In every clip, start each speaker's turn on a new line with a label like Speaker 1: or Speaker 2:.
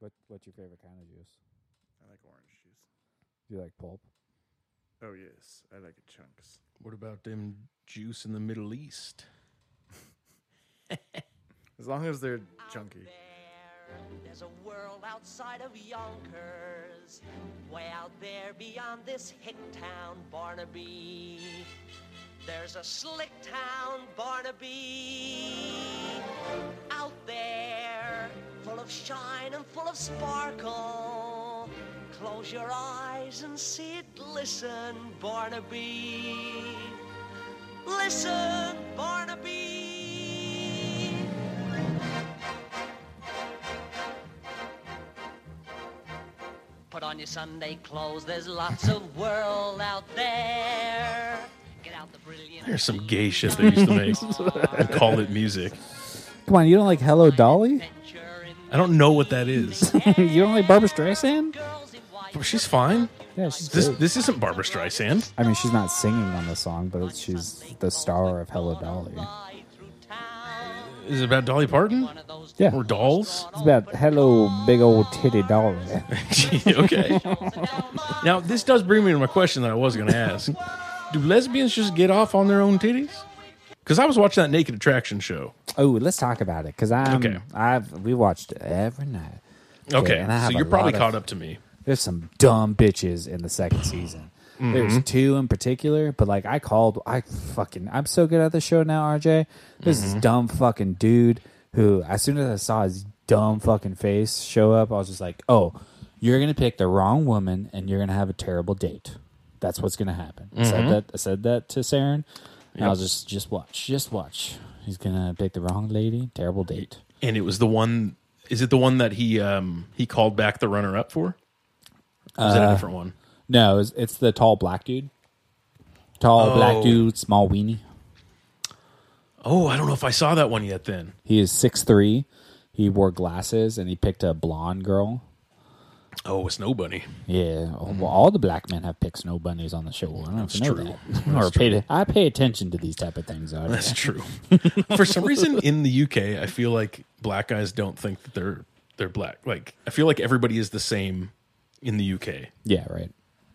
Speaker 1: What What's your favorite kind of juice?
Speaker 2: I like orange juice.
Speaker 1: Do you like pulp?
Speaker 2: Oh yes, I like it chunks.
Speaker 3: What about them juice in the Middle East?
Speaker 2: As long as they're chunky.
Speaker 4: There, there's a world outside of Yonkers, way out there beyond this hick town, Barnaby. There's a slick town, Barnaby. Out there, full of shine and full of sparkle. Close your eyes and see it. Listen, Barnaby. Listen, Barnaby. Put on your Sunday clothes. There's lots of world out there. Get out the brilliant.
Speaker 3: There's some gay shit they used to make. Call it music.
Speaker 1: Come on, you don't like Hello Dolly?
Speaker 3: I don't know what that is.
Speaker 1: you don't like Barbara Streisand?
Speaker 3: But she's fine.
Speaker 1: Yeah, she's
Speaker 3: This
Speaker 1: good.
Speaker 3: this isn't Barbara Streisand.
Speaker 1: I mean, she's not singing on the song, but it's, she's the star of Hello Dolly.
Speaker 3: Is it about Dolly Parton
Speaker 1: Yeah,
Speaker 3: or dolls?
Speaker 1: it's about Hello Big Old Titty Dolly.
Speaker 3: okay. Now this does bring me to my question that I was going to ask: Do lesbians just get off on their own titties? Because I was watching that Naked Attraction show.
Speaker 1: Oh, let's talk about it because I'm
Speaker 3: Okay.
Speaker 1: I've we watched it every night.
Speaker 3: Okay,
Speaker 1: and I have
Speaker 3: so
Speaker 1: a
Speaker 3: you're probably
Speaker 1: lot of-
Speaker 3: caught up to me.
Speaker 1: There's some dumb bitches in the second season. There's two in particular, but like I called, I fucking I'm so good at the show now, RJ. This is dumb fucking dude who as soon as I saw his dumb fucking face show up, I was just like, oh, you're gonna pick the wrong woman and you're gonna have a terrible date. That's what's gonna happen. I said that I said that to Saren. And I was just just watch, just watch. He's gonna pick the wrong lady, terrible date.
Speaker 3: And it was the one. Is it the one that he um he called back the runner up for? Or is that
Speaker 1: Uh,
Speaker 3: a different one?
Speaker 1: No, it's, it's the tall black dude. Tall
Speaker 3: Oh.
Speaker 1: black dude, small weenie.
Speaker 3: Oh, I don't know if I saw that one yet. Then
Speaker 1: He is six three. He wore glasses and he picked a blonde girl.
Speaker 3: oh, it's no bunny.
Speaker 1: Yeah,
Speaker 3: Mm-hmm.
Speaker 1: well, all the black men have picked snow bunnies on the show. I don't know if you know
Speaker 3: true.
Speaker 1: that. or pay, I pay attention to these type of things. Audrey.
Speaker 3: That's true. For some reason, in the UK, I feel like black guys don't think that they're they're black. Like I feel like everybody is the same in the UK.
Speaker 1: Yeah, right.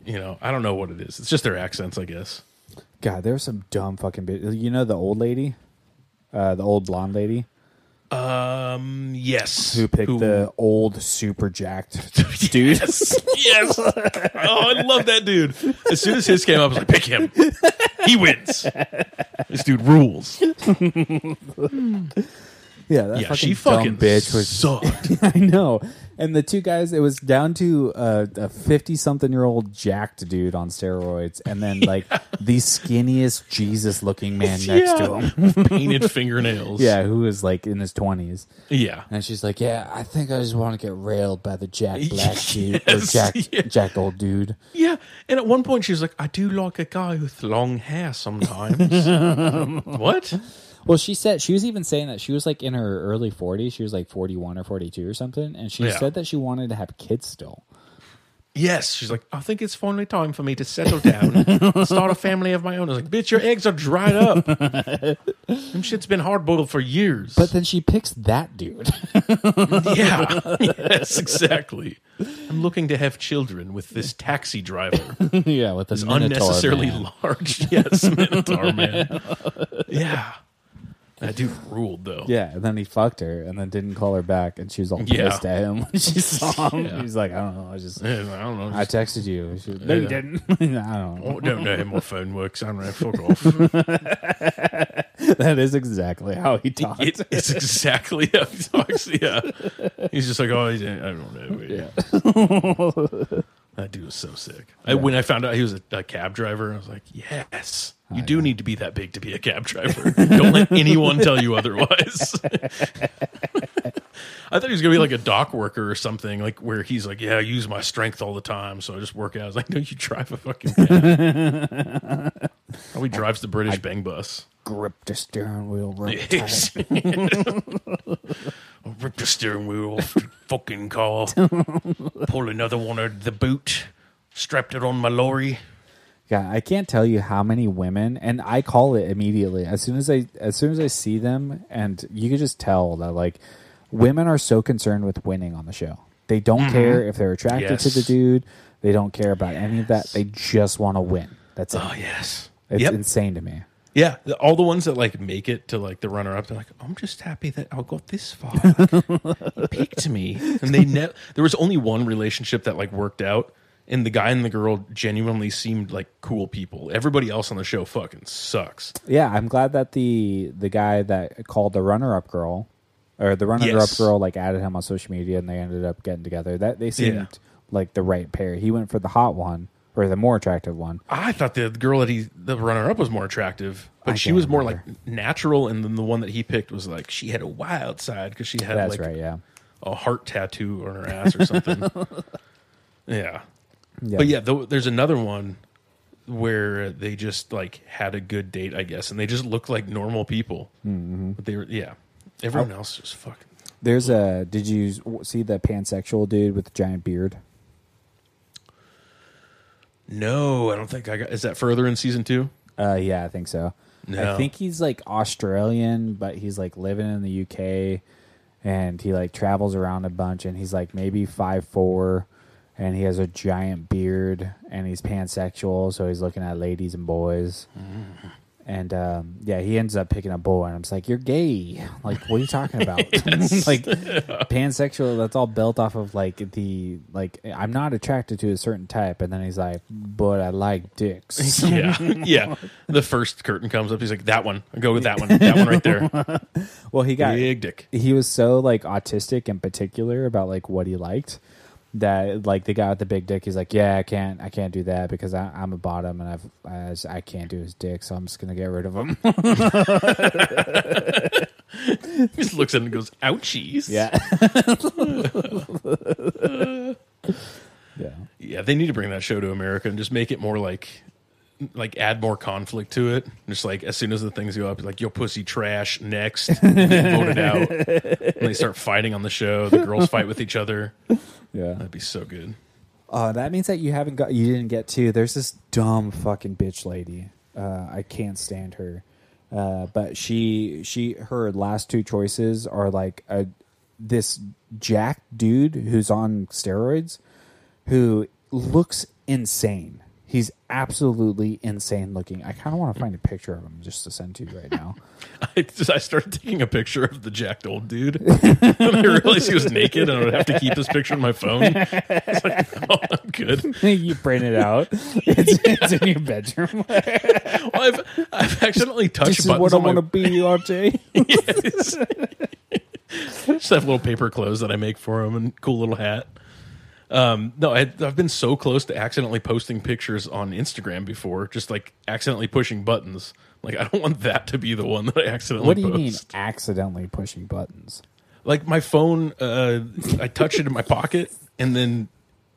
Speaker 3: You know, I don't know what it is. It's just their accents, I guess.
Speaker 1: God, there was some dumb fucking bit. You know the old lady, uh, the old blonde lady
Speaker 3: Mm, Yes.
Speaker 1: who picked the old super jacked dude.
Speaker 3: yes. Oh, I love that dude. As soon as his came up, I was like, pick him. He wins. This dude rules.
Speaker 1: Yeah, that
Speaker 3: Yeah,
Speaker 1: fucking
Speaker 3: she
Speaker 1: dumb
Speaker 3: fucking
Speaker 1: bitch was
Speaker 3: sucked.
Speaker 1: I know. And the two guys, it was down to uh, a fifty-something-year-old jacked dude on steroids, and then like the skinniest Jesus-looking man next to
Speaker 3: Yeah.
Speaker 1: him.
Speaker 3: Painted fingernails.
Speaker 1: Yeah, who was like in his twenties,
Speaker 3: Yeah.
Speaker 1: and she's like, "Yeah, I think I just want to get railed by the Jack Black dude or
Speaker 3: Yes,
Speaker 1: Jack
Speaker 3: yeah.
Speaker 1: Jack old dude."
Speaker 3: Yeah, and at one point she was like, "I do like a guy with long hair sometimes." what?
Speaker 1: Well, she said she was even saying that she was like in her early forties. She was like forty-one or forty-two or something, and she
Speaker 3: Yeah.
Speaker 1: said that she wanted to have kids still.
Speaker 3: Yes, she's like, "I think it's finally time for me to settle down, start a family of my own." I was like, "Bitch, your eggs are dried up. Them shit's been hard boiled for years."
Speaker 1: But then she picks that dude.
Speaker 3: yeah, yes, exactly. I'm looking to have children with this taxi driver.
Speaker 1: yeah, with this
Speaker 3: unnecessarily large. Yes, Minotaur man. Yeah, that dude ruled though.
Speaker 1: Yeah, and then he fucked her and then didn't call her back and she was all
Speaker 3: Yeah.
Speaker 1: pissed at him when she saw him.
Speaker 3: Yeah.
Speaker 1: He's like, I don't know, I just
Speaker 3: I don't know.
Speaker 1: I texted you. She was, no, you
Speaker 3: Yeah.
Speaker 1: didn't. I don't know.
Speaker 3: I don't know how my phone works. I don't know. Fuck off.
Speaker 1: That is exactly how he talked.
Speaker 3: It- it's exactly how he talks. Yeah, he's just like, oh, he's, I don't know. Yeah, that dude was so sick. I, when I found out he was a, a cab driver, I was like, yes, you do need to be that big to be a cab driver. don't let anyone tell you otherwise. I thought he was gonna be like a dock worker or something, like where he's like, yeah, I use my strength all the time, so I just work out. I was like, no, you drive a fucking cab. oh, he drives the British bang bus.
Speaker 1: Gripped the steering wheel real tight.
Speaker 3: Yes. I'll rip the steering wheel off the fucking car, pull another one out of the boot, strapped it on my lorry.
Speaker 1: God, I can't tell you how many women and I call it immediately as soon as I as soon as I see them and you can just tell that like women are so concerned with winning on the show. They don't care if they're attracted to the
Speaker 3: Mm-hmm. Yes.
Speaker 1: dude. They don't care about any of that. They just want to win. That's it.
Speaker 3: Oh yes.
Speaker 1: It's
Speaker 3: yep.
Speaker 1: insane to me.
Speaker 3: yeah. The- All the ones that like make it to like the runner up, they're like, I'm just happy that I got this far. Like, he picked me. And they ne- there was only one relationship that like worked out. And the guy and the girl genuinely seemed like cool people. Everybody else on the show fucking sucks.
Speaker 1: Yeah, I'm glad that the the guy that called the runner up girl or the runner up
Speaker 3: Yes.
Speaker 1: girl like added him on social media and they ended up getting together. That they seemed
Speaker 3: Yeah.
Speaker 1: like the right pair. He went for the hot one or the more attractive one.
Speaker 3: I thought the girl that he, the runner up, was more attractive, but
Speaker 1: I
Speaker 3: she
Speaker 1: can't
Speaker 3: was more
Speaker 1: remember.
Speaker 3: like natural. And then the one that he picked was like she had a wild side because she had
Speaker 1: That's
Speaker 3: like
Speaker 1: right, yeah.
Speaker 3: a heart tattoo on her ass or something. yeah.
Speaker 1: Yeah.
Speaker 3: but yeah, th- there's another one where they just like had a good date, I guess, and they just looked like normal people.
Speaker 1: Mm-hmm.
Speaker 3: But they were, yeah. Everyone
Speaker 1: Oh.
Speaker 3: else was fucking.
Speaker 1: There's a did you s- w- see the pansexual dude with the giant beard?
Speaker 3: No, I don't think I got. Is that further in season two?
Speaker 1: Uh yeah, I think so.
Speaker 3: No.
Speaker 1: I think he's like Australian, but he's like living in the UK and he like travels around a bunch and he's like maybe five four and he has a giant beard and he's pansexual, so he's looking at ladies and boys. And um, yeah, he ends up picking a boy, and I'm just like, "You're gay! Like, what are you talking about? like, pansexual? That's all built off of like the like I'm not attracted to a certain type." And then he's like, "But I like dicks."
Speaker 3: Yeah, yeah. The first curtain comes up. He's like, "That one. I'll go with that one. That one right there.
Speaker 1: well, he got
Speaker 3: Big dick."
Speaker 1: he was so like autistic and particular about like what he liked that like the guy with the big dick he's like yeah i can't i can't do that because I, i'm a bottom and i've I, just- I can't do his dick so i'm just gonna get rid of him
Speaker 3: He just looks at it and goes, "Ouchies."
Speaker 1: yeah yeah
Speaker 3: yeah. They need to bring that show to America and just make it more like, like add more conflict to it. Just like as soon as the things go up, like your pussy trash next, and they get voted out, and they start fighting on the show. The girls fight with each other.
Speaker 1: yeah
Speaker 3: That'd be so good.
Speaker 1: uh, that means that you haven't got you didn't get to there's this dumb fucking bitch lady uh, i can't stand her uh, but she she her last two choices are like a this jack dude who's on steroids who looks insane. He's absolutely insane looking. I kind of want to find a picture of him just to send to you right now.
Speaker 3: I, just, I started taking a picture of the jacked old dude, and I realized he was naked, and I would have to keep this picture on my phone. It's like, oh, I'm good.
Speaker 1: you print it out. It's, it's in your bedroom.
Speaker 3: Well, I've, I've accidentally touched
Speaker 1: this is
Speaker 3: buttons
Speaker 1: what I
Speaker 3: on my
Speaker 1: want to be, RJ.
Speaker 3: Yes. just have little paper clothes that I make for him and cool little hat. Um, no, I, I've been so close to accidentally posting pictures on Instagram before, just like accidentally pushing buttons. Like I don't want that to be the one that I accidentally.
Speaker 1: what do you
Speaker 3: post.
Speaker 1: mean accidentally pushing buttons?
Speaker 3: Like my phone, uh, I touch it in my pocket, and then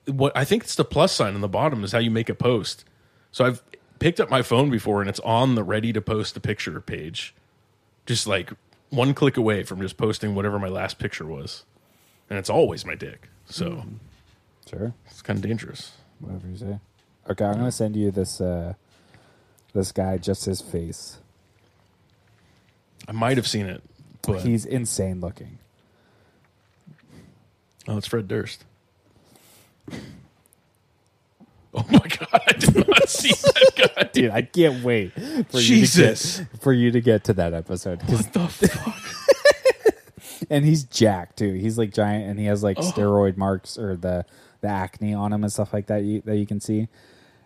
Speaker 3: what? I think it's the plus sign on the bottom is how you make a post. So I've picked up my phone before, and it's on the ready to post the picture page, just like one click away from just posting whatever my last picture was, and it's always my dick. So
Speaker 1: Hmm. Sure.
Speaker 3: it's kind of dangerous.
Speaker 1: Whatever you say. Okay, I'm gonna send you this uh this guy, just his face.
Speaker 3: I might have seen it, but
Speaker 1: He's insane looking.
Speaker 3: oh, it's Fred Durst. Oh my god! I did not see that guy.
Speaker 1: Dude, I can't wait for
Speaker 3: Jesus.
Speaker 1: you to get, for you to get to that episode. 'Cause-
Speaker 3: What the fuck?
Speaker 1: and he's jacked too. He's like giant, and he has like steroid marks or the the acne on him and stuff like that you, that you can see.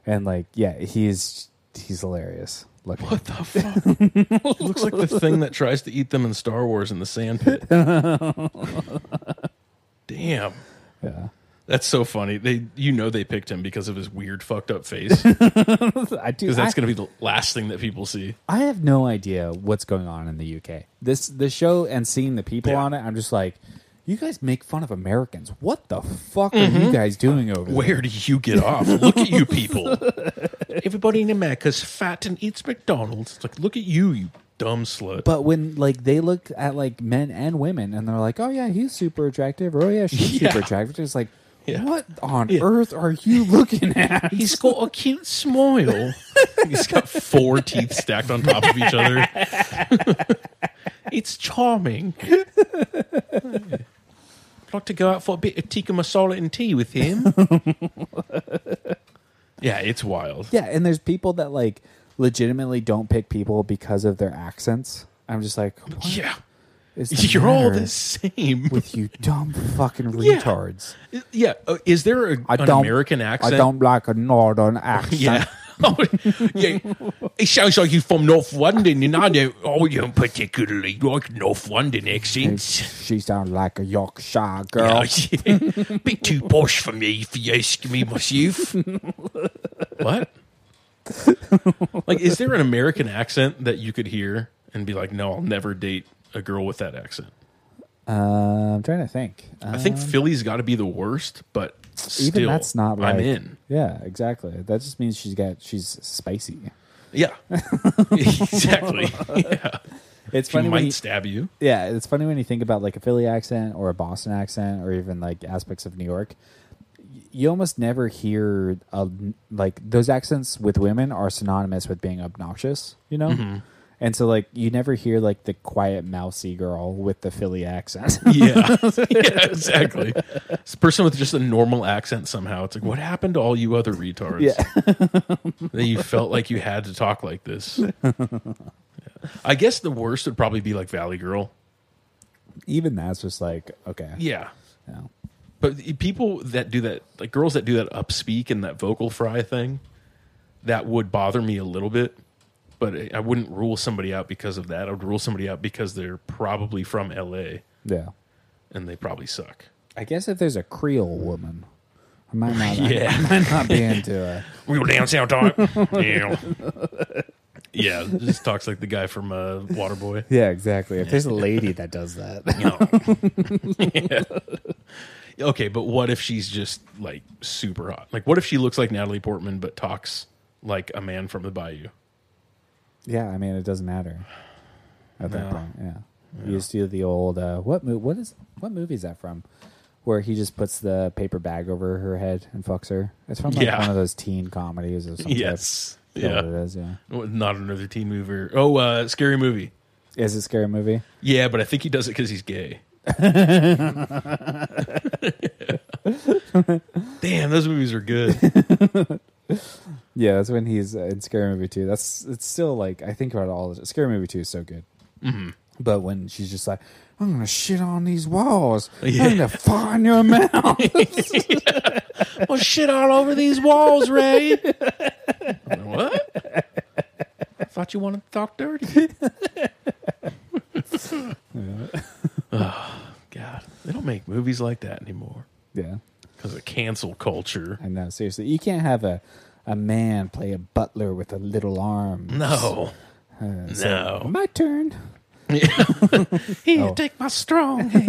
Speaker 1: And like, yeah, he's he's hilarious. Look,
Speaker 3: What the fuck? looks like the thing that tries to eat them in Star Wars in the sand pit. Damn.
Speaker 1: yeah,
Speaker 3: That's so funny. They you know they picked him because of his weird fucked up face.
Speaker 1: I do.
Speaker 3: Because
Speaker 1: I,
Speaker 3: that's gonna be the last thing that people see.
Speaker 1: I have no idea what's going on in the UK. This the show and seeing the people
Speaker 3: Yeah.
Speaker 1: on it, I'm just like, you guys make fun of Americans. What the fuck are
Speaker 3: Mm-hmm.
Speaker 1: you guys doing over there?
Speaker 3: Where do you get off? Look at you people. Everybody in America's fat and eats McDonald's. It's like look at you, you dumb slut.
Speaker 1: But when like they look at like men and women and they're like, oh yeah, he's super attractive, or oh yeah, she's
Speaker 3: Yeah.
Speaker 1: super attractive. It's like,
Speaker 3: Yeah.
Speaker 1: what on
Speaker 3: Yeah.
Speaker 1: earth are you looking at?
Speaker 3: He's got a cute smile. He's got four teeth stacked on top of each other. it's charming. like to go out for a bit of tikka masala and tea with him. yeah, it's wild.
Speaker 1: Yeah, and there's people that like legitimately don't pick people because of their accents. I'm just like, what
Speaker 3: Yeah,
Speaker 1: is the
Speaker 3: you're all
Speaker 1: matter
Speaker 3: the same.
Speaker 1: with you dumb fucking
Speaker 3: Yeah.
Speaker 1: retards.
Speaker 3: yeah, uh, is there a,
Speaker 1: I
Speaker 3: an
Speaker 1: don't
Speaker 3: American accent?
Speaker 1: I don't like a northern accent.
Speaker 3: Yeah. Oh, yeah, it sounds like you're from North London, and I don't, I don't particularly like North London accents.
Speaker 1: She sounds like a Yorkshire girl.
Speaker 3: Oh, yeah. Bit too posh for me, if you ask me myself. what? like, is there an American accent that you could hear and be like, no, I'll never date a girl with that accent?
Speaker 1: Uh, I'm trying to think.
Speaker 3: I
Speaker 1: Uh,
Speaker 3: think Philly's got to be the worst, but still,
Speaker 1: even that's not like
Speaker 3: I'm in.
Speaker 1: Yeah, exactly. That just means she's got she's spicy.
Speaker 3: Yeah, exactly. Yeah.
Speaker 1: It's
Speaker 3: She
Speaker 1: funny.
Speaker 3: might
Speaker 1: When you,
Speaker 3: stab you.
Speaker 1: yeah, it's funny when you think about like a Philly accent or a Boston accent or even like aspects of New York. Y- You almost never hear a, like those accents with women are synonymous with being obnoxious, you know.
Speaker 3: Mm-hmm.
Speaker 1: And so, like, you never hear like the quiet, mousy girl with the Philly accent.
Speaker 3: Yeah. yeah, exactly. This person with just a normal accent somehow. It's like, what happened to all you other retards? Yeah. that you felt like you had to talk like this. Yeah. I guess the worst would probably be like Valley Girl.
Speaker 1: even that's just like okay,
Speaker 3: Yeah.
Speaker 1: yeah.
Speaker 3: But the people that do that, like girls that do that upspeak and that vocal fry thing, that would bother me a little bit. But I- I wouldn't rule somebody out because of that. I would rule somebody out because they're probably from LA
Speaker 1: yeah.
Speaker 3: and they probably suck.
Speaker 1: I guess if there's a Creole woman, I might not.
Speaker 3: Yeah.
Speaker 1: I might not be into it.
Speaker 3: We were down south time. yeah. yeah, just talks like the guy from uh, Waterboy.
Speaker 1: Yeah, exactly. If there's a lady that does that,
Speaker 3: No. Yeah. Okay, but what if she's just like super hot? Like, what if she looks like Natalie Portman but talks like a man from the Bayou?
Speaker 1: yeah. I mean, it doesn't matter at that
Speaker 3: No.
Speaker 1: point. Yeah. You just do the old uh, what? Mo- what is? What movie is that from? Where he just puts the paper bag over her head and fucks her. It's from like
Speaker 3: Yeah.
Speaker 1: one of those teen comedies or something.
Speaker 3: Yes.
Speaker 1: What
Speaker 3: Yeah.
Speaker 1: it is, yeah.
Speaker 3: Not another teen mover. Oh, uh, scary movie.
Speaker 1: Is it a scary movie?
Speaker 3: Yeah, but I think he does it because he's gay. Damn, those movies are good.
Speaker 1: Yeah, that's when he's uh, in Scary Movie Two. That's it's still like I think about it all. the- Scary Movie Two is so good,
Speaker 3: Mm-hmm.
Speaker 1: but when she's just like, "I'm gonna shit on these walls,
Speaker 3: Yeah.
Speaker 1: I'm gonna fart in your mouth."
Speaker 3: well, shit all over these walls, Ray. I'm like, what? I thought you wanted to talk dirty. Oh, God, they don't make movies like that anymore
Speaker 1: yeah,
Speaker 3: because of cancel culture.
Speaker 1: I know. Seriously, you can't have a a man play a butler with a little arm. Uh,
Speaker 3: No, no.
Speaker 1: My turn.
Speaker 3: Here,
Speaker 1: Oh.
Speaker 3: take my strong hand.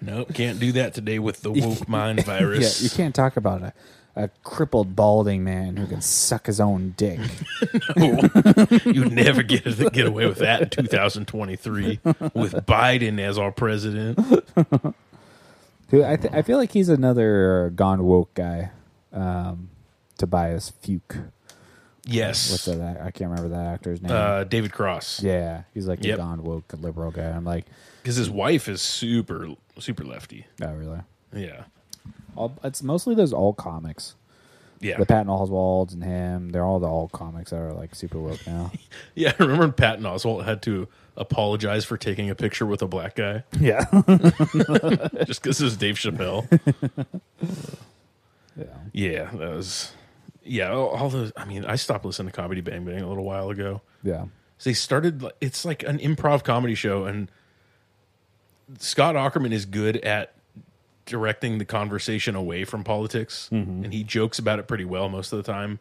Speaker 3: nope, can't do that today with the woke mind
Speaker 1: Yeah,
Speaker 3: virus.
Speaker 1: you can't talk about a a crippled balding man who can suck his own dick.
Speaker 3: You'd never get get away with that in 2023 with Biden as our president.
Speaker 1: who I th- I feel like he's another gone woke guy. Um, Tobias Fuke.
Speaker 3: Yes.
Speaker 1: What's that? act- I can't remember that actor's name.
Speaker 3: Uh, David Cross.
Speaker 1: Yeah, he's like
Speaker 3: Yep.
Speaker 1: a gone woke liberal guy. I'm like,
Speaker 3: Because his wife is super, super lefty.
Speaker 1: no, really.
Speaker 3: Yeah.
Speaker 1: All, it's mostly those old comics.
Speaker 3: Yeah.
Speaker 1: The Patton Oswalds and him, they're all the old comics that are like super woke now.
Speaker 3: yeah. I remember Patton Oswalt had to apologize for taking a picture with a black guy
Speaker 1: yeah.
Speaker 3: just because it was Dave Chappelle.
Speaker 1: yeah.
Speaker 3: yeah. That was, yeah. All, all those, I mean, I stopped listening to Comedy Bang Bang a little while ago.
Speaker 1: Yeah.
Speaker 3: So they started, like- it's like an improv comedy show, and Scott Ackerman is good at directing the conversation away from politics,
Speaker 1: Mm-hmm.
Speaker 3: and he jokes about it pretty well most of the time.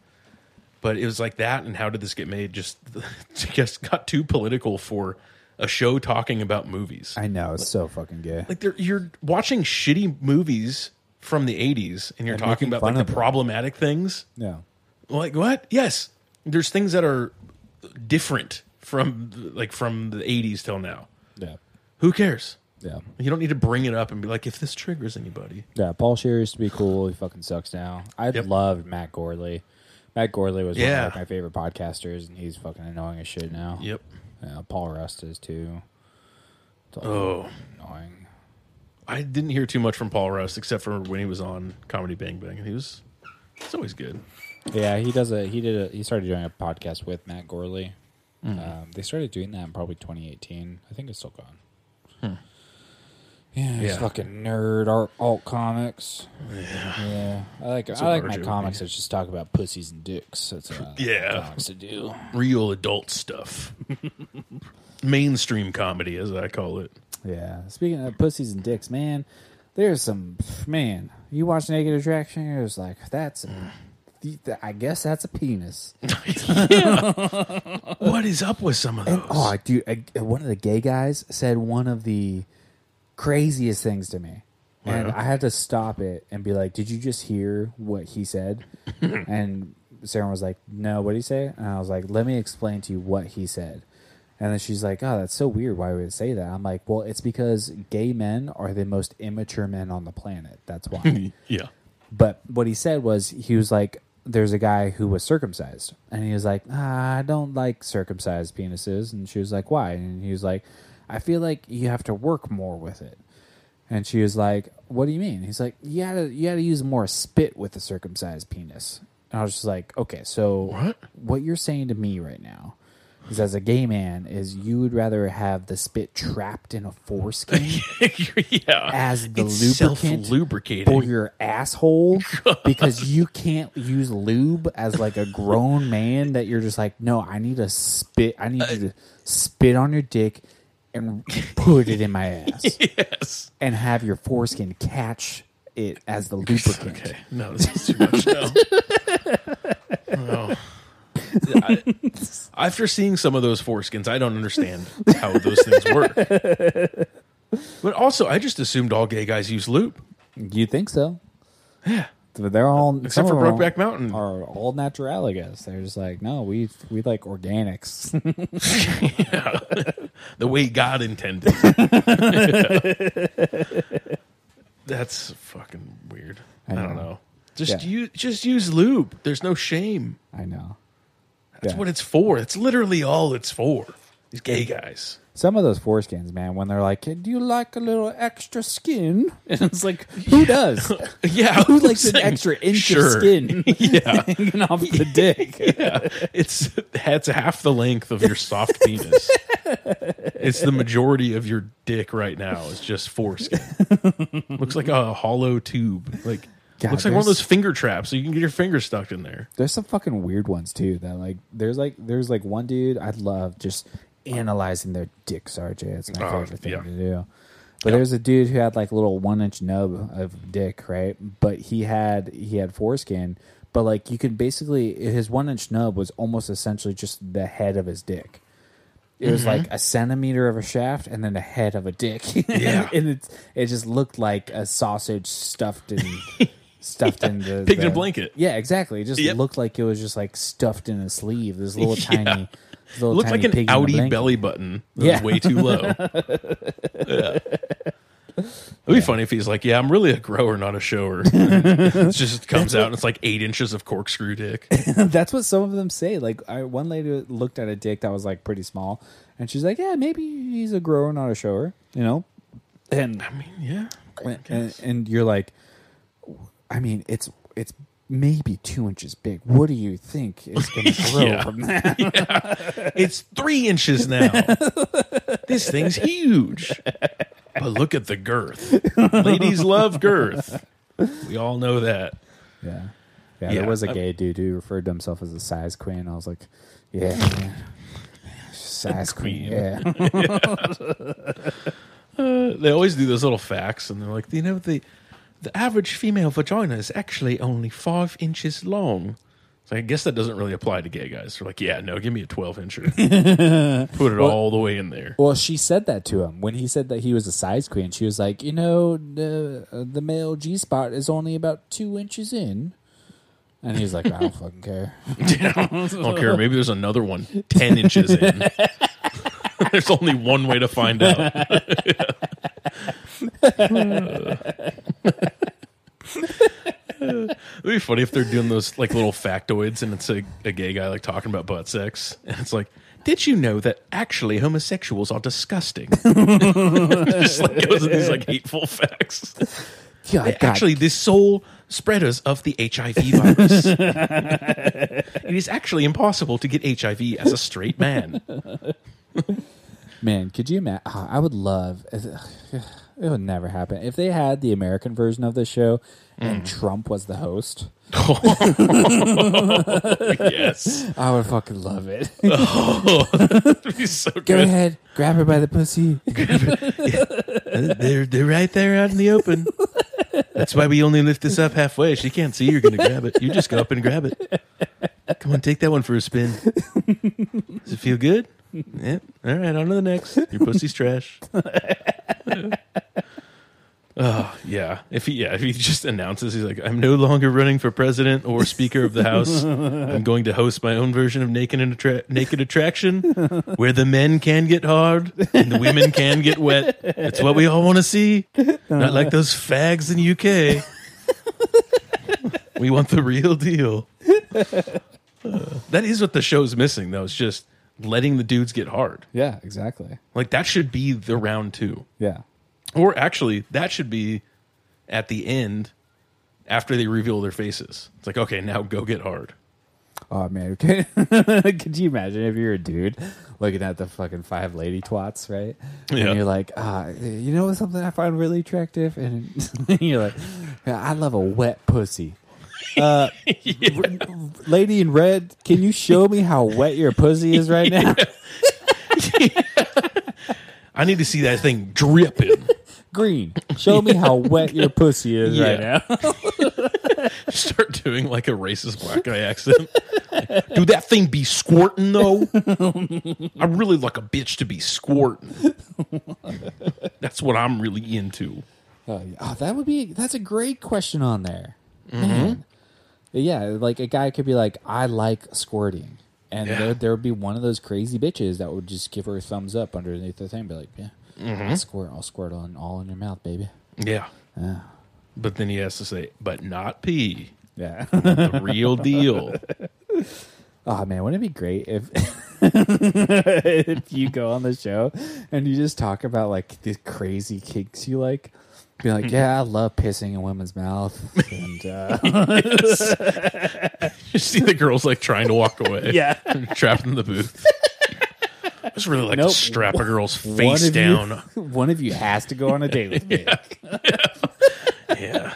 Speaker 3: But it was like that, and how did this get made? Just, just got too political for a show talking about movies.
Speaker 1: I know. It's so fucking gay.
Speaker 3: like they're, you're watching shitty movies from the '80s, and you're
Speaker 1: And
Speaker 3: talking
Speaker 1: making
Speaker 3: about
Speaker 1: fun
Speaker 3: like the
Speaker 1: of them.
Speaker 3: problematic things.
Speaker 1: yeah.
Speaker 3: Like what? Yes, there's things that are different from like from the '80s till now.
Speaker 1: Yeah.
Speaker 3: Who cares?
Speaker 1: Yeah.
Speaker 3: You don't need to bring it up and be like, if this triggers anybody.
Speaker 1: Yeah. Paul Shear used to be cool. He fucking sucks now. I
Speaker 3: Yep.
Speaker 1: loved Matt Gorley. Matt Gorley was one
Speaker 3: Yeah.
Speaker 1: of like, my favorite podcasters, and he's fucking annoying as shit now.
Speaker 3: Yep.
Speaker 1: Yeah, Paul Rust is too. It's all
Speaker 3: Oh,
Speaker 1: annoying.
Speaker 3: I didn't hear too much from Paul Rust except for when he was on Comedy Bang Bang, and he was it's always good.
Speaker 1: Yeah, he does a he did a he started doing a podcast with Matt Gorley. Um, they started doing that in probably 2018. I think it's still going. Hmm. Yeah, he's
Speaker 3: Yeah.
Speaker 1: fucking nerd art alt comics. Yeah, I like I like my
Speaker 3: RJ would
Speaker 1: comics that just talk about pussies and dicks. That's what I like
Speaker 3: Yeah.
Speaker 1: comics to do.
Speaker 3: Real adult stuff, mainstream comedy, as I call it.
Speaker 1: Yeah. Speaking of pussies and dicks, man, there's some man. You watch Naked Attraction, you're just like, that's. A,
Speaker 3: Mm.
Speaker 1: I guess that's a penis.
Speaker 3: What is up with some of those?
Speaker 1: Oh, dude, I, one of the gay guys said one of the craziest things to me. And I had to stop it and be like, "Did you just hear what he said?" and Sarah was like, "No, what did he say?" And I was like, "Let me explain to you what he said." And then she's like, "Oh, that's so weird. Why would it say that?" I'm like, "Well, it's because gay men are the most immature men on the planet. That's why."
Speaker 3: yeah,
Speaker 1: But what he said was he was like, "There's a guy who was circumcised," and he was like, ah, "I don't like circumcised penises," and she was like, "Why?" And he was like, "I feel like you have to work more with it." And she was like, "What do you mean?" He's like, "You had to you had to use more spit with a circumcised penis." And I was just like, "Okay, so
Speaker 3: What?
Speaker 1: what you're saying to me right now?" Is as a gay man, is you would rather have the spit trapped in a foreskin
Speaker 3: yeah.
Speaker 1: as the
Speaker 3: It's
Speaker 1: lubricant
Speaker 3: self-lubricating.
Speaker 1: for your asshole because you can't use lube as like a grown man that you're just like no i need to spit i
Speaker 3: Uh,
Speaker 1: need you to spit on your dick and put it in my ass
Speaker 3: yes.
Speaker 1: and have your foreskin catch it as the lubricant
Speaker 3: Okay. No, this is too much. No. no. I- after seeing some of those foreskins, I don't understand how those things work. But also, I just assumed all gay guys use lube,
Speaker 1: you think so yeah they're all
Speaker 3: except for
Speaker 1: some of them
Speaker 3: Brokeback Mountain.
Speaker 1: are all natural i guess they're just like no we we like organics
Speaker 3: the way God intended. That's fucking weird. I,
Speaker 1: know.
Speaker 3: don't know. Just
Speaker 1: Yeah.
Speaker 3: use just use lube. There's no shame.
Speaker 1: i know
Speaker 3: That's
Speaker 1: Yeah.
Speaker 3: what it's for. It's literally all it's for. These gay guys.
Speaker 1: Some of those foreskins, man, when they're like, "Do you like a little extra skin?" and it's like, who does?
Speaker 3: Yeah,
Speaker 1: Who likes an extra inch of skin
Speaker 3: Yeah,
Speaker 1: hanging off the dick?
Speaker 3: yeah. It's that's half the length of your soft penis. It's the majority of your dick right now. It's just foreskin. looks like a hollow tube. Like
Speaker 1: God,
Speaker 3: looks like one of
Speaker 1: there's-
Speaker 3: those finger traps. So you can get your finger stuck in there.
Speaker 1: There's some fucking weird ones too. That like, there's like, there's like one dude I love just analyzing their dicks. RJ, it's my
Speaker 3: Oh,
Speaker 1: favorite thing
Speaker 3: yeah.
Speaker 1: to do. But there's a dude who had like a little one inch nub of dick, right? But he had he had foreskin, but like you could basically his one inch nub was almost essentially just the head of his dick. It
Speaker 3: Mm-hmm.
Speaker 1: was like a centimeter of a shaft and then the head of a dick.
Speaker 3: Yeah.
Speaker 1: and it it just looked like a sausage stuffed in stuffed in the
Speaker 3: Picked in a
Speaker 1: the-
Speaker 3: blanket.
Speaker 1: Yeah, exactly. It just
Speaker 3: Yep.
Speaker 1: looked like it was just like stuffed in a sleeve. This little tiny this little
Speaker 3: Looked
Speaker 1: tiny
Speaker 3: like an
Speaker 1: pig in a
Speaker 3: Audi
Speaker 1: blanket.
Speaker 3: belly button. That was
Speaker 1: Yeah.
Speaker 3: way too low. yeah. It'd be funny if he's like, "Yeah, I'm really a grower, not a shower." it just comes out and it's like eight inches of corkscrew dick.
Speaker 1: That's what some of them say. Like I, one lady looked at a dick that was like pretty small, and she's like, "Yeah, maybe he's a grower, not a shower," you know. And
Speaker 3: I mean, yeah.
Speaker 1: and, and you're like, I mean, it's it's maybe two inches big. What do you think is going to grow
Speaker 3: Yeah.
Speaker 1: from that?
Speaker 3: It's three inches now. this thing's huge. But look at the girth. Ladies love girth. We all know that.
Speaker 1: Yeah. yeah,
Speaker 3: Yeah,
Speaker 1: There was a
Speaker 3: I-
Speaker 1: gay dude who referred to himself as a size queen. I was like, yeah, man. size queen.
Speaker 3: Queen.
Speaker 1: Yeah,
Speaker 3: Uh, They always do those little facts, and they're like, you know, the the average female vagina is actually only five inches long. So I guess that doesn't really apply to gay guys. They're like, yeah, no, give me a twelve incher. Put it all the way in there.
Speaker 1: Well, she said that to him when he said that he was a size queen. She was like, you know, the uh, the male G spot is only about two inches in, and he's like, I don't fucking care.
Speaker 3: I don't care. Maybe there's another one ten inches in. there's only one way to find out. It'd be funny if they're doing those like little factoids and it's a, a gay guy like talking about butt sex and it's like Did you know that actually homosexuals are disgusting? Just like goes with these like hateful facts.
Speaker 1: God,
Speaker 3: They're
Speaker 1: God.
Speaker 3: actually the sole spreaders of the HIV virus. it is actually impossible to get HIV as a straight man.
Speaker 1: man, could you imagine? I would love. It would never happen if they had the American version of the show and Trump was the host.
Speaker 3: yes.
Speaker 1: I would fucking love it.
Speaker 3: That'd be so
Speaker 1: Go
Speaker 3: good.
Speaker 1: ahead, grab her by the pussy.
Speaker 3: Uh, They're, they're right there out in the open. That's why we only lift this up halfway. She can't see you're going to grab it. You just go up and grab it. Come on, take that one for a spin. Does it feel good? Yep. All right, on to the next. Your pussy's trash. oh yeah. If he yeah, if he just announces he's like, I'm no longer running for president or speaker of the house. I'm going to host my own version of Naked and Attra- Naked Attraction, where the men can get hard and the women can get wet. It's what we all want to see. Not like those fags in UK. we want the real deal. Uh, that is what the show's missing, though. It's just letting the dudes get hard.
Speaker 1: Yeah, exactly.
Speaker 3: Like that should be the round two,
Speaker 1: Yeah,
Speaker 3: or actually, that should be at the end after they reveal their faces. It's like, okay, now go get hard.
Speaker 1: Oh man, could, could you imagine if you're a dude looking at the fucking five lady twats, right?
Speaker 3: Yeah.
Speaker 1: And you're like, ah, you know something I find really attractive, and you're like, "Yeah, I love a wet pussy. Uh, r- r- lady in red, can you show me how wet your pussy is right now?
Speaker 3: I need to see that thing dripping.
Speaker 1: Green, show me how wet your pussy is right now.
Speaker 3: Start doing like a racist black guy accent. Do that thing be squirting though? I really like a bitch to be squirting. That's what I'm really into.
Speaker 1: Oh, yeah. Oh, that would be that's a great question on there. Man. Yeah, like a guy could be like, I like squirting. And
Speaker 3: Yeah.
Speaker 1: there, there would be one of those crazy bitches that would just give her a thumbs up underneath the thing, be like, "Yeah, I'll squirt, I'll squirt on all in your mouth, baby."
Speaker 3: Yeah. But then he has to say, but not pee.
Speaker 1: Yeah.
Speaker 3: The real deal.
Speaker 1: oh man, wouldn't it be great if if you go on the show and you just talk about like these crazy kinks you like? Be like, yeah, I love pissing in women's mouth, and uh,
Speaker 3: You see the girls like trying to walk away.
Speaker 1: Yeah.
Speaker 3: Trapped in the booth. I just really like
Speaker 1: Nope.
Speaker 3: to strap a girl's
Speaker 1: one
Speaker 3: face
Speaker 1: of
Speaker 3: down.
Speaker 1: you, one of you has to go on a date with me.
Speaker 3: Yeah.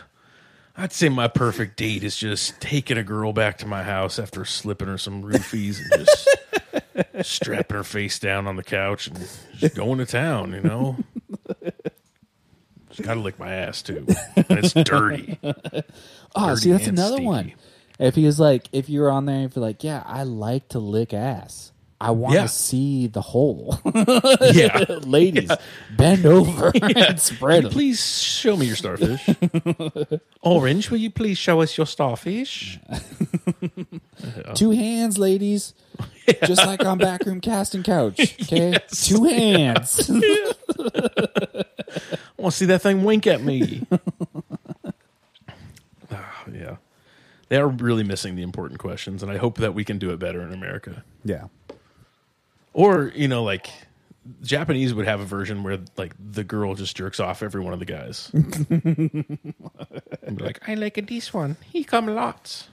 Speaker 3: I'd say my perfect date is just taking a girl back to my house after slipping her some roofies and just strapping her face down on the couch and just going to town, you know? Just gotta lick my ass too. And it's dirty.
Speaker 1: Oh,
Speaker 3: Dirty
Speaker 1: see, that's
Speaker 3: and
Speaker 1: another
Speaker 3: stinky.
Speaker 1: one. If he was like, if you were on there, if you're like, yeah, I like to lick ass. I want to
Speaker 3: Yeah.
Speaker 1: see the hole.
Speaker 3: Yeah.
Speaker 1: Ladies, bend over and spread them.
Speaker 3: Please show me your starfish. Orange, will you please show us your starfish?
Speaker 1: Two hands, ladies. Just like on backroom casting couch. Okay? Two hands.
Speaker 3: I want to see that thing wink at me. Ah, yeah. They are really missing the important questions, and I hope that we can do it better in America.
Speaker 1: yeah.
Speaker 3: Or, you know, like Japanese would have a version where like the girl just jerks off every one of the guys. And be like, I like a this one. He come lots.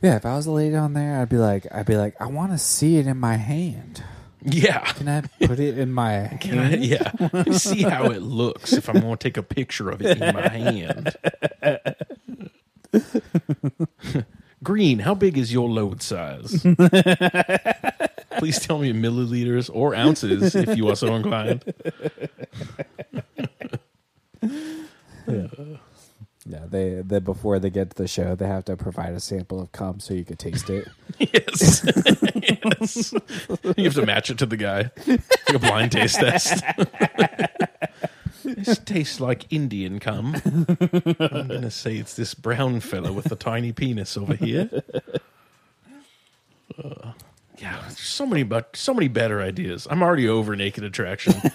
Speaker 1: Yeah, if I was a lady on there, I'd be like, I'd be like, I want to see it in my hand.
Speaker 3: Yeah.
Speaker 1: Can I put it in my
Speaker 3: Can I, yeah. Let me see how it looks if I'm going to take a picture of it in my hand. Green, how big is your load size? Please tell me in milliliters or ounces if you are so inclined.
Speaker 1: Yeah, they, they before they get to the show, they have to provide a sample of cum so you could taste it.
Speaker 3: Yes. yes. You have to match it to the guy. Like a blind taste test. this tastes like Indian cum. I'm going to say it's this brown fella with the tiny penis over here. Uh, yeah, there's so many but so many better ideas. I'm already over naked attraction.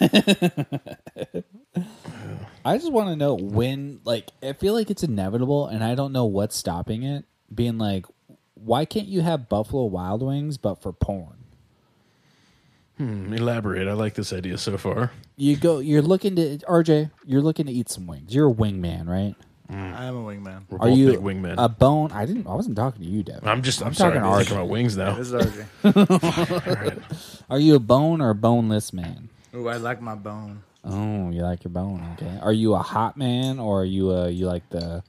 Speaker 1: I just want to know when, like, I feel like it's inevitable, and I don't know what's stopping it. Being like, why can't you have Buffalo Wild Wings but for porn?
Speaker 3: Mm, Elaborate. I like this idea so far.
Speaker 1: You go. You're looking to RJ. You're looking to eat some wings. You're a wingman, right?
Speaker 5: I'm a wingman.
Speaker 3: We're
Speaker 1: Are
Speaker 3: both
Speaker 1: you
Speaker 3: big wingmen.
Speaker 1: a bone? I didn't. I wasn't talking to you, Devin.
Speaker 3: I'm just. I'm, sorry.
Speaker 1: talking
Speaker 3: I'm
Speaker 1: RJ.
Speaker 3: thinking about wings now.
Speaker 5: This is RJ.
Speaker 1: Are you a bone or a boneless man?
Speaker 5: Ooh, I like my bone.
Speaker 1: Oh, you like your bone. Okay. Are you a hot man or are you a you like the?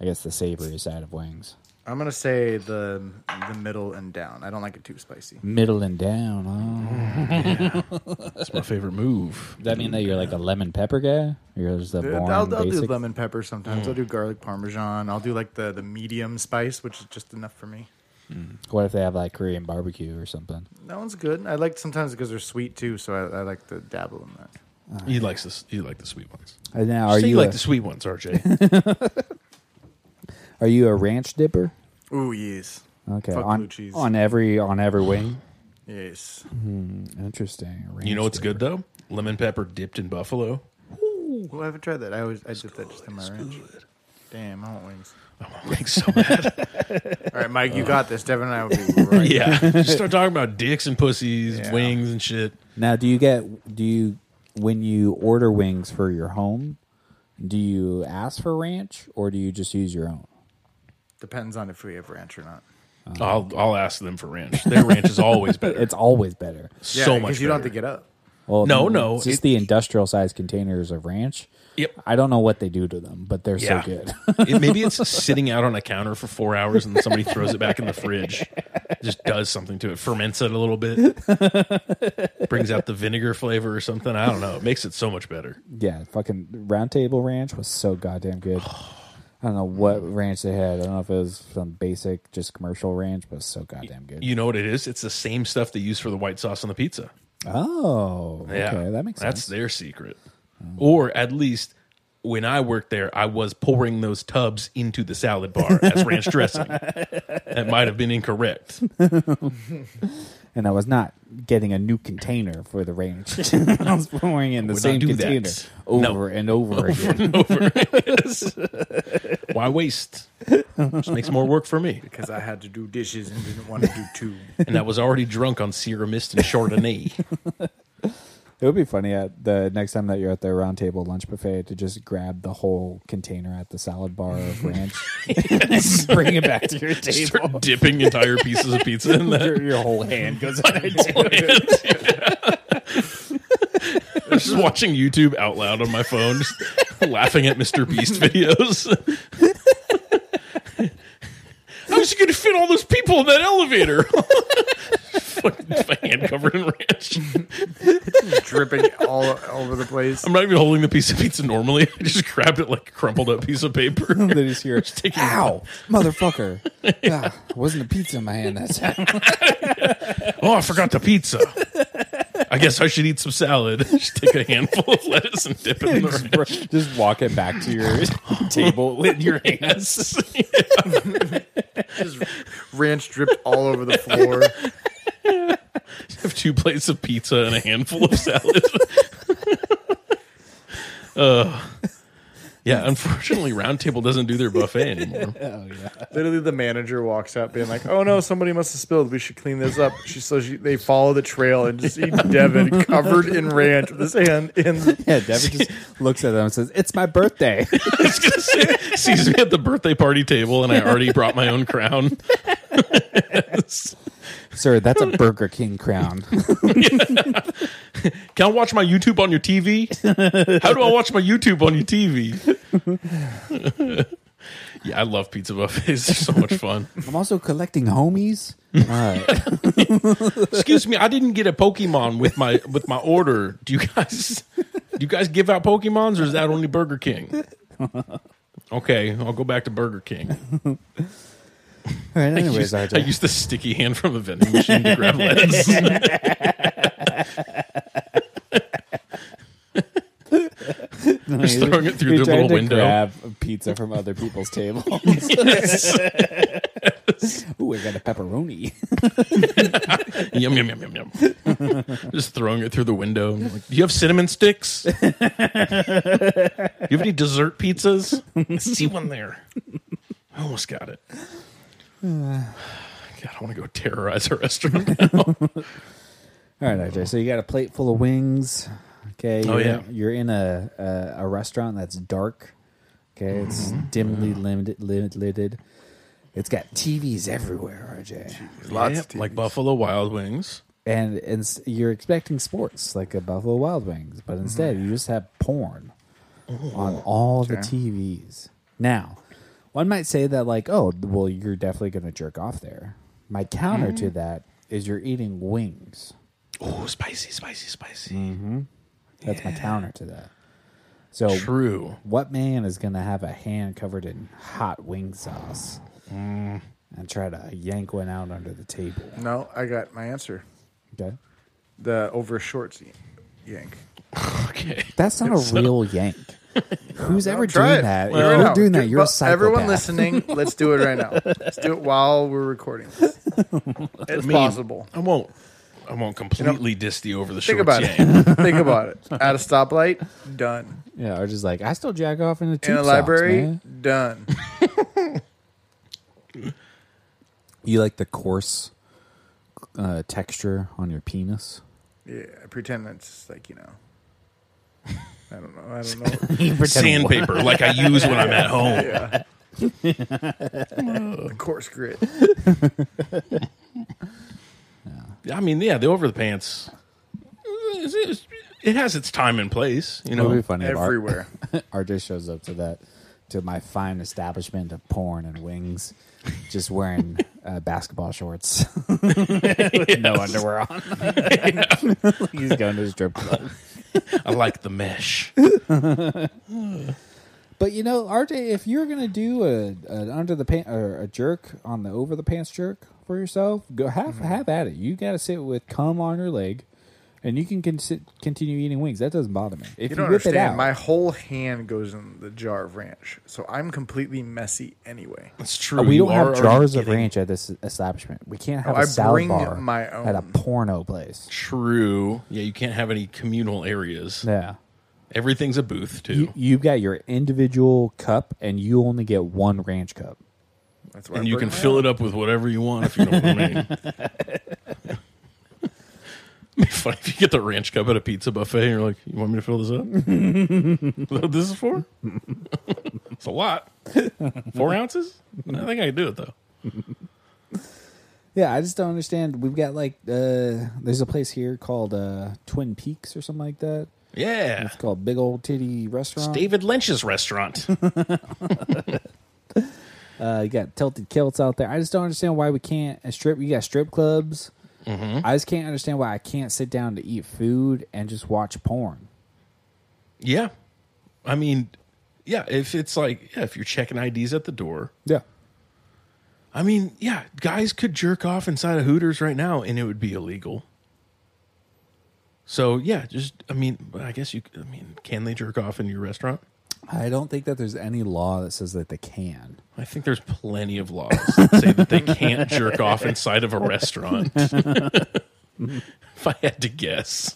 Speaker 1: I guess the savory side of wings,
Speaker 5: I'm gonna say the the middle and down. I don't like it too spicy.
Speaker 1: middle and down. Oh.
Speaker 3: That's my favorite move.
Speaker 1: Does that mean that you're like a lemon pepper guy? You're just the
Speaker 5: Dude,
Speaker 1: born
Speaker 5: I'll, I'll do
Speaker 1: basic-
Speaker 5: lemon pepper sometimes. I'll do garlic parmesan. I'll do like the, the medium spice, which is just enough for me.
Speaker 1: What if they have like Korean barbecue or something?
Speaker 5: That one's good. I like sometimes because they're sweet too, so I, I like to dabble in that.
Speaker 3: He likes this. You like the sweet ones.
Speaker 1: And now, are
Speaker 3: Say
Speaker 1: you
Speaker 3: like
Speaker 1: a,
Speaker 3: the sweet ones, RJ?
Speaker 1: are you a ranch dipper?
Speaker 5: Ooh, yes.
Speaker 1: Okay,
Speaker 5: Fuck
Speaker 1: on
Speaker 5: blue cheese.
Speaker 1: on every on every wing.
Speaker 5: Yes.
Speaker 1: Interesting. Ranch
Speaker 3: you know what's good though? Lemon pepper dipped in buffalo.
Speaker 5: Well, I haven't tried that. I always I dip that just in my ranch. Damn, I want wings.
Speaker 3: I want wings so bad.
Speaker 5: All right, Mike, you got this. Devin and I will be right.
Speaker 3: yeah. Just start talking about dicks and pussies,
Speaker 5: Yeah.
Speaker 3: wings and shit.
Speaker 1: Now, do you get do you when you order wings for your home? Do you ask for ranch or do you just use your own?
Speaker 5: Depends on if we have ranch or not.
Speaker 1: Oh.
Speaker 3: I'll I'll ask them for ranch. Their ranch is always better.
Speaker 1: It's always better.
Speaker 5: Yeah,
Speaker 3: so much.
Speaker 5: you don't have to
Speaker 3: better.
Speaker 5: get up.
Speaker 1: Well,
Speaker 3: No,
Speaker 1: the-
Speaker 3: no,
Speaker 1: it's just
Speaker 3: it-
Speaker 1: the industrial sized containers of ranch.
Speaker 3: Yep.
Speaker 1: I don't know what they do to them, but they're
Speaker 3: Yeah.
Speaker 1: so good.
Speaker 3: It- maybe it's sitting out on a counter for four hours and then somebody throws it back in the fridge. It just does something to it, ferments it a little bit, brings out the vinegar flavor or something. I don't know. It makes it so much better.
Speaker 1: yeah, fucking Round Table Ranch was so goddamn good. I don't know what ranch they had. I don't know if it was some basic, just commercial ranch, but it was so goddamn good.
Speaker 3: You know what it is? It's the same stuff they use for the white sauce on the pizza.
Speaker 1: Oh, okay, that makes
Speaker 3: That's
Speaker 1: sense.
Speaker 3: their secret. Or at least when I worked there, I was pouring those tubs into the salad bar as ranch dressing. That might have been incorrect.
Speaker 1: and I was not getting a new container for the ranch. I was pouring in the
Speaker 3: Would not
Speaker 1: same
Speaker 3: do that.
Speaker 1: container
Speaker 3: No.
Speaker 1: over and over, again.
Speaker 3: Over. Yes. Why waste? Just makes more work for me.
Speaker 5: Because I had to do dishes and didn't want to do two.
Speaker 3: and I was already drunk on Sierra Mist and Chardonnay.
Speaker 1: It would be funny at the next time that you're at the round table lunch buffet to just grab the whole container at the salad bar of ranch, and bring it back to your table.
Speaker 3: Start dipping entire pieces of pizza in that.
Speaker 1: Your, your whole hand goes.
Speaker 3: I'm just watching YouTube out loud on my phone, just laughing at Mr. Beast videos. How's he going to fit all those people in that elevator? Fucking my hand covered in ranch.
Speaker 5: dripping all over the place.
Speaker 3: I'm not even holding the piece of pizza normally. I just grabbed it like a crumpled up piece of paper.
Speaker 1: They just hear,
Speaker 3: taking-
Speaker 1: "Ow, motherfucker!" Ah, wasn't a pizza in my hand that time.
Speaker 3: Oh, I forgot the pizza. I guess I should eat some salad. Just take a handful of lettuce and dip it in the ranch.
Speaker 1: just, just walk it back to your table with your hand.
Speaker 3: Yes.
Speaker 5: Just ranch dripped all over the floor.
Speaker 3: have two plates of pizza and a handful of salad. Uh, yeah, unfortunately, Round Table doesn't do their buffet anymore.
Speaker 5: Literally, the manager walks up being like, "Oh no, somebody must have spilled. We should clean this up." She so she, they follow the trail and just see Devin covered in ranch with his hand in.
Speaker 1: Yeah, Devin just looks at them and says, "It's my birthday."
Speaker 3: I was gonna say, sees me at the birthday party table, and I already brought my own crown.
Speaker 1: Sir, that's a Burger King crown.
Speaker 3: Can I watch my YouTube on your TV? How do I watch my YouTube on your TV? yeah, I love pizza buffets. They're so much fun.
Speaker 1: I'm also collecting homies. Uh,
Speaker 3: Excuse me, I didn't get a Pokemon with my with my order. Do you guys do you guys give out Pokemons or is that only Burger King? Okay, I'll go back to Burger King.
Speaker 1: all right, anyways,
Speaker 3: I
Speaker 1: RJ.
Speaker 3: used the sticky hand from the vending machine to grab lettuce. Just throwing it through
Speaker 1: You're
Speaker 3: the
Speaker 1: trying
Speaker 3: little
Speaker 1: to
Speaker 3: window.
Speaker 1: Grab pizza from other people's tables. Ooh, I got a pepperoni.
Speaker 3: Yum yum yum yum yum. Just throwing it through the window. I'm like, Do you have cinnamon sticks? Do you have any dessert pizzas? I see one there. I almost got it. God, I want to go terrorize a restaurant. now.
Speaker 1: All right, RJ. So you got a plate full of wings. Okay. You're,
Speaker 3: Oh, yeah.
Speaker 1: You're in a, a a restaurant that's dark. Okay. It's
Speaker 3: Mm-hmm.
Speaker 1: dimly limited, lit- lidded. It's got TVs everywhere, RJ.
Speaker 2: Lots
Speaker 3: Yep,
Speaker 2: of
Speaker 3: like
Speaker 2: TVs.
Speaker 3: Buffalo Wild Wings.
Speaker 1: And, and s- you're expecting sports like a Buffalo Wild Wings, but instead you just have porn on all the TVs. Now, one might say that, like, oh, well, you're definitely going to jerk off there. My counter to that is you're eating wings.
Speaker 3: Oh, spicy, spicy, spicy.
Speaker 1: That's my counter to that. So
Speaker 3: True.
Speaker 1: what man is going to have a hand covered in hot wing sauce and try to yank one out under the table?
Speaker 2: No, I got my answer.
Speaker 1: Okay.
Speaker 2: The over shorts y- yank.
Speaker 3: Okay.
Speaker 1: That's not a real yank. Who's ever
Speaker 2: Try
Speaker 1: doing
Speaker 2: it.
Speaker 1: that?
Speaker 2: Well,
Speaker 1: You're
Speaker 2: no,
Speaker 1: doing
Speaker 2: do-
Speaker 1: that. You're a
Speaker 2: but
Speaker 1: psychopath.
Speaker 2: Everyone listening, let's do it right now. Let's do it while we're recording. This. It's possible.
Speaker 3: I won't. I won't completely diss the over the
Speaker 2: Think
Speaker 3: shorts.
Speaker 2: about
Speaker 3: yank.
Speaker 2: it. Think about it. At a stoplight, done.
Speaker 1: Yeah, or just like I still jack off in a tube
Speaker 2: In a
Speaker 1: socks,
Speaker 2: library,
Speaker 1: man.
Speaker 2: done.
Speaker 1: You like the coarse uh, texture on your penis?
Speaker 2: Yeah, I pretend that's like you know. I don't know. I don't know.
Speaker 3: Sandpaper, like I use when I'm at home.
Speaker 2: the coarse grit.
Speaker 3: I mean, yeah, the over the pants. it's- it's- It has its time and place, you
Speaker 1: It would
Speaker 3: know.
Speaker 1: be Oh, funny if R-
Speaker 2: Everywhere.
Speaker 1: RJ shows up to that to my fine establishment of porn and wings, just wearing uh, basketball shorts, with no underwear on. He's going to the strip club.
Speaker 3: I like the mesh.
Speaker 1: But you know, RJ, if you're gonna do a an under the pant or a jerk on the over the pants jerk for yourself, go have have at it. You gotta sit with cum on your leg, and you can con- sit, continue eating wings. That doesn't bother me. If
Speaker 2: You
Speaker 1: you,
Speaker 2: don't
Speaker 1: whip it
Speaker 2: understand.
Speaker 1: out,
Speaker 2: My whole hand goes in the jar of ranch, so I'm completely messy anyway.
Speaker 3: That's true.
Speaker 1: we
Speaker 3: You
Speaker 1: don't
Speaker 3: are
Speaker 1: have
Speaker 3: already
Speaker 1: jars of
Speaker 3: getting-
Speaker 1: ranch at this establishment. We can't have
Speaker 2: Oh,
Speaker 1: a
Speaker 2: I
Speaker 1: salad
Speaker 2: bring
Speaker 1: bar
Speaker 2: my
Speaker 1: at a
Speaker 2: own.
Speaker 1: porno place.
Speaker 3: True. Yeah, you can't have any communal areas.
Speaker 1: Yeah.
Speaker 3: Everything's a booth too.
Speaker 1: You, you've got your individual cup, and you only get one ranch cup.
Speaker 2: That's why
Speaker 3: and you can fill it up with whatever you want if you know what I mean. It'd be funny if you get the ranch cup at a pizza buffet and you're like, "You want me to fill this up? Is that what this is for? it's a lot. Four ounces? I think I can do it though.
Speaker 1: Yeah, I just don't understand. We've got like uh, there's a place here called uh, Twin Peaks or something like that.
Speaker 3: Yeah,
Speaker 1: It's called Big Old Titty Restaurant.
Speaker 3: it's David Lynch's restaurant.
Speaker 1: Uh, you got Tilted Kilts out there. I just don't understand why we can't a strip. You got strip clubs. I just can't understand why I can't sit down to eat food and just watch porn.
Speaker 3: yeah, I mean, yeah. If it's like, yeah, if you're checking IDs at the door,
Speaker 1: Yeah,
Speaker 3: I mean, yeah, guys could jerk off inside of Hooters right now and it would be illegal. So, yeah, just, I mean, but I guess you, I mean, can they jerk off in your restaurant?
Speaker 1: I don't think that there's any law that says that they can.
Speaker 3: I think there's plenty of laws that say that they can't jerk off inside of a restaurant. if I had to guess.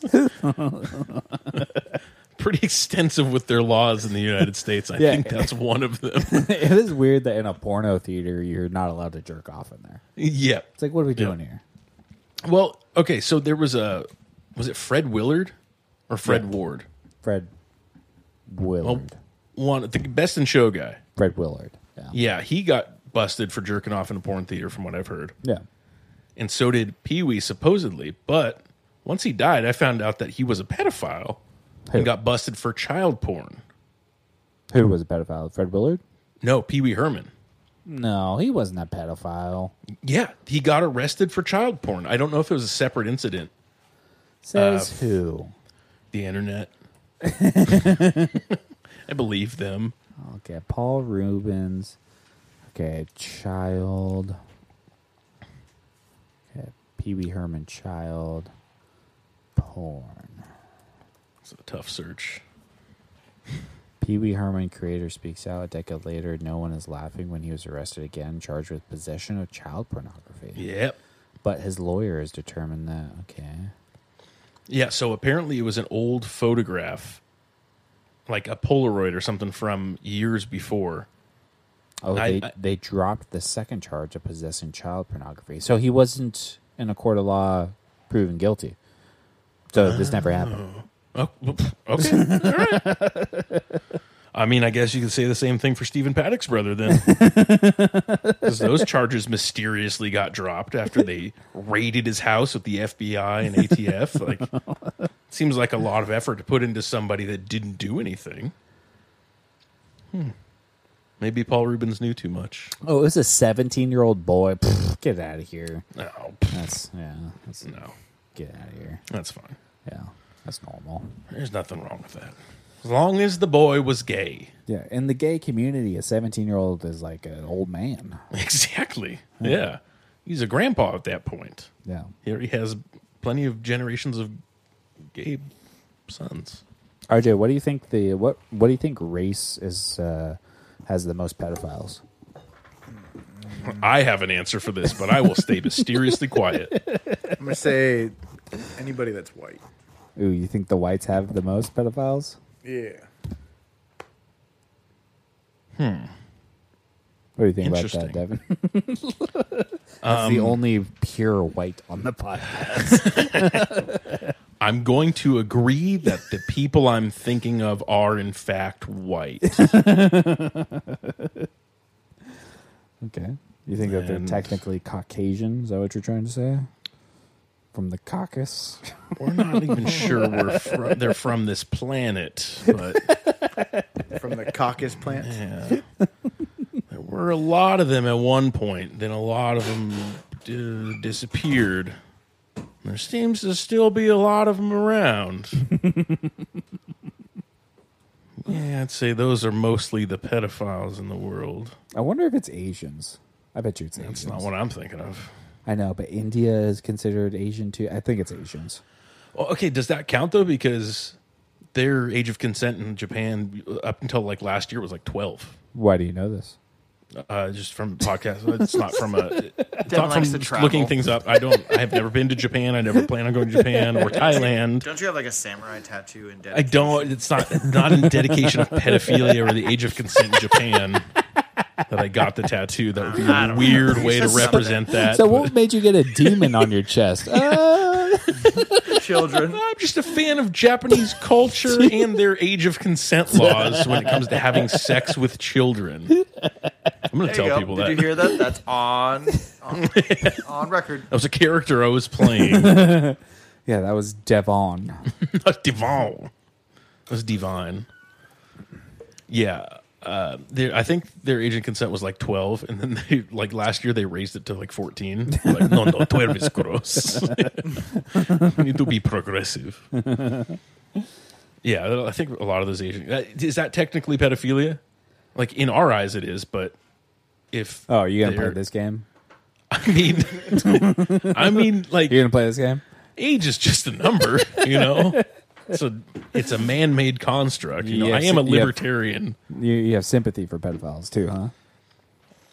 Speaker 3: Pretty extensive with their laws in the United States. I
Speaker 1: Yeah.
Speaker 3: think that's one of them.
Speaker 1: it is weird that in a porno theater you're not allowed to jerk off in there.
Speaker 3: yeah.
Speaker 1: It's like, what are we doing here?
Speaker 3: Well, okay, so there was a, was it Fred Willard or Fred Ward?
Speaker 1: Fred Willard.
Speaker 3: one the best in show guy.
Speaker 1: Fred Willard. Yeah.
Speaker 3: Yeah, he got busted for jerking off in a porn theater, from what I've heard,
Speaker 1: Yeah.
Speaker 3: and so did Pee Wee supposedly. But once he died, I found out that he was a pedophile
Speaker 1: Who?
Speaker 3: and got busted for child porn.
Speaker 1: Who was a pedophile? Fred Willard?
Speaker 3: No, Pee Wee Herman.
Speaker 1: No, he wasn't a pedophile.
Speaker 3: Yeah, he got arrested for child porn. I don't know if it was a separate incident.
Speaker 1: Says who?
Speaker 3: The internet. I believe them.
Speaker 1: Okay, Paul Rubens. Okay, Child. Okay, Pee Wee Herman Child. Porn.
Speaker 3: It's a tough search.
Speaker 1: Pee Wee Herman creator speaks out a decade later. No one is laughing when he was arrested again, charged with possession of child pornography.
Speaker 3: Yep.
Speaker 1: But his lawyer has determined that. Okay.
Speaker 3: Yeah, so apparently it was an old photograph, like a Polaroid or something from years before.
Speaker 1: Oh,
Speaker 3: I-
Speaker 1: they,
Speaker 3: I-
Speaker 1: they dropped the second charge of possessing child pornography. So he wasn't in a court of law proven guilty. So
Speaker 3: Ah.
Speaker 1: this never happened.
Speaker 3: Oh, okay. All right. I mean, I guess you could say the same thing for Stephen Paddock's brother then. Because those charges mysteriously got dropped after they raided his house with the FBI and ATF. Like, seems like a lot of effort to put into somebody that didn't do anything. Hmm. Maybe Paul Rubens knew too much.
Speaker 1: Oh, it was a 17 year old boy. Pfft, get out of here.
Speaker 3: No,
Speaker 1: That's, yeah. That's,
Speaker 3: no,
Speaker 1: Get out of here.
Speaker 3: that's fine.
Speaker 1: Yeah. That's normal.
Speaker 3: There's nothing wrong with that. As long as the boy was gay.
Speaker 1: Yeah. In the gay community, a 17 year old is like an old man.
Speaker 3: Exactly. Yeah. He's a grandpa at that point.
Speaker 1: Yeah.
Speaker 3: He already has plenty of generations of gay sons.
Speaker 1: RJ, what do you think the what what do you think race is uh has the most pedophiles?
Speaker 3: I have an answer for this, but I will stay mysteriously quiet.
Speaker 2: I'm gonna say anybody that's white.
Speaker 1: Ooh, you think the whites have the most pedophiles?
Speaker 2: Yeah.
Speaker 1: What do you think about that,
Speaker 3: Interesting.
Speaker 1: Devin? That's the only pure white on the podcast.
Speaker 3: I'm going to agree that the people I'm thinking of are, in fact, white.
Speaker 1: Okay. You think that they're
Speaker 3: And-
Speaker 1: technically Caucasian? Is that what you're trying to say? From the caucus?
Speaker 3: We're not even sure we're fro- they're from this planet, but
Speaker 2: From the caucus plant.
Speaker 3: yeah. There were a lot of them at one point, then a lot of them uh, disappeared. There seems to still be a lot of them around. yeah, I'd say those are mostly the pedophiles in the world.
Speaker 1: I wonder if it's Asians. I bet you it's Asians.
Speaker 3: That's not what I'm thinking of.
Speaker 1: I know, but India is considered Asian too. I think it's Asians.
Speaker 3: Well, okay, does that count though? Because their age of consent in Japan uh, up until like last year was like 12.
Speaker 1: Why do you know this?
Speaker 3: uh, just from podcast. It's not from a. It's
Speaker 5: Devin
Speaker 3: not from
Speaker 5: likes to travel.
Speaker 3: looking things up. I don't. I have never been to Japan. I never plan on going to Japan or Thailand.
Speaker 5: Don't you have like a samurai tattoo and
Speaker 3: I don't. It's not not in dedication of pedophilia or the age of consent in Japan that I got the tattoo. That would be
Speaker 5: I
Speaker 3: a
Speaker 5: don't know.
Speaker 3: weird way to
Speaker 5: Just something.
Speaker 3: represent that.
Speaker 1: So,
Speaker 3: but-
Speaker 1: what made you get a demon on your chest? Uh,
Speaker 2: Children.
Speaker 3: I'm just a fan of Japanese culture and their age of consent laws when it comes to having sex with children. I'm
Speaker 5: There
Speaker 3: going to
Speaker 5: you
Speaker 3: tell
Speaker 5: go.
Speaker 3: people
Speaker 5: Did
Speaker 3: that.
Speaker 5: you hear that? That's on on, on record.
Speaker 3: that was a character I was playing.
Speaker 1: yeah, that was Devon.
Speaker 3: That's divine. That's divine. Yeah. Uh, their- I think their agent consent was like 12, and then they like last year they raised it to like 14. Like, no, no, 12 is gross. we need to be progressive. Yeah, I think a lot of those Asian uh, is that technically pedophilia? Like in our eyes, it is, but if
Speaker 1: Oh, are you gonna
Speaker 3: they're-
Speaker 1: play this game?
Speaker 3: I mean, I mean, like
Speaker 1: You're gonna play this game?
Speaker 3: age is just a number, you know. So it's a man-made construct. You know,
Speaker 1: Yes,
Speaker 3: I am a
Speaker 1: yep.
Speaker 3: libertarian.
Speaker 1: You, you have sympathy for pedophiles too, huh?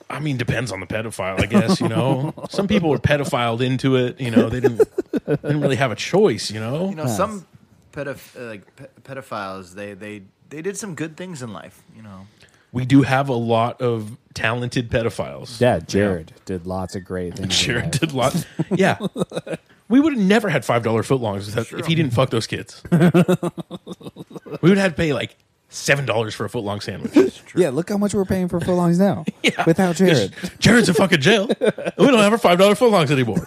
Speaker 3: I mean, depends on the pedophile, I guess. You know, some people were pedophiled into it. You know, they didn't they didn't really have a choice. You know,
Speaker 5: You know, some pedoph- uh, like pe- pedophiles, they they they did some good things in life. You know,
Speaker 3: we do have a lot of talented pedophiles.
Speaker 1: Yeah, Jared did lots of great things. in
Speaker 3: sure
Speaker 1: life.
Speaker 3: did lot. Yeah, we would have never had five dollar footlongs without- if he didn't fuck those kids. we would have had to pay like seven dollars for a footlong sandwich.
Speaker 1: Yeah, look how much we're paying for footlongs now.
Speaker 3: Yeah.
Speaker 1: Without Jared.
Speaker 3: Jared's in fucking jail. And we don't have our five dollar footlongs anymore.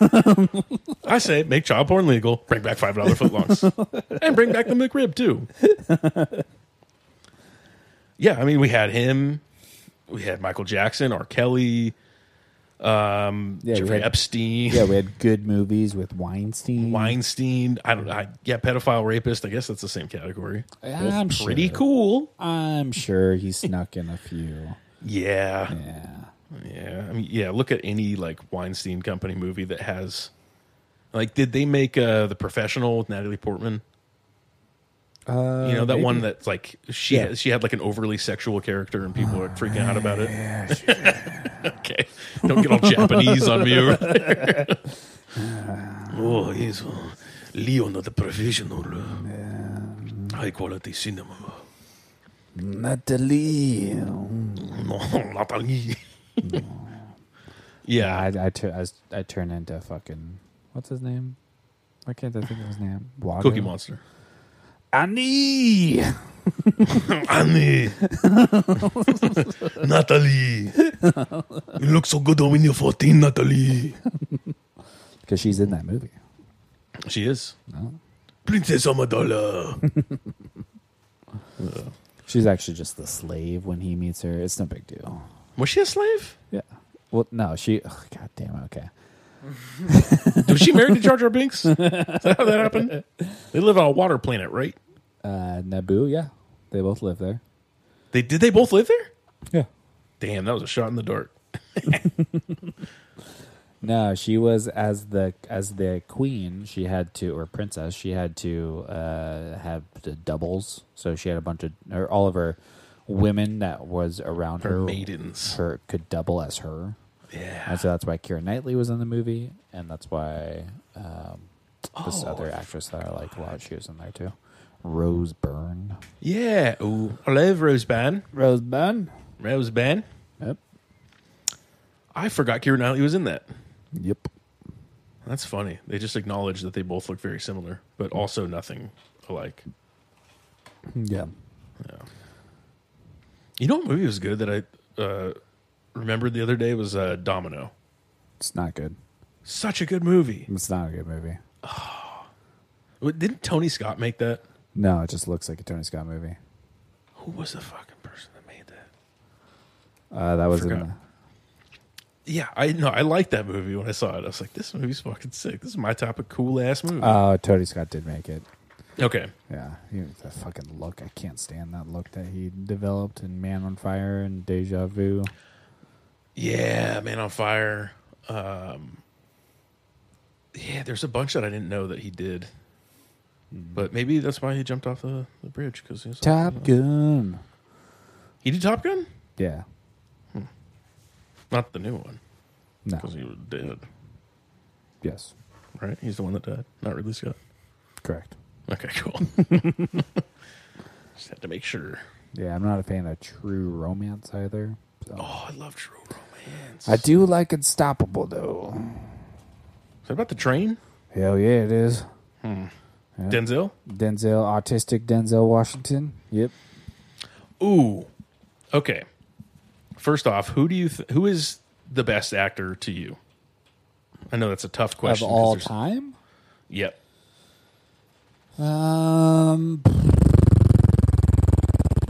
Speaker 3: I say make child porn legal. Bring back five dollar footlongs, and bring back the McRib too. Yeah, I mean we had him. We had Michael Jackson, R. Kelly,
Speaker 1: Yeah, we
Speaker 3: Jeffrey
Speaker 1: had,
Speaker 3: Epstein,
Speaker 1: yeah, we had good movies with Weinstein.
Speaker 3: Weinstein. I don't. I, yeah, pedophile rapist. I guess that's the same category.
Speaker 1: Yeah,
Speaker 3: Both
Speaker 1: I'm
Speaker 3: pretty
Speaker 1: sure.
Speaker 3: cool.
Speaker 1: I'm sure he snuck in a few.
Speaker 3: Yeah.
Speaker 1: Yeah.
Speaker 3: Yeah, I mean, yeah. Look at any like Weinstein Company movie that has, like, did they make uh, the Professional with Natalie Portman? Uh, you know that one that's like she
Speaker 1: Yeah.
Speaker 3: had, she had like an overly sexual character and people are freaking out about it. okay, don't get all Japanese on me. Over there. oh, he's uh, Leon of the Professional, uh, high quality cinema.
Speaker 1: Natalie.
Speaker 3: Natalie. yeah,
Speaker 1: I I, tur- I, was- I turn into fucking what's his name? Why can't I think of his name? Wagga?
Speaker 3: Cookie Monster.
Speaker 1: Annie.
Speaker 3: Annie. Natalie. you look so good when you're 14, Natalie.
Speaker 1: Because she's in that movie.
Speaker 3: She is. Princess Amadala.
Speaker 1: She's actually just the slave when he meets her. It's no big deal.
Speaker 3: Was she a slave?
Speaker 1: Yeah. Well, no, she. Oh, God damn it. Okay.
Speaker 3: Was she married to Jar Jar Binks? Is that how that happened? They live on a water planet, right?
Speaker 1: Uh, Naboo. Yeah, they both live there.
Speaker 3: They did. They both live there.
Speaker 1: Yeah.
Speaker 3: Damn, that was a shot in the dark.
Speaker 1: No, she was as the as the queen. She had to or princess. She had to uh, have the doubles. So she had a bunch of or all of her women that was around her.
Speaker 3: Her maidens.
Speaker 1: her could double as her.
Speaker 3: Yeah.
Speaker 1: And so that's why Kira Knightley was in the movie, and that's why um, this
Speaker 3: Oh.
Speaker 1: other actress that I like a lot, she was in there too. Rose Byrne.
Speaker 3: Yeah. Ooh. I love Rose Ban.
Speaker 1: Rose Byrne.
Speaker 3: Rose Ban.
Speaker 1: Yep.
Speaker 3: I forgot Kieran Knightley was in that.
Speaker 1: Yep.
Speaker 3: That's funny. They just acknowledge that they both look very similar, but also nothing alike.
Speaker 1: Yeah.
Speaker 3: You know what movie was good that I uh, remembered the other day was uh, Domino.
Speaker 1: It's not good.
Speaker 3: Such a good movie.
Speaker 1: It's not a good movie.
Speaker 3: Didn't Tony Scott make that?
Speaker 1: No, it just looks like a Tony Scott movie.
Speaker 3: Who was the fucking person that made that?
Speaker 1: Uh, that was in
Speaker 3: Forgot.
Speaker 1: the,
Speaker 3: Yeah, I know. I liked that movie when I saw it. I was like, this movie's fucking sick. This is my type of cool ass movie.
Speaker 1: Oh, Tony Scott did make it.
Speaker 3: okay.
Speaker 1: Yeah, he, that fucking look. I can't stand that look that he developed in Man on Fire and Deja Vu.
Speaker 3: Yeah, Man on Fire. Um, yeah, there's a bunch that I didn't know that he did. But maybe that's why he jumped off the, the bridge because he was uh,
Speaker 1: Top Gun.
Speaker 3: He did Top Gun,
Speaker 1: Yeah.
Speaker 3: not the new one
Speaker 1: No.
Speaker 3: because he was dead.
Speaker 1: Yes.
Speaker 3: Right? He's the one that died, not Ridley Scott.
Speaker 1: Correct.
Speaker 3: Okay, cool. Just had to make sure.
Speaker 1: Yeah, I'm not a fan of True Romance either. so.
Speaker 3: Oh, I love True Romance.
Speaker 1: I do like Unstoppable though.
Speaker 3: Is that about the train?
Speaker 1: Hell yeah, it is.
Speaker 3: Denzel?
Speaker 1: Denzel, autistic Denzel Washington. Yep.
Speaker 3: Ooh. Okay. First off, who do you th- who is the best actor to you? I know that's a tough question.
Speaker 1: of
Speaker 3: 'cause
Speaker 1: all
Speaker 3: there's-
Speaker 1: time.
Speaker 3: Yep.
Speaker 1: Um,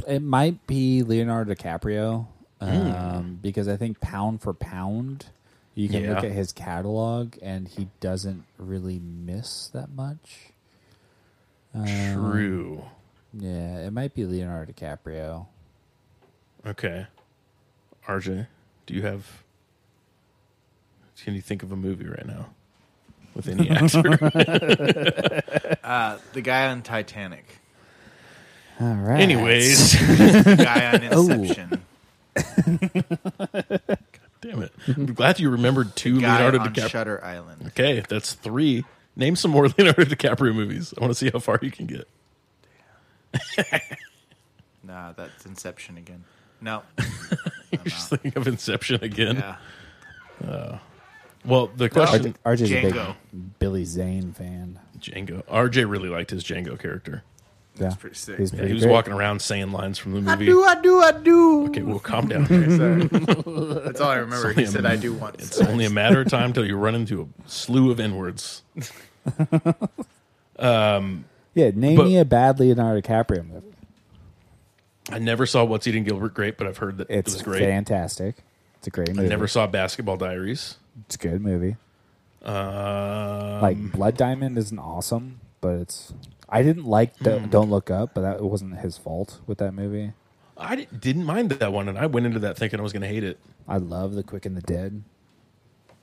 Speaker 1: it might be Leonardo DiCaprio,
Speaker 3: Hmm.
Speaker 1: um, because I think pound for pound, you can look
Speaker 3: Yeah.
Speaker 1: at his catalog and he doesn't really miss that much.
Speaker 3: True.
Speaker 1: Yeah, it might be Leonardo DiCaprio.
Speaker 3: Okay. RJ, do you have can you think of a movie right now with any actor?
Speaker 5: Uh, the guy on Titanic.
Speaker 1: All right.
Speaker 3: Anyways,
Speaker 5: The guy on Inception.
Speaker 3: damn it. I'm glad you remembered two
Speaker 5: guy
Speaker 3: Leonardo
Speaker 5: on
Speaker 3: DiCaprio.
Speaker 5: Shutter Island.
Speaker 3: okay, that's 3. Name some more Leonardo DiCaprio movies. I want to see how far you can get.
Speaker 5: Nah, that's Inception again. No.
Speaker 3: Just thinking of Inception again.
Speaker 5: Uh, Yeah.
Speaker 3: Well, the question
Speaker 1: RJ, RJ's a
Speaker 5: Django.
Speaker 1: big Billy Zane fan.
Speaker 3: Django. RJ really liked his Django character.
Speaker 1: Yeah, That's
Speaker 5: pretty sick.
Speaker 1: He's
Speaker 3: Yeah,
Speaker 1: pretty
Speaker 3: he was
Speaker 1: great.
Speaker 3: walking around saying lines from the movie.
Speaker 5: I do, I do.
Speaker 3: Okay, well, calm down.
Speaker 5: Sorry. That's all I remember. He
Speaker 3: It's
Speaker 5: said,
Speaker 3: only a-
Speaker 5: I do want
Speaker 3: It's only a matter of time till you run into a slew of N words.
Speaker 1: Yeah, name
Speaker 3: But-
Speaker 1: me a bad Leonardo DiCaprio movie.
Speaker 3: I never saw What's Eating Gilbert Grape, but I've heard that it
Speaker 1: It's
Speaker 3: was great.
Speaker 1: fantastic. It's a great
Speaker 3: I
Speaker 1: movie.
Speaker 3: never saw Basketball Diaries.
Speaker 1: It's a good movie.
Speaker 3: Uh,
Speaker 1: like Blood Diamond isn't awesome, but it's. I didn't like the, Don't Look Up, but that it wasn't his fault with that movie.
Speaker 3: I di- didn't mind that one, and I went into that thinking I was going to hate it.
Speaker 1: I love The Quick and the Dead.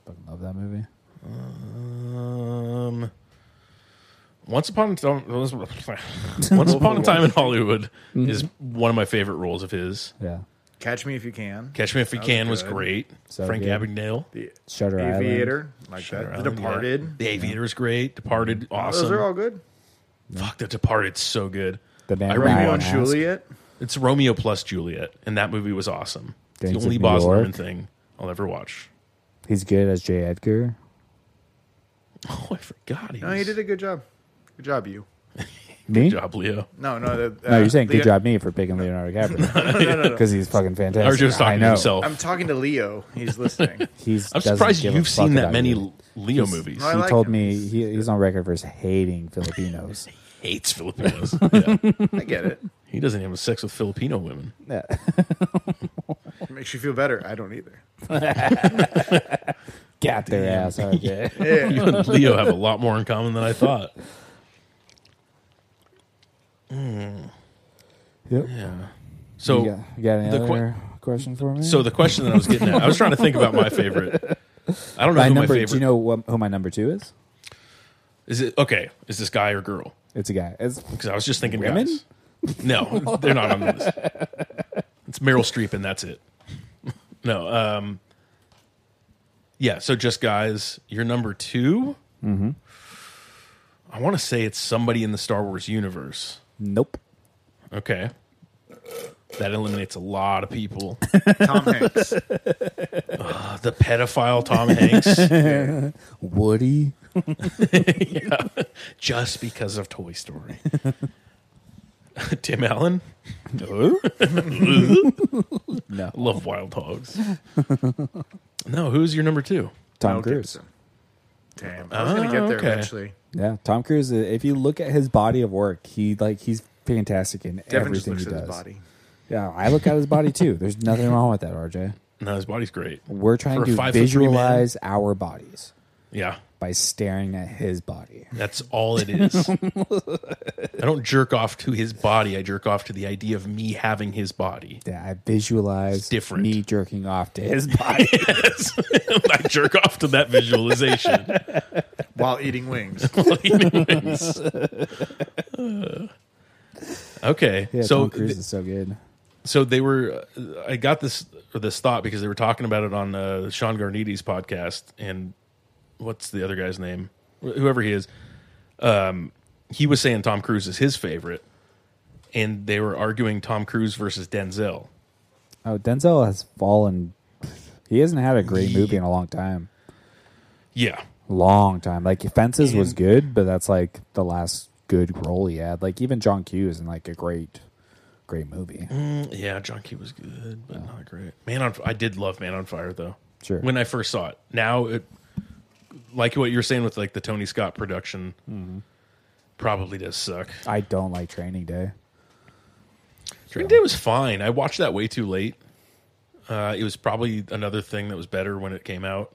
Speaker 1: Fucking love that movie.
Speaker 3: Um, Once upon a time, Once upon a time in Hollywood is one of my favorite roles of his.
Speaker 1: Yeah,
Speaker 5: Catch me if you can.
Speaker 3: Catch Me If You Can was
Speaker 5: good.
Speaker 3: great.
Speaker 1: So
Speaker 3: Frank
Speaker 1: good.
Speaker 3: Abagnale.
Speaker 5: The
Speaker 1: Shutter
Speaker 5: Aviator.
Speaker 1: Island.
Speaker 5: Like
Speaker 3: Shutter
Speaker 5: that.
Speaker 3: Island,
Speaker 5: the
Speaker 3: yeah.
Speaker 5: Departed.
Speaker 3: The Aviator is great. Departed, awesome.
Speaker 5: Those are all good.
Speaker 3: Fuck, The Departed's so good.
Speaker 1: The man
Speaker 3: I
Speaker 1: with
Speaker 3: really
Speaker 1: the
Speaker 5: Romeo
Speaker 1: iron
Speaker 5: and
Speaker 1: mask.
Speaker 5: Juliet.
Speaker 3: It's Romeo plus Juliet, and that movie was awesome. It's
Speaker 1: Gangs
Speaker 3: the
Speaker 1: of
Speaker 3: only
Speaker 1: New
Speaker 3: Baz
Speaker 1: York.
Speaker 3: Luhrmann thing I'll ever watch.
Speaker 1: He's good as J. Edgar.
Speaker 3: Oh, I forgot. He
Speaker 2: No,
Speaker 3: was-
Speaker 2: you did a good job. Good job, you.
Speaker 1: Me?
Speaker 3: Good job, Leo.
Speaker 2: No, no. that-
Speaker 1: No,
Speaker 2: uh,
Speaker 1: you're saying
Speaker 2: Leo-
Speaker 1: good job me for picking Leonardo DiCaprio
Speaker 2: No, no, no.
Speaker 1: because he's fucking fantastic.
Speaker 3: I was just
Speaker 1: I
Speaker 3: talking to
Speaker 1: know.
Speaker 3: himself.
Speaker 2: I'm
Speaker 3: I'm,
Speaker 2: talking to Leo. He's listening.
Speaker 1: He's doesn't
Speaker 3: surprised
Speaker 1: give a
Speaker 3: you've
Speaker 1: fuck
Speaker 3: seen that
Speaker 1: about
Speaker 3: many
Speaker 1: you.
Speaker 3: Leo movies.
Speaker 2: I
Speaker 1: He
Speaker 2: like
Speaker 1: told
Speaker 2: him.
Speaker 1: me he, he's on record for hating Filipinos.
Speaker 3: He hates Filipinos. Yeah.
Speaker 2: I get it.
Speaker 3: He doesn't even have sex with Filipino women.
Speaker 2: It makes you feel better. I don't either.
Speaker 1: Got their ass. Okay.
Speaker 3: You and Leo have a lot more in common than I thought.
Speaker 1: Yep.
Speaker 3: Yeah.
Speaker 1: You
Speaker 3: So
Speaker 1: got, you got any
Speaker 3: the que-
Speaker 1: other question for me?
Speaker 3: So the question that I was getting at, I was trying to think about my favorite. I don't know
Speaker 1: my
Speaker 3: who
Speaker 1: number.
Speaker 3: my favorite
Speaker 1: do you know what, who my number two is?
Speaker 3: is. It okay? Is this guy or girl?
Speaker 1: It's a guy. It's
Speaker 3: Because I was just thinking
Speaker 1: Women?
Speaker 3: guys. No, they're not on the list. It's Meryl Streep, and that's it. No. Um. Yeah. So just guys. You're number 2 I want to say it's somebody in the Star Wars universe.
Speaker 1: nope.
Speaker 3: Okay. That eliminates a lot of people.
Speaker 5: Tom Hanks.
Speaker 3: Uh, the pedophile Tom Hanks,
Speaker 1: Woody.
Speaker 3: just because of Toy Story. Tim Allen,
Speaker 1: No.
Speaker 3: love Wild Hogs. No, who's your number two?
Speaker 1: Tom
Speaker 2: Mel
Speaker 1: Cruise. Ah,
Speaker 2: Gibson. Damn. I was going to get there
Speaker 3: okay.
Speaker 2: eventually.
Speaker 1: Yeah, Tom Cruise. uh, If you look at his body of work, he like he's fantastic in
Speaker 2: Devin just
Speaker 1: everything
Speaker 2: looks
Speaker 1: he
Speaker 2: at
Speaker 1: does.
Speaker 2: his body.
Speaker 1: Yeah, I look at his body too. There's nothing wrong with that, RJ.
Speaker 3: No, his body's great.
Speaker 1: We're trying
Speaker 3: For a
Speaker 1: to
Speaker 3: five foot three man.
Speaker 1: visualize our bodies
Speaker 3: Yeah,
Speaker 1: by staring at his body.
Speaker 3: that's all it is. I don't jerk off to his body. I jerk off to the idea of me having his body.
Speaker 1: Yeah, I visualize
Speaker 3: different.
Speaker 1: me jerking off to his body.
Speaker 3: Yes. I jerk off to that visualization.
Speaker 2: While eating wings.
Speaker 3: Anyways. okay,
Speaker 1: yeah,
Speaker 3: so
Speaker 1: Tom Cruise
Speaker 3: th-
Speaker 1: is so good.
Speaker 3: so they were uh, i got this or this thought because they were talking about it on uh, sean garniti's podcast and what's the other guy's name Wh- whoever he is um, he was saying tom cruise is his favorite and they were arguing tom cruise versus denzel
Speaker 1: Oh, Denzel has fallen. He hasn't had a great movie in a long time.
Speaker 3: yeah
Speaker 1: Long time. Like Fences was good, but that's like the last good role he had. Like even John Q isn't like a great, great movie.
Speaker 3: yeah john Q was good but not great man on i did love man on fire though
Speaker 1: Sure.
Speaker 3: when i first saw it now it like what you're saying with like the tony scott production probably does suck
Speaker 1: I don't like Training Day.
Speaker 3: Training Day was fine. I watched that way too late. Uh, it was probably another thing that was better when it came out.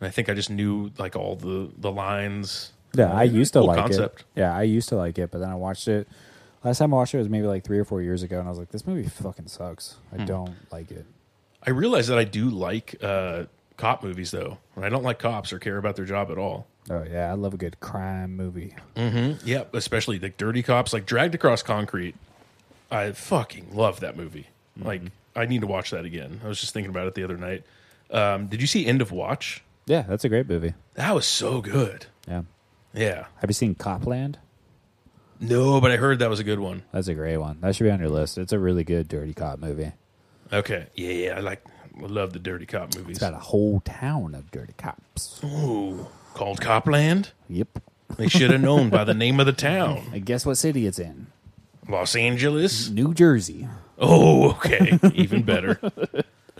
Speaker 3: And I think I just knew like all the the lines.
Speaker 1: Yeah, I used to
Speaker 3: Cool
Speaker 1: like
Speaker 3: concept.
Speaker 1: it. Yeah, I used to like it, but then I watched it. Last time I watched it was maybe like three or four years ago, and I was like, "This movie fucking sucks. I don't like it."
Speaker 3: I realized that I do like uh, cop movies though, and I don't like cops or care about their job at all.
Speaker 1: Oh yeah, I love a good crime movie.
Speaker 3: Yeah, especially the dirty cops, like Dragged Across Concrete. I fucking love that movie. Like I need to watch that again. I was just thinking about it the other night. Um, did you see End of Watch?
Speaker 1: Yeah, that's a great movie.
Speaker 3: That was so good.
Speaker 1: Yeah,
Speaker 3: Yeah.
Speaker 1: have you seen Copland?
Speaker 3: No, but I heard that was a good one.
Speaker 1: That's a great one. That should be on your list. It's a really good dirty cop movie.
Speaker 3: Okay. Yeah, yeah. I like I love the dirty cop movies.
Speaker 1: It's got a whole town of dirty cops.
Speaker 3: Ooh. Called Copland.
Speaker 1: Yep.
Speaker 3: They should have known by the name of the town.
Speaker 1: And guess what city it's in?
Speaker 3: Los Angeles.
Speaker 1: New Jersey.
Speaker 3: Oh, okay. Even better.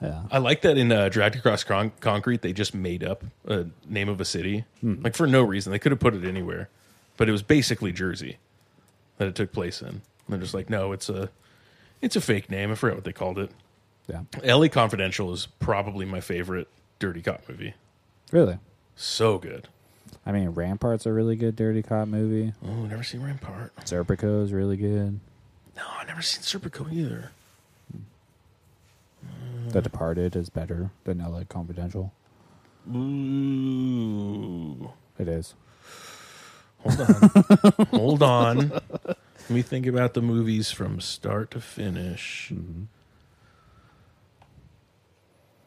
Speaker 1: Yeah.
Speaker 3: I like that in uh, Dragged Across Con- Concrete, they just made up a name of a city.
Speaker 1: Hmm.
Speaker 3: Like for no reason. They could have put it anywhere, but it was basically Jersey that it took place in. And they're just like, no, it's a, it's a fake name. I forgot what they called it.
Speaker 1: Yeah.
Speaker 3: LA Confidential is probably my favorite dirty cop movie.
Speaker 1: Really?
Speaker 3: So good.
Speaker 1: I mean, Rampart's a really good dirty cop movie.
Speaker 3: Oh, never seen Rampart.
Speaker 1: Serpico's really good.
Speaker 3: No, I never seen Serpico either.
Speaker 1: The Departed is better than LA Confidential.
Speaker 3: Ooh.
Speaker 1: It is.
Speaker 3: Hold on. Hold on. Let me think about the movies from start to finish.
Speaker 1: Mm-hmm.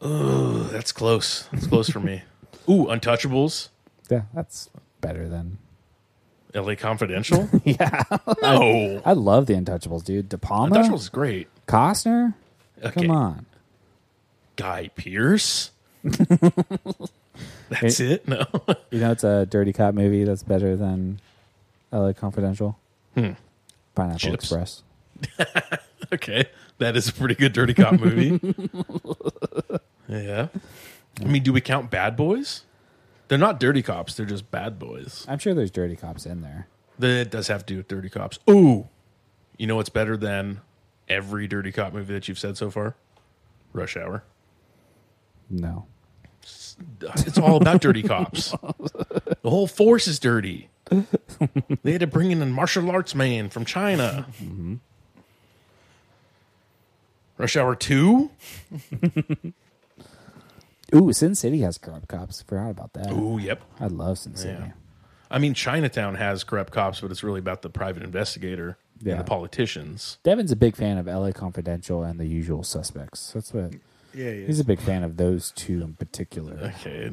Speaker 3: Oh, that's close. That's close for me. Ooh, Untouchables.
Speaker 1: Yeah, that's better than
Speaker 3: L.A. Confidential.
Speaker 1: yeah.
Speaker 3: no,
Speaker 1: I love the Untouchables, dude. De Palma,
Speaker 3: Untouchables is great.
Speaker 1: Costner.
Speaker 3: Okay.
Speaker 1: Come on,
Speaker 3: Guy Pierce. That's it. No,
Speaker 1: you know it's a dirty cop movie that's better than L.A. Confidential.
Speaker 3: Hmm.
Speaker 1: Pineapple
Speaker 3: Chips.
Speaker 1: Express.
Speaker 3: okay, that is a pretty good dirty cop movie. yeah, I mean, do we count Bad Boys? They're not dirty cops. They're just bad boys.
Speaker 1: I'm sure there's dirty cops in there.
Speaker 3: That does have to do with dirty cops. Ooh, you know what's better than every dirty cop movie that you've said so far? Rush Hour.
Speaker 1: No.
Speaker 3: It's all about dirty cops. The whole force is dirty. They had to bring in a martial arts man from China. Rush Hour Two.
Speaker 1: Ooh, Sin City has corrupt cops. Forgot about that.
Speaker 3: Ooh, yep.
Speaker 1: I love Sin City.
Speaker 3: Yeah. I mean, Chinatown has corrupt cops, but it's really about the private investigator
Speaker 1: Yeah.
Speaker 3: and the politicians.
Speaker 1: Devin's a big fan of L.A. Confidential and The Usual Suspects. That's what.
Speaker 2: Yeah, yeah.
Speaker 1: He's a big fan of those two in particular.
Speaker 3: Okay,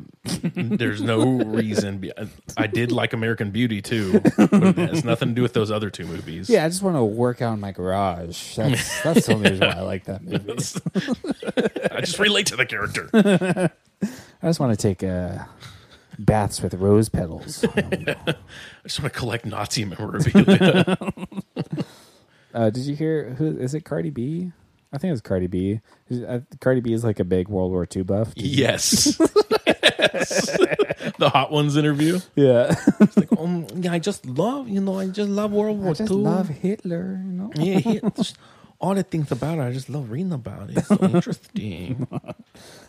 Speaker 3: there's no reason. Be- I did like American Beauty too, but it has nothing to do with those other two movies.
Speaker 1: Yeah, I just want to work out in my garage. That's that's the only reason why I like that movie.
Speaker 3: I just relate to the character.
Speaker 1: I just want to take uh, baths with rose petals. Um,
Speaker 3: I just want to collect Nazi memorabilia.
Speaker 1: uh, did you hear? Who is it? Cardi B? I think it was Cardi B. Is- uh, Cardi B is like a big World War II buff. Did you-
Speaker 3: yes. Yes. the Hot Ones interview.
Speaker 1: Yeah,
Speaker 3: Um, yeah, I just love, you know, I just love World War
Speaker 1: I just
Speaker 3: II.
Speaker 1: love Hitler. You know,
Speaker 3: yeah, he- just all the things about it. I just love reading about it. It's so interesting.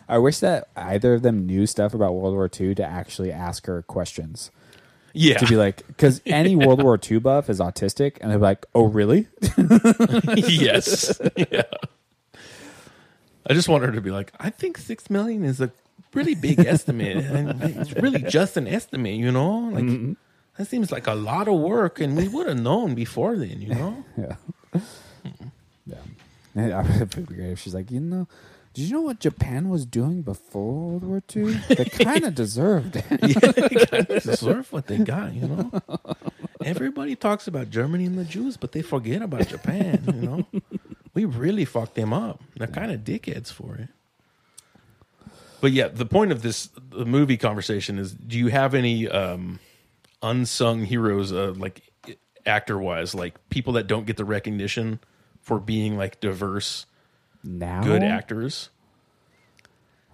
Speaker 1: I wish that either of them knew stuff about World War II to actually ask her questions.
Speaker 3: Yeah.
Speaker 1: To be like, because any World War II buff is autistic, and they're like, "Oh, really?
Speaker 3: yes. Yeah. I just want her to be like, I think six million is a really big estimate. And it's really just an estimate, you know? Like that seems like a lot of work and we would have known before then, you know?
Speaker 1: Yeah. yeah. And I would be great if she's like, you know, did you know what Japan was doing before World War II? They kind of deserved it.
Speaker 3: Deserve what they got, you know? Everybody talks about Germany and the Jews, but they forget about Japan, you know? We really fucked them up. They're kind of dickheads for it. But yeah, the point of this the movie conversation is: Do you have any um, unsung heroes, uh, like actor wise, like people that don't get the recognition for being like diverse,
Speaker 1: Now,
Speaker 3: good actors?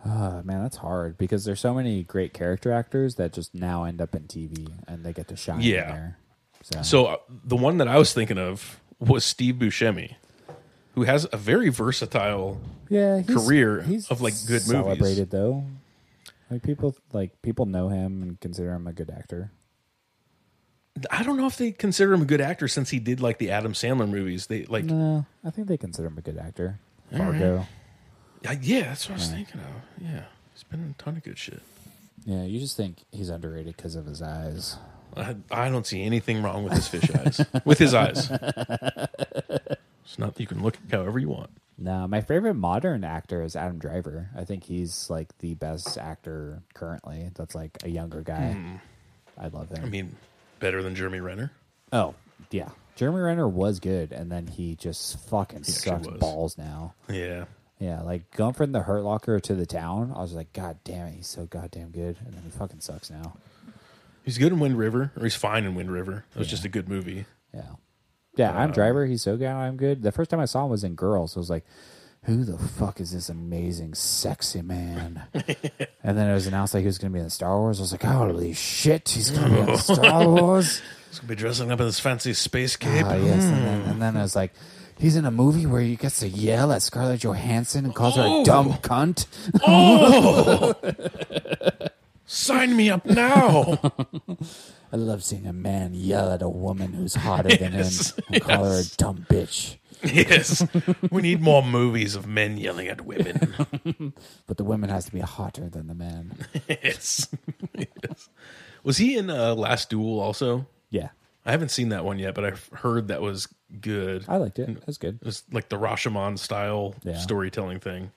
Speaker 1: Uh, man, that's hard because there's so many great character actors that just now end up in TV and they get to shine. in
Speaker 3: Yeah.
Speaker 1: there. So,
Speaker 3: So uh, the one that I was thinking of was Steve Buscemi, who has a very versatile.
Speaker 1: yeah, he's,
Speaker 3: career of, like, good movies.
Speaker 1: celebrated though. Like people, like people know him and consider him a good actor.
Speaker 3: I don't know if they consider him a good actor since he did like the Adam Sandler movies. They like,
Speaker 1: No, I think they consider him a good actor. Fargo.
Speaker 3: I- yeah, that's what I was thinking of. Yeah, he's been in a ton of good shit.
Speaker 1: Yeah, you just think he's underrated because of his eyes.
Speaker 3: I, I don't see anything wrong with his fish eyes. With his eyes. It's not you can look however you want.
Speaker 1: No, my favorite modern actor is Adam Driver. I think he's like the best actor currently. That's like a younger guy.
Speaker 3: Hmm.
Speaker 1: I love him.
Speaker 3: I mean, better than Jeremy Renner.
Speaker 1: oh yeah, Jeremy Renner was good, and then he just fucking sucks
Speaker 3: was.
Speaker 1: balls now.
Speaker 3: Yeah.
Speaker 1: Yeah, like going from the Hurt Locker to the town, I was like, God damn it, he's so goddamn good, and then he fucking sucks now.
Speaker 3: He's good in Wind River, or he's fine in Wind River. It was just a good movie.
Speaker 1: Yeah, yeah. I'm Driver. He's so good. I'm good. The first time I saw him was in Girls. I was like, who the fuck is this amazing, sexy man? and then it was announced like he was going to be in Star Wars. I was like, holy shit, he's going to be in Star Wars.
Speaker 3: He's gonna be dressing up in this fancy space cape.
Speaker 1: Oh yes. And then, and then I was like. He's in a movie where he gets to yell at Scarlett Johansson and calls her a dumb cunt.
Speaker 3: Sign me up now.
Speaker 1: I love seeing a man yell at a woman who's hotter than him
Speaker 3: Yes,
Speaker 1: and call her a
Speaker 3: yes.
Speaker 1: dumb bitch.
Speaker 3: yes. We need more movies of men yelling at women.
Speaker 1: But the woman has to be hotter than the man.
Speaker 3: yes. yes. Was he in uh, Last Duel also?
Speaker 1: Yeah.
Speaker 3: I haven't seen that one yet, but I've heard that was good.
Speaker 1: I liked it. That's good.
Speaker 3: It was like the Rashomon style
Speaker 1: Yeah. Mm-hmm.
Speaker 3: storytelling thing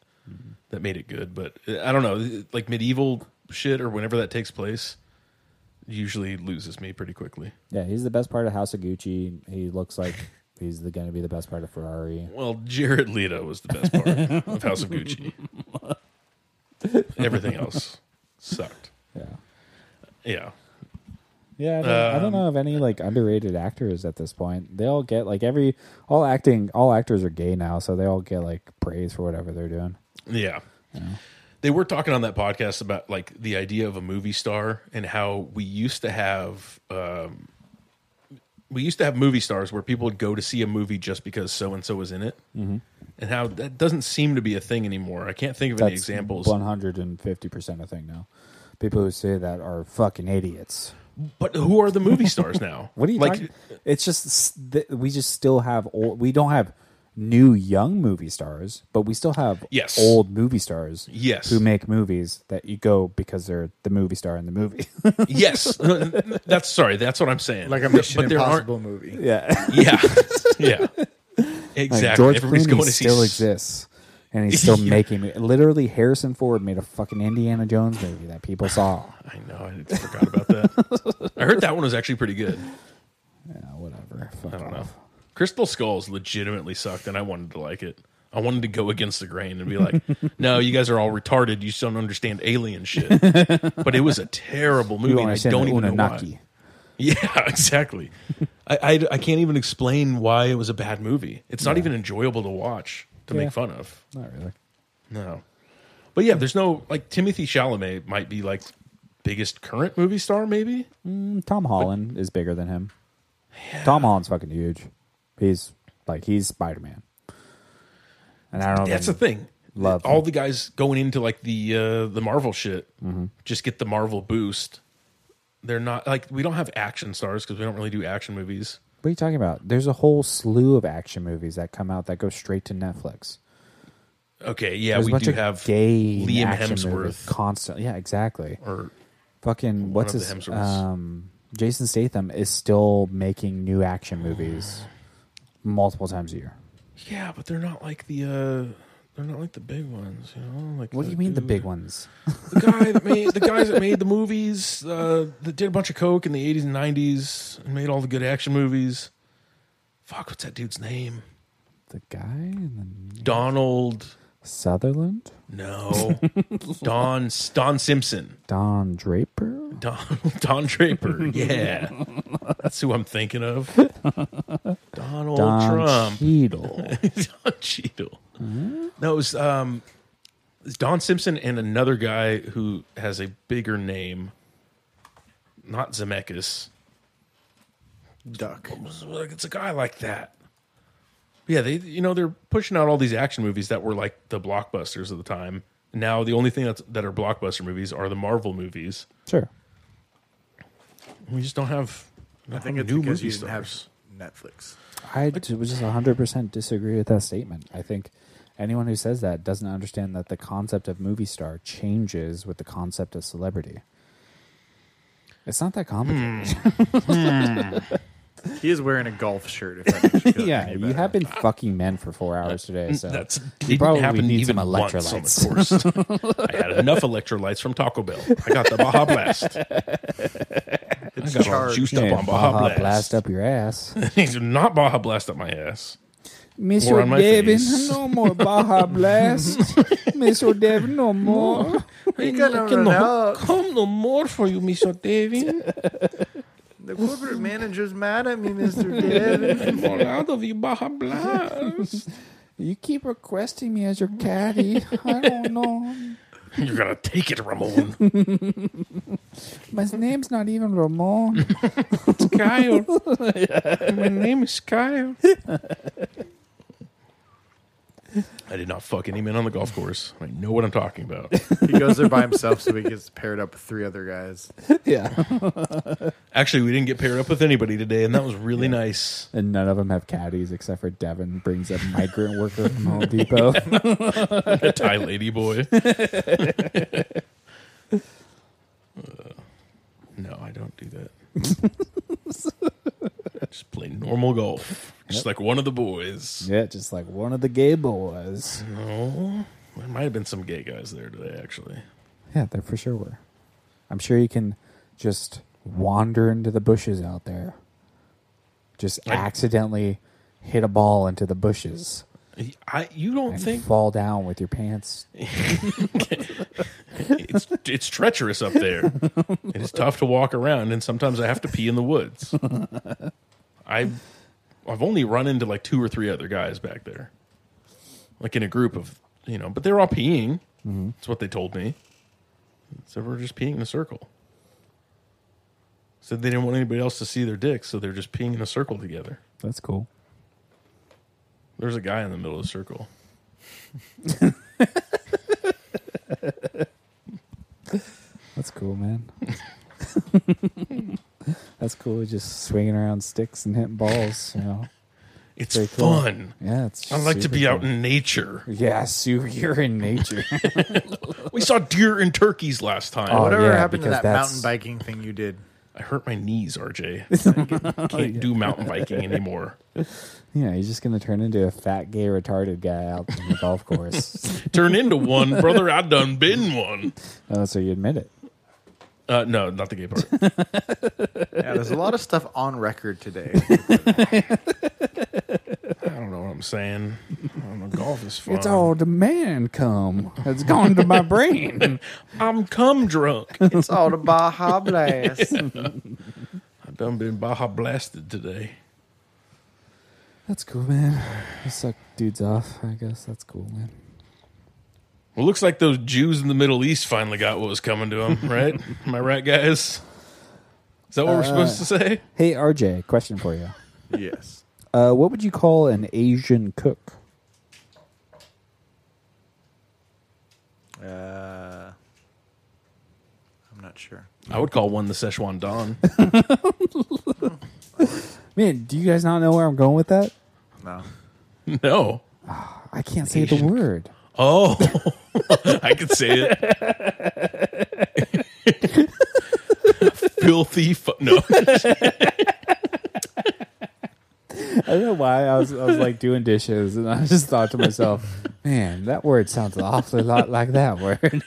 Speaker 3: that made it good. But uh, I don't know, like medieval shit or whenever that takes place, usually loses me pretty quickly.
Speaker 1: Yeah, he's the best part of House of Gucci. He looks like he's the, gonna be the best part of Ferrari.
Speaker 3: Well, Jared Leto was the best part of House of Gucci. Everything else sucked.
Speaker 1: Yeah,
Speaker 3: Yeah.
Speaker 1: yeah. I don't, I
Speaker 3: Um,
Speaker 1: don't know of any like underrated actors at this point. They all get like every all acting all actors are gay now, so they all get like praise for whatever they're doing.
Speaker 3: Yeah. They were talking on that podcast about like the idea of a movie star and how we used to have um we used to have movie stars where people would go to see a movie just because so and so was in it. Mm-hmm. And how that doesn't seem to be a thing anymore. I can't think of any examples.
Speaker 1: One hundred and fifty percent a thing now. People who say that are fucking idiots.
Speaker 3: But who are the movie stars now?
Speaker 1: What are you
Speaker 3: like?
Speaker 1: talking? It's just s- th- we just still have old. We don't have new young movie stars, but we still have
Speaker 3: Yes.
Speaker 1: old movie stars.
Speaker 3: Yes.
Speaker 1: who make movies that you go because they're the movie star in the movie.
Speaker 3: Yes, that's sorry. That's what I'm saying.
Speaker 2: Like a Mission
Speaker 3: But there aren't-
Speaker 2: Impossible movie.
Speaker 1: yeah,
Speaker 3: Yeah, yeah, exactly.
Speaker 1: like George
Speaker 3: Everybody's going
Speaker 1: Clooney
Speaker 3: to see
Speaker 1: still exists, and he's still making mo- Literally, Harrison Ford made a fucking Indiana Jones movie that people saw.
Speaker 3: I know. I forgot about that. I heard that one was actually pretty good.
Speaker 1: Yeah, whatever. Fuck
Speaker 3: I don't know.
Speaker 1: off.
Speaker 3: Crystal Skulls legitimately sucked, and I wanted to like it. I wanted to go against the grain and be like, "No, you guys are all retarded. You just don't understand alien shit." But it was a terrible movie.
Speaker 1: You
Speaker 3: and I
Speaker 1: understand
Speaker 3: don't
Speaker 1: the
Speaker 3: even know
Speaker 1: Anunnaki.
Speaker 3: why. Yeah, exactly. I, I I can't even explain why it was a bad movie. It's not even enjoyable to watch to
Speaker 1: Yeah.
Speaker 3: make fun of.
Speaker 1: Not really.
Speaker 3: No. But yeah, there's no like Timothy Chalamet might be like biggest current movie star, maybe.
Speaker 1: Mm, Tom Holland is bigger than him. Tom Holland's fucking huge. He's like he's Spider Man. And I don't.
Speaker 3: That's the
Speaker 1: think-
Speaker 3: thing.
Speaker 1: Love
Speaker 3: all
Speaker 1: him. Mm-hmm.
Speaker 3: the guys going into like the uh the Marvel shit. Just get the Marvel boost. They're not like we don't have action stars because we don't really do action movies.
Speaker 1: What are you talking about? There's a whole slew of action movies that come out that go straight to Netflix.
Speaker 3: Okay, yeah,
Speaker 1: There's a
Speaker 3: we
Speaker 1: bunch
Speaker 3: do
Speaker 1: of
Speaker 3: have
Speaker 1: gay
Speaker 3: Liam
Speaker 1: action movies
Speaker 3: Hemsworth
Speaker 1: constantly. Yeah, exactly.
Speaker 3: or
Speaker 1: Fucking what's
Speaker 3: of
Speaker 1: his?
Speaker 3: the Hemsworths.
Speaker 1: Um, Jason Statham is still making new action movies multiple times a year.
Speaker 3: yeah, but they're not like the uh they're not like the big ones, you know. Like
Speaker 1: What do you mean the
Speaker 3: dude-
Speaker 1: big ones?
Speaker 3: The guy that made the guys that made the movies uh, that did a bunch of coke in the eighties and nineties and made all the good action movies. Fuck, what's that dude's name?
Speaker 1: The guy in
Speaker 3: Donald.
Speaker 1: the Sutherland,
Speaker 3: No, Don Don Simpson.
Speaker 1: Don Draper.
Speaker 3: Don Don Draper. Yeah, that's who I'm thinking of. Donald
Speaker 1: Don
Speaker 3: Trump.
Speaker 1: Cheadle.
Speaker 3: Don Cheadle. No, it was um, it was Don Simpson and another guy who has a bigger name, not Zemeckis.
Speaker 5: Duck.
Speaker 3: Like, It's a guy like that. Yeah, they you know they're pushing out all these action movies that were like the blockbusters of the time. Now the only thing that's, that are blockbuster movies are the Marvel movies.
Speaker 1: Sure.
Speaker 3: We just don't have.
Speaker 5: I think it's
Speaker 3: new
Speaker 5: because
Speaker 3: movie
Speaker 5: you didn't have
Speaker 3: stars.
Speaker 5: Netflix.
Speaker 1: I d- would just 100% disagree with that statement. I think anyone who says that doesn't understand that the concept of movie star changes with the concept of celebrity. It's not that complicated.
Speaker 2: He is wearing a golf shirt. If that makes you feel
Speaker 1: yeah,
Speaker 2: any
Speaker 1: you
Speaker 2: better.
Speaker 1: have been fucking men for four hours today, so
Speaker 3: Hmm. That's
Speaker 1: you
Speaker 3: didn't
Speaker 1: probably
Speaker 3: happen
Speaker 1: need
Speaker 3: even
Speaker 1: some electrolytes.
Speaker 3: Once on the course. I had enough electrolytes from Taco Bell. I got the Baja Blast. I got all
Speaker 5: charged.
Speaker 3: juiced
Speaker 1: Yeah,
Speaker 3: up on Baja, Blast.
Speaker 1: up your ass,
Speaker 3: These are not Baja Blast up my ass. Or on
Speaker 1: Mister
Speaker 3: my
Speaker 1: Devin.
Speaker 3: face.
Speaker 1: No more Baja Blast, Mister Devin. No more.
Speaker 3: I
Speaker 5: gonna run out.
Speaker 3: Come no more for you, Mr. David.
Speaker 5: The corporate manager's mad at me, Mr. Devin.
Speaker 3: Fall out of your Baja Blast.
Speaker 1: You keep requesting me as your caddy. I don't know.
Speaker 3: You're going to take it, Ramon.
Speaker 1: My name's not even Ramon.
Speaker 3: Kyle. My name is Kyle. I did not fuck any men on the golf course. I know what I'm talking about.
Speaker 2: He goes there by himself so he gets paired up with three other guys.
Speaker 1: yeah.
Speaker 3: Actually, we didn't get paired up with anybody today, and that was really nice.
Speaker 1: And none of them have caddies except for Devin brings a migrant worker from Home Depot.
Speaker 3: A Thai lady boy. Uh, no, I don't do that. I Just play normal golf, just like one of the boys.
Speaker 1: yeah, just like one of the gay boys.
Speaker 3: No, there might have been some gay guys there today, actually.
Speaker 1: Yeah, there for sure were. I'm sure you can just wander into the bushes out there. Just accidentally hit a ball into the bushes
Speaker 3: I you don't
Speaker 1: and
Speaker 3: think
Speaker 1: fall down with your pants.
Speaker 3: it's it's treacherous up there. it is tough to walk around, and sometimes I have to pee in the woods. I I've only run into like two or three other guys back there, like in a group of you know, but they're all peeing.
Speaker 1: Mm-hmm.
Speaker 3: That's what they told me. So we're just peeing in a circle. Said they didn't want anybody else to see their dicks, so they're just peeing in a circle together.
Speaker 1: That's cool.
Speaker 3: There's a guy in the middle of the circle.
Speaker 1: That's cool, man. That's cool. Just swinging around sticks and hitting balls. You know.
Speaker 3: It's
Speaker 1: Very cool.
Speaker 3: fun.
Speaker 1: Yeah, it's.
Speaker 3: I like to
Speaker 1: super
Speaker 3: be out
Speaker 1: cool.
Speaker 3: in nature.
Speaker 1: Yeah, Sue, you're in nature.
Speaker 3: We saw deer and turkeys last time.
Speaker 1: Oh,
Speaker 5: Whatever
Speaker 1: yeah,
Speaker 5: happened to
Speaker 1: because
Speaker 5: that
Speaker 1: that's-
Speaker 5: mountain biking thing you did?
Speaker 3: I hurt my knees, RJ. I can't do mountain biking anymore.
Speaker 1: yeah, you're just gonna turn into a fat, gay, retarded guy out on the golf course.
Speaker 3: Turn into one, brother. I done been one.
Speaker 1: Oh, so you admit it?
Speaker 3: Uh, no, not the gay part.
Speaker 5: Yeah, there's a lot of stuff on record today.
Speaker 3: I don't know what I'm saying. I don't know. Golf is fun.
Speaker 1: It's all the man cum. It's gone to my brain.
Speaker 3: I'm cum drunk.
Speaker 5: it's all the Baja Blast.
Speaker 3: I done been Baja blasted today.
Speaker 1: That's cool, man. You suck dudes off. I guess that's cool, man.
Speaker 3: Well, looks like those Jews in the Middle East finally got what was coming to them, right? Am I right, guys? Is that what we're
Speaker 1: Uh.
Speaker 3: supposed to say?
Speaker 1: Hey, RJ, question for you.
Speaker 5: yes.
Speaker 1: Uh, what would you call an Asian cook?
Speaker 5: Uh, I'm not sure.
Speaker 3: I would call one the Szechuan Don.
Speaker 1: Man, do you guys not know where I'm going with that?
Speaker 5: No.
Speaker 3: No.
Speaker 1: I can't say the
Speaker 3: Asian-
Speaker 1: word.
Speaker 3: Oh, I could say it. Filthy. Fu- no,
Speaker 1: I don't know why I was, I was like doing dishes, and I just thought to myself, "Man, that word sounds an awfully lot like that word."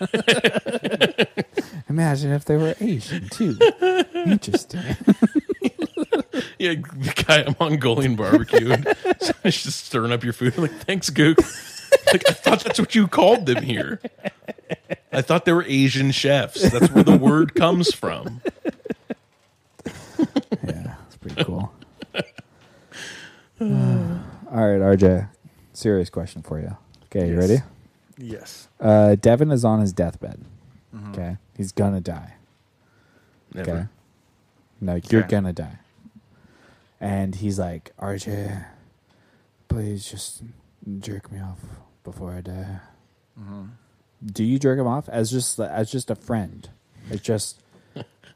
Speaker 1: Imagine if they were Asian too. Interesting.
Speaker 3: yeah, the guy at Mongolian barbecue. So it's just stirring up your food. Like, thanks, Gook. Like, I thought that's what you called them here. I thought they were Asian chefs. That's where the word comes from.
Speaker 1: Yeah, it's pretty cool. all right, RJ, serious question for you. Okay, you
Speaker 5: Yes.
Speaker 1: ready?
Speaker 5: Yes.
Speaker 1: Uh, Devin is on his deathbed. Okay, he's gonna die.
Speaker 3: Never.
Speaker 1: Okay. No, you're
Speaker 5: Okay.
Speaker 1: gonna die. And he's like, RJ, please just jerk me off before I die. Do you jerk him off as just as just a friend? It's just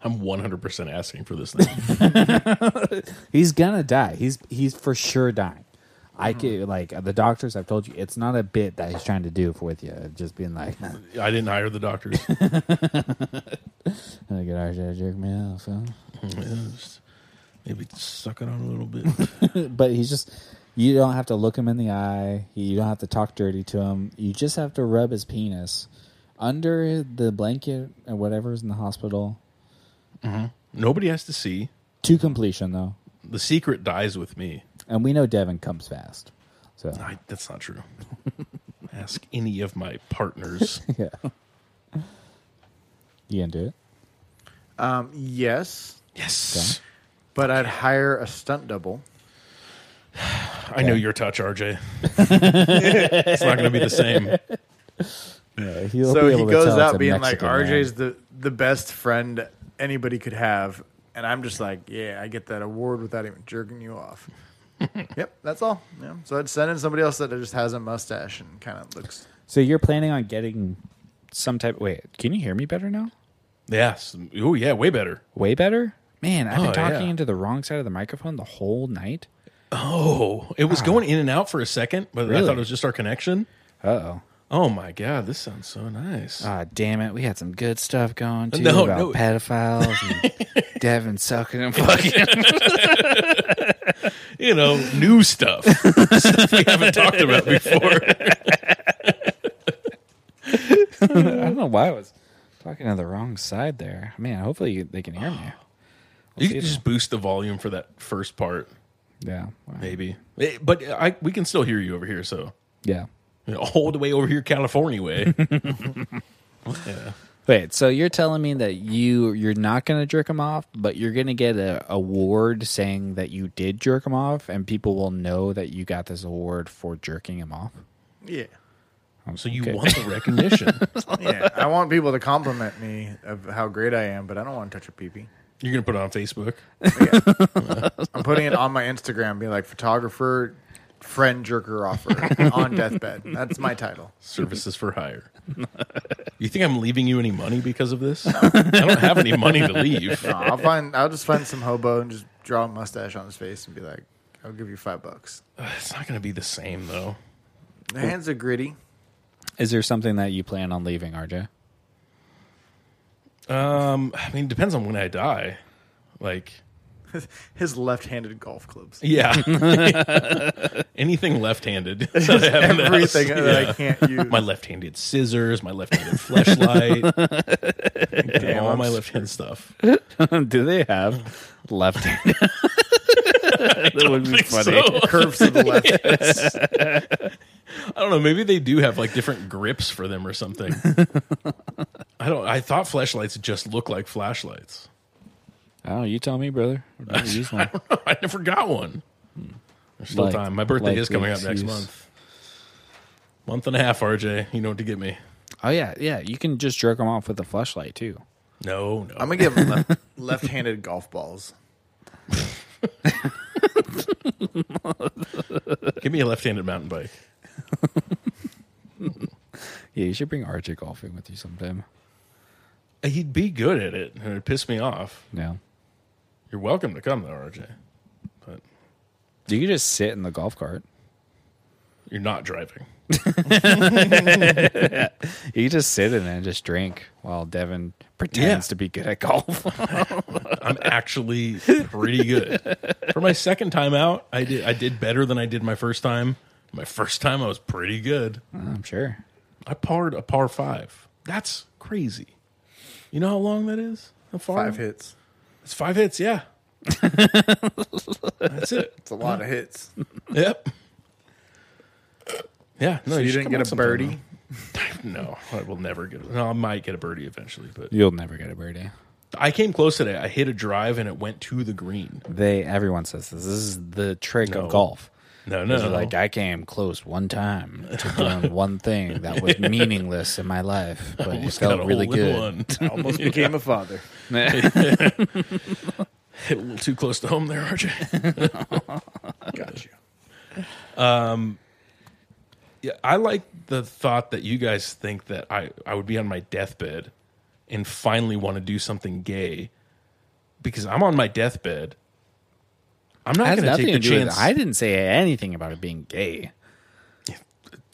Speaker 3: I'm 100% asking for this thing.
Speaker 1: he's gonna die. He's he's for sure dying. I could like the doctors. I've told you it's not a bit that he's trying to do for with you. Just being like, I'm
Speaker 3: I didn't hire the doctors.
Speaker 1: gonna get RJ to jerk me off. Huh?
Speaker 3: Maybe suck it on a little bit.
Speaker 1: but he's just you don't have to look him in the eye you don't have to talk dirty to him you just have to rub his penis under the blanket and whatever's in the hospital
Speaker 3: Nobody has to see.
Speaker 1: to completion though
Speaker 3: The secret dies with me.
Speaker 1: and we know devin comes fast so
Speaker 3: I, that's not true. Ask any of my partners.
Speaker 1: yeah you gonna do it
Speaker 5: Um, yes,
Speaker 3: Yes.
Speaker 5: but I'd hire a stunt double.
Speaker 3: I know your touch, RJ. it's not going to be the same.
Speaker 1: yeah, he'll
Speaker 5: so
Speaker 1: be
Speaker 5: he
Speaker 1: able to
Speaker 5: goes
Speaker 1: tell it's a
Speaker 5: out being
Speaker 1: Mexican
Speaker 5: like,
Speaker 1: man.
Speaker 5: "RJ's the the best friend anybody could have," and I'm just like, "Yeah, I get that award without even jerking you off." yep, that's all. Yeah. So I'd send in somebody else that just has a mustache and kind of looks.
Speaker 1: so you're planning on getting some type wait can you hear me better now
Speaker 3: Yes. Oh, yeah. Way better.
Speaker 1: way better man i've
Speaker 3: Oh,
Speaker 1: been talking
Speaker 3: yeah.
Speaker 1: into the wrong side of the microphone the whole night
Speaker 3: Oh, it was going in and out for a second, but I
Speaker 1: Really?
Speaker 3: thought it was just our connection.
Speaker 1: uh-oh
Speaker 3: Oh, my God. This sounds so nice.
Speaker 1: Ah, damn it. We had some good stuff going too
Speaker 3: No,
Speaker 1: about
Speaker 3: no.
Speaker 1: pedophiles and Devin sucking and fucking.
Speaker 3: you know, new stuff. stuff we haven't talked about before.
Speaker 1: I don't know why I was talking on the wrong side there. Man, hopefully you- they can hear me.
Speaker 3: You could just boost the volume for that first part,
Speaker 1: Yeah.
Speaker 3: maybe. Eh, But I we can still hear you over here, so
Speaker 1: Yeah.
Speaker 3: you know, all the way over here, California way.
Speaker 1: Wait, so you're telling me that you you're not gonna jerk him off, but you're gonna get a award saying that you did jerk him off, and people will know that you got this award for jerking him off.
Speaker 5: Yeah.
Speaker 3: so you
Speaker 1: Okay.
Speaker 3: want the recognition.
Speaker 5: Yeah. I want people to compliment me of how great I am, but I don't want to touch a peepee.
Speaker 3: You're gonna put it on Facebook.
Speaker 5: I'm putting it on my Instagram, be like photographer, friend jerker offer on deathbed. That's my title.
Speaker 3: Services for hire. You think I'm leaving you any money because of this? I don't have any money to leave.
Speaker 5: No, I'll find I'll just find some hobo and just draw a mustache on his face and be like, I'll give you five bucks.
Speaker 3: It's not gonna be the same though.
Speaker 5: The hands are gritty.
Speaker 1: Is there something that you plan on leaving, RJ?
Speaker 3: Um, I mean, it depends on when I die. Like,
Speaker 5: His left handed golf clubs.
Speaker 3: yeah, anything left-handed. that I have in the house.
Speaker 5: Everything that
Speaker 3: Yeah.
Speaker 5: I can't use.
Speaker 3: my left-handed scissors, my left-handed flashlight,
Speaker 5: Damn,
Speaker 3: all
Speaker 5: I'm
Speaker 3: my
Speaker 5: s-
Speaker 3: left-handed stuff.
Speaker 1: Do they have left? that would be funny.
Speaker 3: So,
Speaker 5: curves to the left.
Speaker 3: I don't know. Maybe they do have like different grips for them or something. I don't. I thought flashlights just look like flashlights.
Speaker 1: Oh, you tell me, brother. We're gonna use one.
Speaker 3: I never got one. Hmm. There's still
Speaker 1: Like-
Speaker 3: time. My birthday
Speaker 1: like
Speaker 3: is coming up
Speaker 1: the
Speaker 3: next
Speaker 1: excuse.
Speaker 3: month. Month and a half, RJ. You know what to get me.
Speaker 1: Oh yeah, yeah. You can just jerk him off with a flashlight too.
Speaker 3: No, no.
Speaker 5: I'm gonna give him left left handed golf balls.
Speaker 3: Give me a left-handed mountain bike.
Speaker 1: Yeah, you should bring RJ golfing with you sometime.
Speaker 3: Uh, He'd be good at it, and it'd piss me off.
Speaker 1: Yeah.
Speaker 3: You're welcome to come though, RJ. But
Speaker 1: You could just sit in the golf cart.
Speaker 3: you're not driving.
Speaker 1: You could just sit in it and just drink while Devin pretends
Speaker 3: Yeah.
Speaker 1: to be good at golf.
Speaker 3: I'm actually pretty good. For my second time out, I did I did better than I did my first time. My first time I was pretty good.
Speaker 1: I'm sure.
Speaker 3: I parred a par five. That's crazy. You know how long that is? How far?
Speaker 5: Five hits.
Speaker 3: It's five hits, yeah. That's it.
Speaker 5: It's a lot of hits.
Speaker 3: Yep. Yeah. No,
Speaker 5: you
Speaker 3: should
Speaker 5: didn't
Speaker 3: come
Speaker 5: get
Speaker 3: out
Speaker 5: a
Speaker 3: sometime,
Speaker 5: birdie?
Speaker 3: though. No, I will never get. No, I might get a birdie eventually, but
Speaker 1: You'll never get a birdie.
Speaker 3: I came close today. I hit a drive and it went to the green.
Speaker 1: They everyone says this. This is the trick
Speaker 3: No.
Speaker 1: of golf.
Speaker 3: No, no,
Speaker 1: It's Like I came close one time to doing one thing that was meaningless in my life, but it
Speaker 3: Almost
Speaker 1: felt really
Speaker 3: hole in
Speaker 1: good.
Speaker 3: one.
Speaker 5: Almost became a father.
Speaker 3: Hit a little too close to home there, RJ.
Speaker 5: Got you.
Speaker 3: Um, yeah, I like the thought that you guys think that I, I would be on my deathbed and finally want to do something gay because I'm on my deathbed. I'm
Speaker 1: It
Speaker 3: not
Speaker 1: has
Speaker 3: going to
Speaker 1: nothing
Speaker 3: take
Speaker 1: to
Speaker 3: the
Speaker 1: do with.
Speaker 3: chance
Speaker 1: I didn't say anything about it being gay.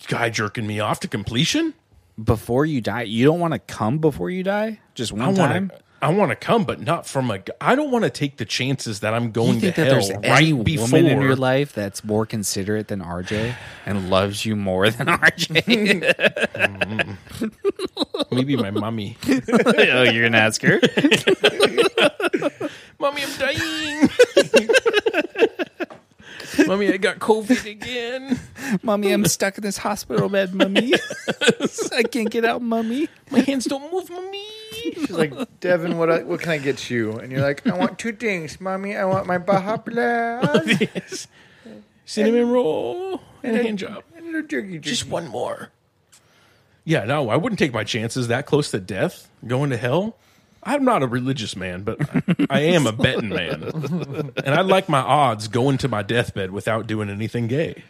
Speaker 3: guy jerking me off to completion.
Speaker 1: Before you die, you don't want to come before you die. Just
Speaker 3: I
Speaker 1: one time.
Speaker 3: want to. I want to come, but not from a. g- I don't want to take the chances that I'm going
Speaker 1: you think
Speaker 3: to
Speaker 1: that
Speaker 3: hell
Speaker 1: there's any
Speaker 3: right before.
Speaker 1: woman in your life that's more considerate than RJ and loves you more than RJ?
Speaker 3: Maybe my mommy.
Speaker 1: oh, you're gonna ask her?
Speaker 3: mommy, I'm dying. mommy, I got COVID again.
Speaker 1: mummy, I'm stuck in this hospital bed, mummy. I can't get out, mummy.
Speaker 3: My hands don't move, mommy.
Speaker 5: She's like, Devin, what I, what can I get you? And you're like, I want two things, mommy. I want my Baja Blast
Speaker 3: Cinnamon roll and a hand job.
Speaker 5: and a jerky jerky.
Speaker 3: Just one more. Yeah, no, I wouldn't take my chances that close to death, going to hell. I'm not a religious man, but I- I am a betting man. And I like my odds going to my deathbed without doing anything gay.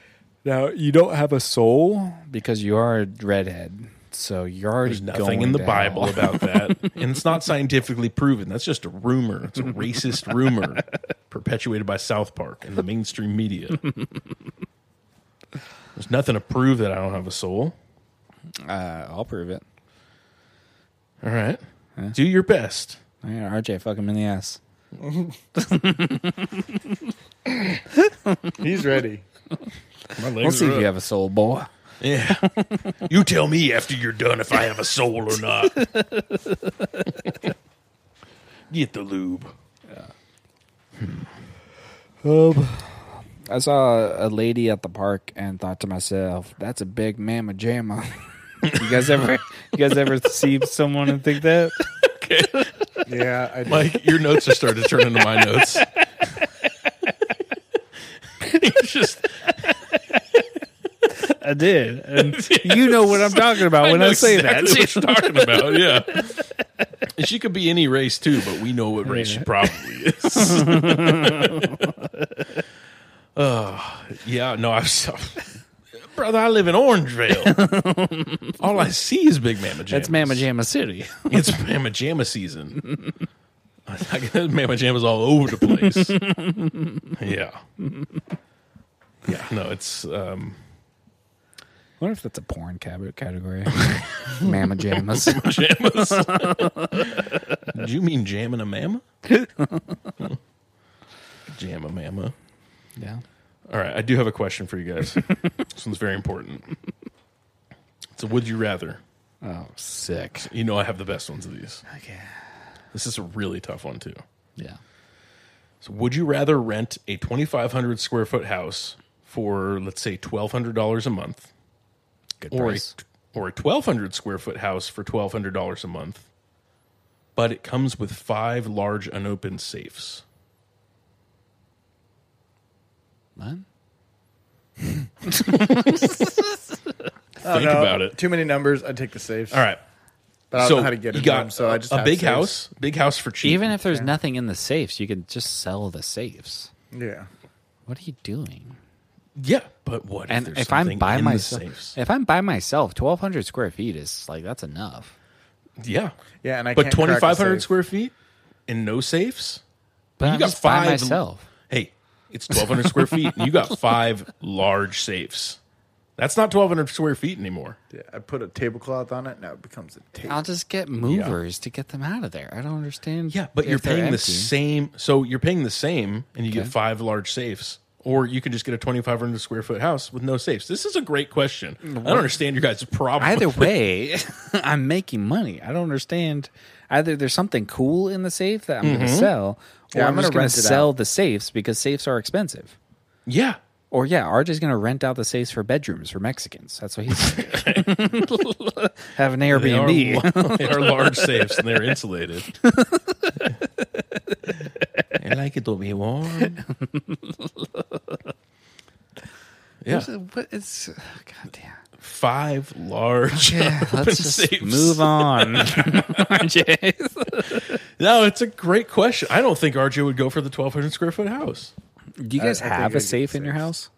Speaker 1: Now you don't have a soul because you are a redhead, so you're already
Speaker 3: There's nothing in the Bible about that. And it's not scientifically proven. That's just a rumor. It's a racist rumor perpetuated by South Park and the mainstream media. There's nothing to prove that I don't have a soul.
Speaker 1: Uh, I'll prove it.
Speaker 3: All right. Do your best.
Speaker 1: Yeah, RJ, fuck him in the ass.
Speaker 5: He's ready.
Speaker 3: My legs
Speaker 1: We'll see
Speaker 3: are
Speaker 1: if
Speaker 3: up.
Speaker 1: you have a soul, boy.
Speaker 3: Yeah. you tell me after you're done if I have a soul or not. Get the lube.
Speaker 1: Um, I saw a lady at the park and thought to myself, "That's a big mamma jamma." you guys ever, you guys ever see someone and think that?
Speaker 2: Yeah, I did.
Speaker 3: Mike, your notes just started to turn into my notes. It's just
Speaker 1: I did, and you know what I'm talking about when I,
Speaker 3: know
Speaker 1: say
Speaker 3: exactly
Speaker 1: that.
Speaker 3: what you're talking about. Yeah, And she could be any race too, but we know what race she probably is. Oh, yeah, no, I'm so, brother. I live in Orangevale. All I see is big mama jammas.
Speaker 1: That's mamma jamma city.
Speaker 3: It's mama jamma season. I got mama jammas all over the place. yeah, yeah. No, it's um,
Speaker 1: I wonder if that's a porn cab- category. Mamma jammas.
Speaker 3: jammas. Do you mean jamming a mama? Jam a mama.
Speaker 1: yeah.
Speaker 3: All right, I do have a question for you guys. this one's very important. It's a would you rather.
Speaker 1: Oh, sick.
Speaker 3: You know I have the best ones of these.
Speaker 1: Okay.
Speaker 3: This is a really tough one too.
Speaker 1: Yeah.
Speaker 3: So would you rather rent a 2500 square foot house for let's say $1200 a month
Speaker 1: Good
Speaker 3: or a,
Speaker 1: price.
Speaker 3: or a 1200 square foot house for $1200 a month but it comes with five large unopened safes?
Speaker 1: What?
Speaker 2: Oh,
Speaker 3: Think about it.
Speaker 2: Too many numbers. I'd take the safes.
Speaker 3: All right.
Speaker 2: but I don't
Speaker 3: so
Speaker 2: know how to get
Speaker 3: you
Speaker 2: it.
Speaker 3: got
Speaker 2: Got, so I just
Speaker 3: a
Speaker 2: have
Speaker 3: big
Speaker 2: safes.
Speaker 3: house, big house for cheap.
Speaker 1: Even if there's nothing in the safes, you can just sell the safes.
Speaker 2: Yeah,
Speaker 1: What are you doing?
Speaker 3: yeah, but what?
Speaker 1: And
Speaker 3: there's
Speaker 1: if I'm
Speaker 3: something
Speaker 1: by
Speaker 3: in the
Speaker 1: myself,
Speaker 3: safes?
Speaker 1: if I'm by myself, twelve hundred square feet is like that's enough.
Speaker 3: yeah,
Speaker 2: yeah, and I
Speaker 3: but
Speaker 2: can't crack a
Speaker 3: twenty five hundred
Speaker 2: safe.
Speaker 3: square feet and no safes.
Speaker 1: But I'm
Speaker 3: got
Speaker 1: just by
Speaker 3: five-
Speaker 1: myself.
Speaker 3: Hey, it's twelve hundred square feet, and you got five large safes. That's not twelve hundred square feet anymore.
Speaker 2: Yeah, I put a tablecloth on it. Now it becomes a table.
Speaker 1: I'll just get movers to get them out of there. I don't understand.
Speaker 3: Yeah, but
Speaker 1: if
Speaker 3: you're
Speaker 1: they're
Speaker 3: paying the
Speaker 1: empty.
Speaker 3: same. So you're paying the same, and you get
Speaker 1: Okay.
Speaker 3: five large safes, or you can just get a 2,500 square foot house with no safes. This is a great question. I don't understand your guys' problem.
Speaker 1: Either way, I'm making money. I don't understand. Either there's something cool in the safe that I'm going to
Speaker 3: Mm-hmm.
Speaker 1: sell, or
Speaker 2: Yeah,
Speaker 1: I'm,
Speaker 2: I'm
Speaker 1: just
Speaker 2: gonna
Speaker 1: going
Speaker 2: rent
Speaker 1: to
Speaker 2: it
Speaker 1: sell
Speaker 2: out.
Speaker 1: the safes because safes are expensive.
Speaker 3: yeah,
Speaker 1: Or yeah, RJ's going to rent out the safes for bedrooms for Mexicans. That's what he's have an
Speaker 3: they are,
Speaker 1: Airbnb.
Speaker 3: they are large safes, and they're insulated. I like it to be warm. Yeah,
Speaker 1: What is goddamn?
Speaker 3: five large.
Speaker 1: Yeah,
Speaker 3: open
Speaker 1: let's just
Speaker 3: safes.
Speaker 1: move on. RJ.
Speaker 3: No, it's a great question. I don't think RJ would go for the 1,200 square foot house.
Speaker 1: Do you guys
Speaker 2: I
Speaker 1: have
Speaker 2: think I
Speaker 1: a
Speaker 2: get
Speaker 1: safe in your
Speaker 2: safes.
Speaker 1: house?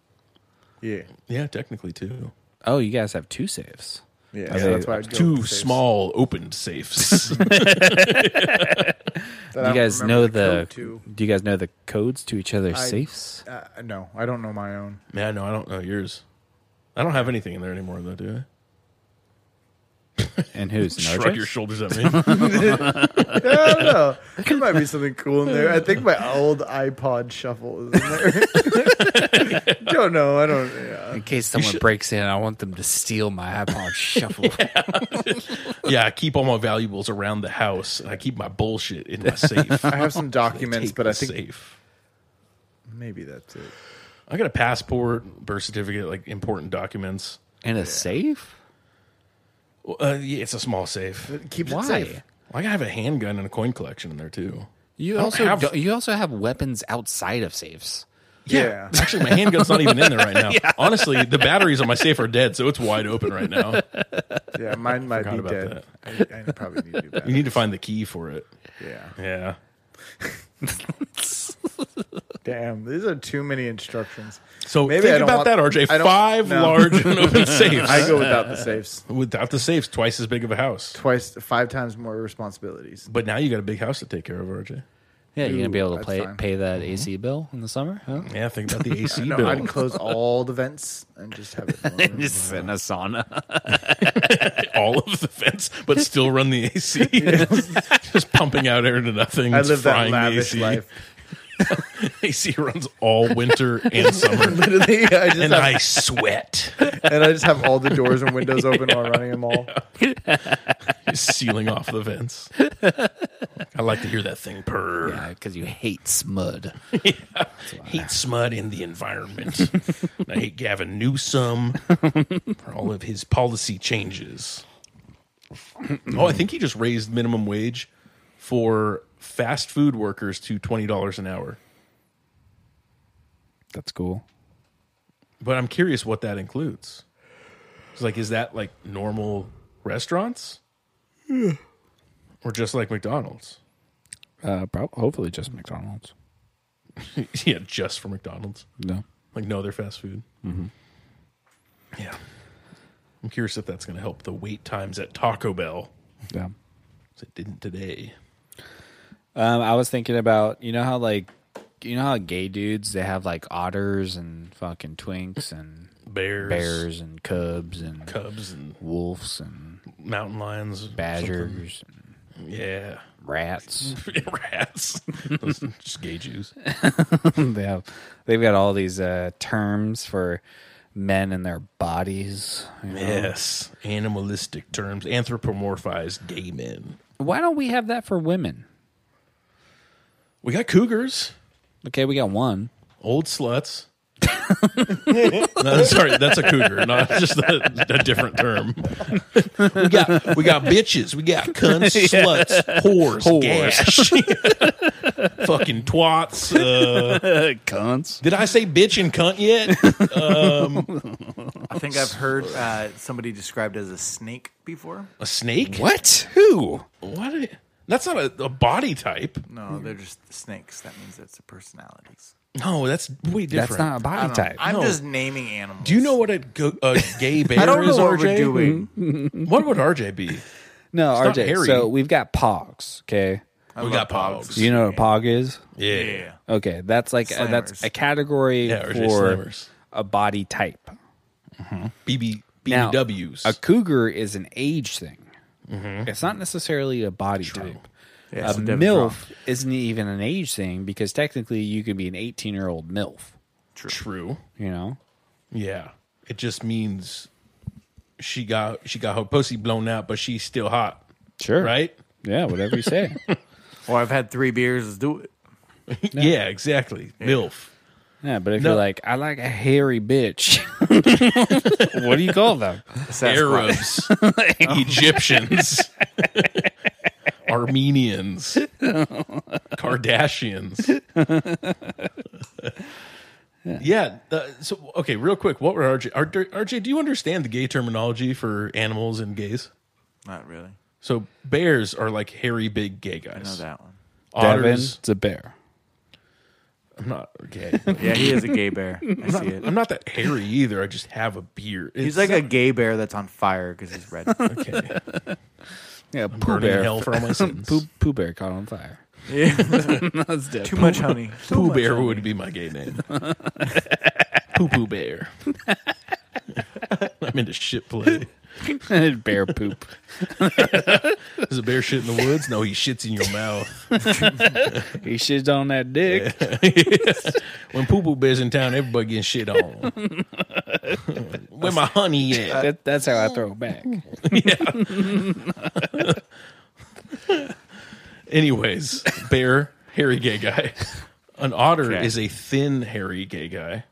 Speaker 2: Yeah,
Speaker 3: Yeah, technically too.
Speaker 1: Oh, you guys have two safes.
Speaker 2: yeah.
Speaker 1: Are
Speaker 2: so
Speaker 1: they
Speaker 2: that's why I'd go
Speaker 3: two
Speaker 2: with the safes.
Speaker 3: small opened safes.
Speaker 1: Do
Speaker 2: That I
Speaker 1: you
Speaker 2: don't
Speaker 1: guys
Speaker 2: remember
Speaker 1: know
Speaker 2: the
Speaker 1: the,
Speaker 2: code to.
Speaker 1: Do you guys know the codes to each other's
Speaker 2: I-
Speaker 1: safes?
Speaker 2: Uh, no, I don't know my own.
Speaker 3: yeah, no, I don't know yours. I don't have anything in there anymore, though, do
Speaker 1: And who's
Speaker 3: I?
Speaker 1: in
Speaker 3: Shrug
Speaker 1: RJ's?
Speaker 3: your shoulders at me.
Speaker 2: I don't know. There might be something cool in there. I think my old iPod shuffle is in there. don't know. I don't. Yeah.
Speaker 1: In case someone breaks in, I want them to steal my iPod Shuffle.
Speaker 3: yeah, I keep all my valuables around the house, and I keep my bullshit in my safe.
Speaker 2: I have some documents,
Speaker 3: Take
Speaker 2: but I
Speaker 3: the
Speaker 2: think
Speaker 3: safe.
Speaker 2: maybe that's it.
Speaker 3: I got a passport, birth certificate, like important documents.
Speaker 1: In a safe?
Speaker 3: Well, Uh, yeah, it's a small safe. Well,
Speaker 2: Keep
Speaker 1: Why?
Speaker 2: it safe.
Speaker 3: I gotta have a handgun and a coin collection in there too.
Speaker 1: You
Speaker 3: don't
Speaker 1: also
Speaker 3: have-
Speaker 1: don't- you also have weapons outside of safes.
Speaker 2: Yeah.
Speaker 3: Actually, my handgun's not even in there right now. Honestly, the batteries on my safe are dead, so it's wide open right now.
Speaker 2: Yeah, mine might be
Speaker 3: about
Speaker 2: dead. I, I probably need to do
Speaker 3: You
Speaker 2: that.
Speaker 3: need to find the key for it.
Speaker 2: Yeah.
Speaker 3: Yeah.
Speaker 2: Damn, these are too many instructions.
Speaker 3: So
Speaker 2: Maybe I
Speaker 3: think
Speaker 2: don't
Speaker 3: about
Speaker 2: want-
Speaker 3: that, RJ.
Speaker 2: I don't-
Speaker 3: Five
Speaker 2: no.
Speaker 3: large and open safes.
Speaker 2: I go without the safes.
Speaker 3: Without the safes, twice as big of a house.
Speaker 2: Twice, five times more responsibilities.
Speaker 3: But now you got a big house to take care of, RJ.
Speaker 1: Yeah, you're gonna be able to
Speaker 2: that's
Speaker 1: play,
Speaker 2: fine.
Speaker 1: pay that AC bill in the summer, Mm-hmm. huh?
Speaker 3: Yeah, think about the AC
Speaker 2: No,
Speaker 3: bill.
Speaker 2: I'd close all the vents and just have it. blown in.
Speaker 1: Just in a sauna.
Speaker 3: All of the vents, but still run the AC. Just pumping out air into nothing.
Speaker 2: I
Speaker 3: It's
Speaker 2: live that
Speaker 3: frying the
Speaker 2: lavish
Speaker 3: AC.
Speaker 2: life.
Speaker 3: AC runs all winter and summer.
Speaker 2: Literally, I just
Speaker 3: and
Speaker 2: have,
Speaker 3: I sweat.
Speaker 2: and I just have all the doors and windows open while running them all.
Speaker 3: Just sealing off the vents. I like to hear that thing purr.
Speaker 6: because you hate smud.
Speaker 3: hate smud in the environment. I hate Gavin Newsom for all of his policy changes. oh, I think he just raised minimum wage for fast food workers to twenty dollars an hour.
Speaker 1: That's cool.
Speaker 3: But I'm curious what that includes. It's like, is that like normal restaurants, or just like McDonald's?
Speaker 1: Uh, prob- hopefully just McDonald's.
Speaker 3: yeah, just for McDonald's.
Speaker 1: No.
Speaker 3: Like, no, they're fast food. Mm-hmm. Yeah. I'm curious if that's going to help the wait times at Taco Bell.
Speaker 1: Yeah.
Speaker 3: 'cause It didn't today.
Speaker 1: Um, I was thinking about you know how like you know how gay dudes they have like otters and fucking twinks and
Speaker 3: Bears,
Speaker 1: bears and cubs and
Speaker 3: Cubs, and
Speaker 1: wolves and
Speaker 3: mountain lions, or
Speaker 1: badgers
Speaker 3: something. Yeah.
Speaker 1: and rats.
Speaker 3: Rats. Those are just gay Jews.
Speaker 1: they have they've got all these uh, terms for men and their bodies. you know?
Speaker 3: Yes. Animalistic terms. Anthropomorphized gay men.
Speaker 1: Why don't we have that for women?
Speaker 3: We got cougars.
Speaker 1: Okay, we got one.
Speaker 3: old sluts. no, sorry, that's a cougar, not just a, a different term. we got we got bitches, we got cunts, sluts, whores, gash, fucking twats. Uh,
Speaker 1: Cunts.
Speaker 3: did I say bitch and cunt yet?
Speaker 5: I think I've heard uh, somebody described as a snake before.
Speaker 3: A snake?
Speaker 1: What? Who?
Speaker 3: What? i- That's not a, a body type.
Speaker 2: Hmm.
Speaker 5: No, they're just snakes. That means it's the personalities.
Speaker 3: No, that's way different.
Speaker 1: That's not a body type.
Speaker 5: I'm
Speaker 3: No.
Speaker 5: just naming animals.
Speaker 3: do you know what a, go- a gay bear
Speaker 5: I don't know
Speaker 3: is?
Speaker 5: what
Speaker 3: RJ?
Speaker 5: we're doing.
Speaker 3: Hmm? What would RJ be?
Speaker 1: no,
Speaker 3: not
Speaker 1: RJ.
Speaker 3: hairy.
Speaker 1: So we've got pogs. Okay,
Speaker 3: we got pogs.
Speaker 1: do you know what a pog is?
Speaker 3: yeah,
Speaker 5: Yeah.
Speaker 1: Okay, that's like uh, that's
Speaker 5: Slammers.
Speaker 1: a category
Speaker 3: Yeah, RJ
Speaker 1: for
Speaker 3: Slammers.
Speaker 1: a body type.
Speaker 3: BB,
Speaker 1: Now,
Speaker 3: BBWs.
Speaker 1: A cougar is an age thing.
Speaker 3: Mm-hmm.
Speaker 1: It's not necessarily a body type.
Speaker 5: Yeah,
Speaker 1: a
Speaker 5: so Devin's wrong.
Speaker 1: MILF isn't even an age thing because technically you could be an 18 year old MILF,
Speaker 3: True.
Speaker 1: you know?
Speaker 3: Yeah. It just means she got she got her pussy blown out, but she's still hot,
Speaker 1: Sure.
Speaker 3: right?
Speaker 1: Yeah, whatever you say.
Speaker 5: Or I've had three beers. Let's do it.
Speaker 3: Yeah, exactly. MILF.
Speaker 1: yeah, but if
Speaker 3: No.
Speaker 1: you're like, I like a hairy bitch, what do you call them?
Speaker 5: Sasquatch.
Speaker 3: Arabs, Egyptians, Armenians, Kardashians. yeah. the- so okay, real quick, what were RJ, RJ? RJ, do you understand the gay terminology for animals and gays?
Speaker 5: Not really.
Speaker 3: So bears are like hairy, big gay guys.
Speaker 5: Know that one.
Speaker 1: Devin,
Speaker 3: Otters,
Speaker 1: it's a bear.
Speaker 3: I'm not okay.
Speaker 5: Yeah, he is a gay bear. I see it.
Speaker 3: I'm not that hairy either. I just have a beard.
Speaker 5: He's like a gay bear that's on fire because he's red.
Speaker 3: okay.
Speaker 1: Yeah, Pooh
Speaker 3: burning
Speaker 1: Bear.
Speaker 3: hell for all my sins.
Speaker 1: Pooh, Pooh Bear caught on fire. That's
Speaker 5: Too
Speaker 1: Devin.
Speaker 5: much honey.
Speaker 3: Pooh Bear would be my gay name. Pooh Pooh Bear. I'm into shit play.
Speaker 1: bear poop.
Speaker 3: There's a bear shit in the woods. No, he shits in your mouth.
Speaker 1: He shits on that dick.
Speaker 3: When Pooh Pooh Bear's in town, everybody getting shit on. Where my honey at?
Speaker 1: That, that's how I throw it back.
Speaker 3: Anyways, bear, hairy gay guy. An otter
Speaker 5: Okay.
Speaker 3: is a thin, hairy gay guy.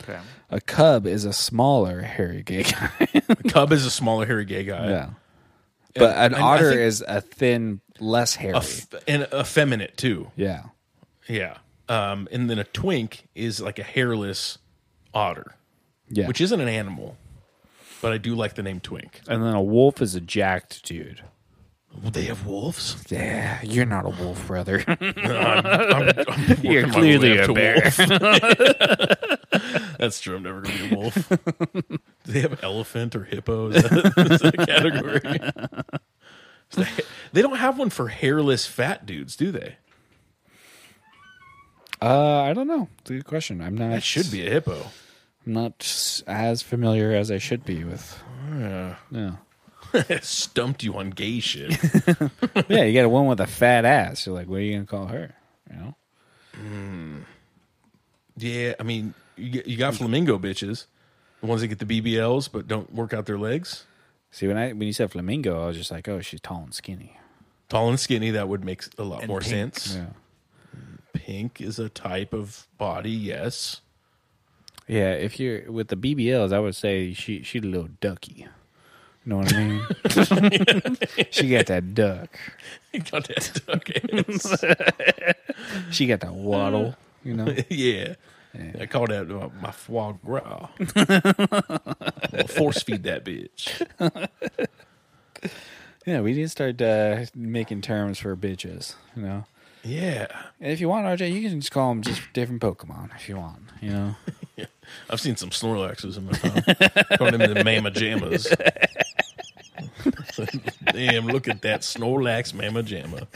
Speaker 5: Okay.
Speaker 1: A cub is a smaller hairy gay guy.
Speaker 3: Cub is a smaller, hairy gay guy.
Speaker 1: Yeah. But an
Speaker 3: I- I
Speaker 1: otter
Speaker 3: think-
Speaker 1: is a thin, less hairy.
Speaker 3: A f- and effeminate too.
Speaker 1: yeah.
Speaker 3: Yeah. Um, and then a twink is like a hairless otter,
Speaker 1: Yeah.
Speaker 3: which isn't an animal, but I do like the name twink.
Speaker 1: and then a wolf is a jacked dude.
Speaker 3: Well, they have wolves.
Speaker 1: Yeah, you're not a wolf, brother.
Speaker 3: You're
Speaker 1: clearly a bear.
Speaker 3: That's true. I'm never going to be a wolf. do they have elephant or hippo? Is that, is that a category? Is that- they don't have one for hairless fat dudes, do they?
Speaker 1: uh, I don't know. It's a good question. I'm not.
Speaker 3: That should be a hippo.
Speaker 1: I'm not s- as familiar as I should be with. Yeah.
Speaker 3: Stumped you on gay shit.
Speaker 1: yeah, you got a woman with a fat ass. You're like, what are you gonna call her? You know.
Speaker 3: Yeah, I mean, you, get- you got flamingo bitches, the ones that get the BBLs but don't work out their legs.
Speaker 1: See, when I when you said flamingo, I was just like, oh, she's tall and skinny.
Speaker 3: Tall and skinny, that would make a lot more sense.
Speaker 7: Yeah.
Speaker 3: Pink is a type of body, yes.
Speaker 1: Yeah, if you're with the BBLs, I would say she she's a little ducky. You know what I mean? she got that duck.
Speaker 3: Got that duck ass.
Speaker 1: She got that waddle. You know,
Speaker 3: yeah. I call that uh, my foie gras. Well, force feed that bitch.
Speaker 1: yeah. We need to start uh, making terms for bitches. You know,
Speaker 3: Yeah.
Speaker 1: and if you want, RJ, you can just call them just different Pokemon if you want. You know,
Speaker 3: I've seen some Snorlaxes in my time. Call them the Mama Jammas. Damn, look at that Snorlax Mama Jamma.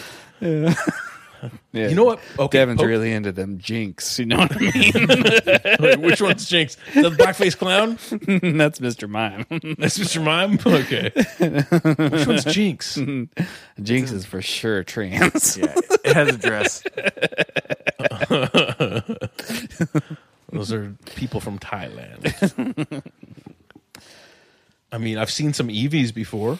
Speaker 1: yeah.
Speaker 3: You know what? Okay,
Speaker 1: Devin's
Speaker 3: Poke-
Speaker 1: really into them jinx. You know what I
Speaker 3: Wait, which one's Jinx? The blackface clown?
Speaker 1: mean? That's Mister Mime.
Speaker 3: That's Mr. Mime? Okay. Which one's Jinx?
Speaker 1: jinx is for sure trans.
Speaker 5: Yeah, it has a dress.
Speaker 3: Those are people from Thailand. I mean, I've seen some Eevees before.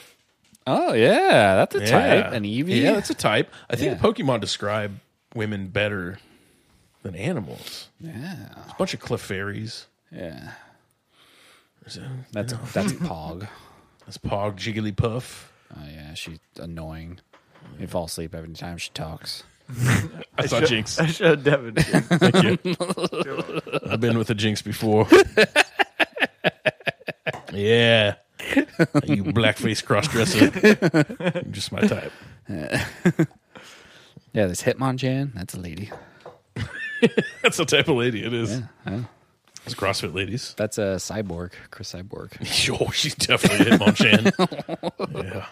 Speaker 1: Oh yeah, that's a type. An E Eevee.
Speaker 3: Yeah, that's a type. I think
Speaker 1: Yeah.
Speaker 3: Pokemon describe women better than animals.
Speaker 1: yeah.
Speaker 3: A bunch of Clefairies.
Speaker 1: Yeah.
Speaker 3: There's, uh,
Speaker 1: That's that's Pog.
Speaker 3: there's Pog, Jigglypuff.
Speaker 1: Oh yeah, she's annoying. You fall asleep every time she talks.
Speaker 3: I saw Jinx.
Speaker 5: I showed Devin.
Speaker 3: I've been with a Jinx before. yeah. You blackface crossdresser. You're just my type.
Speaker 1: Yeah, there's Hitmonchan. That's a lady.
Speaker 3: That's the type of lady it is.
Speaker 1: yeah.
Speaker 3: It's CrossFit ladies.
Speaker 1: That's a cyborg, Chris Cyborg.
Speaker 3: Yo, she's definitely Hitmonchan. yeah.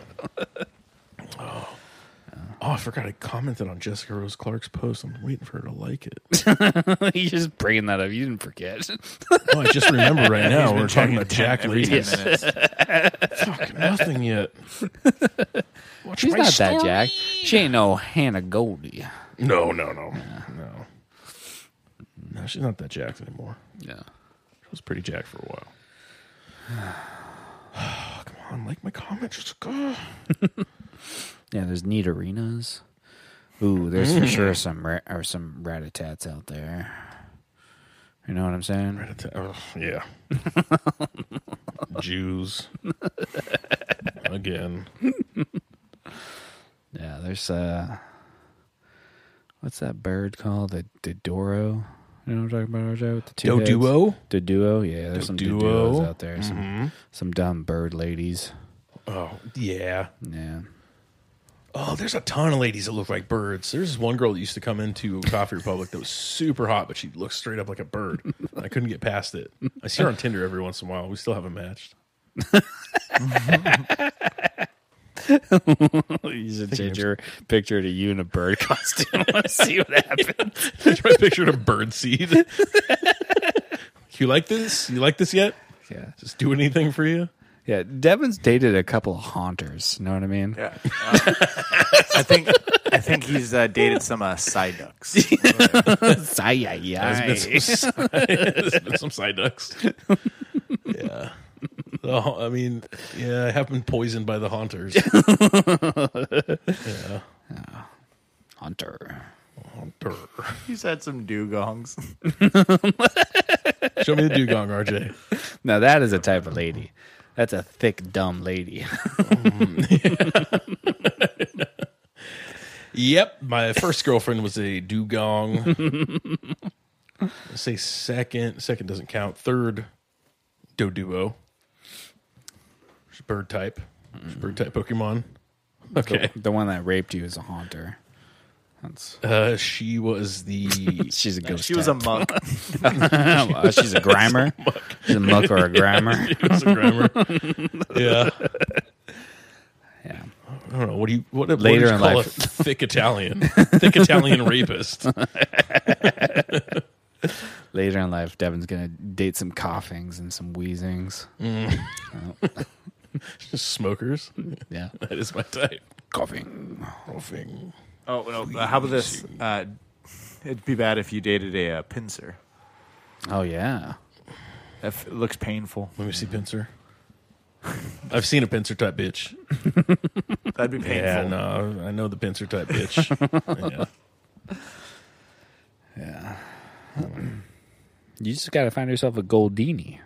Speaker 3: Oh. oh, I forgot I commented on Jessica Rose Clark's post. I'm waiting for her to like it.
Speaker 1: you just bringing that up. You didn't forget.
Speaker 3: Oh, I just remember right now we're talking about
Speaker 5: Ten-
Speaker 3: Jack
Speaker 5: every
Speaker 3: Lee.
Speaker 5: ten minutes.
Speaker 3: Fucking nothing yet. Watch
Speaker 1: She's
Speaker 3: my
Speaker 1: not
Speaker 3: story.
Speaker 1: that Jack. She ain't no Hannah Goldie.
Speaker 3: No, no, no, no. No, she's not that jacked anymore.
Speaker 1: Yeah.
Speaker 3: She was pretty jacked for a while. Oh, Come on, like my comment. Just go.
Speaker 1: Yeah, there's Nidorinas. Ooh, there's for sure some ra- or some ratatats out there. You know what I'm saying?
Speaker 3: Oh, yeah. Jews. Again.
Speaker 1: Yeah, there's uh what's that bird called? The Dodoro. You know what I'm talking about, RJ? With the two heads? Doduo, yeah. There's some
Speaker 3: Doduo.
Speaker 1: Doduos out there. Some some dumb bird ladies.
Speaker 3: Oh, yeah.
Speaker 1: Yeah.
Speaker 3: Oh, there's a ton of ladies that look like birds. There's this one girl that used to come into Coffee Republic that was super hot, but she looked straight up like a bird. I couldn't get past it. I see her on Tinder every once in a while. We still haven't matched.
Speaker 1: you should change your picture to you in a bird costume. Let's see what happens.
Speaker 3: That's my picture of bird seed. you like this? You like this yet?
Speaker 1: Yeah.
Speaker 3: Just do anything for you?
Speaker 1: Yeah. Devin's dated a couple of haunters. Know what I mean?
Speaker 5: Yeah. Uh, I think I think he's uh, dated some uh, side ducks.
Speaker 1: Sigh, yeah, yeah.
Speaker 3: There's been some, there's been some side ducks. Yeah. Oh, I mean, yeah, I have been poisoned by the haunters.
Speaker 1: Hunter.
Speaker 3: Haunter.
Speaker 5: he's had some dugongs.
Speaker 3: Show me the dugong, RJ.
Speaker 1: Now that is a type of lady. That's a thick, dumb lady.
Speaker 3: Yep, my first girlfriend was a dugong. I say second, second doesn't count. Third, doduo. She's bird type. She's bird type Pokemon. Okay,
Speaker 1: The one that raped you is a haunter. That's
Speaker 3: uh, she was the
Speaker 1: she's a ghost.
Speaker 5: She was a
Speaker 1: type.
Speaker 5: monk.
Speaker 1: Uh, she's a grimer. she's a muck or a grimer.
Speaker 3: That's a grammar. yeah.
Speaker 1: Yeah.
Speaker 3: I don't know. What do you what what
Speaker 1: Later
Speaker 3: do you
Speaker 1: in
Speaker 3: call
Speaker 1: life.
Speaker 3: a thick Italian? thick Italian rapist.
Speaker 1: Later in life, Devin's gonna date some coughings and some wheezings.
Speaker 3: Smokers.
Speaker 1: Yeah,
Speaker 3: That is my type.
Speaker 1: coughing.
Speaker 3: Coughing.
Speaker 5: Oh no! Uh, how about this? Uh, it'd be bad if you dated a uh, pincer.
Speaker 1: Oh yeah,
Speaker 5: That f- looks painful.
Speaker 3: Let me see pincer. I've seen a pincer type bitch.
Speaker 2: That'd be painful.
Speaker 3: Yeah, no, I know the pincer type bitch. yeah.
Speaker 1: You just got to find yourself a Goldini.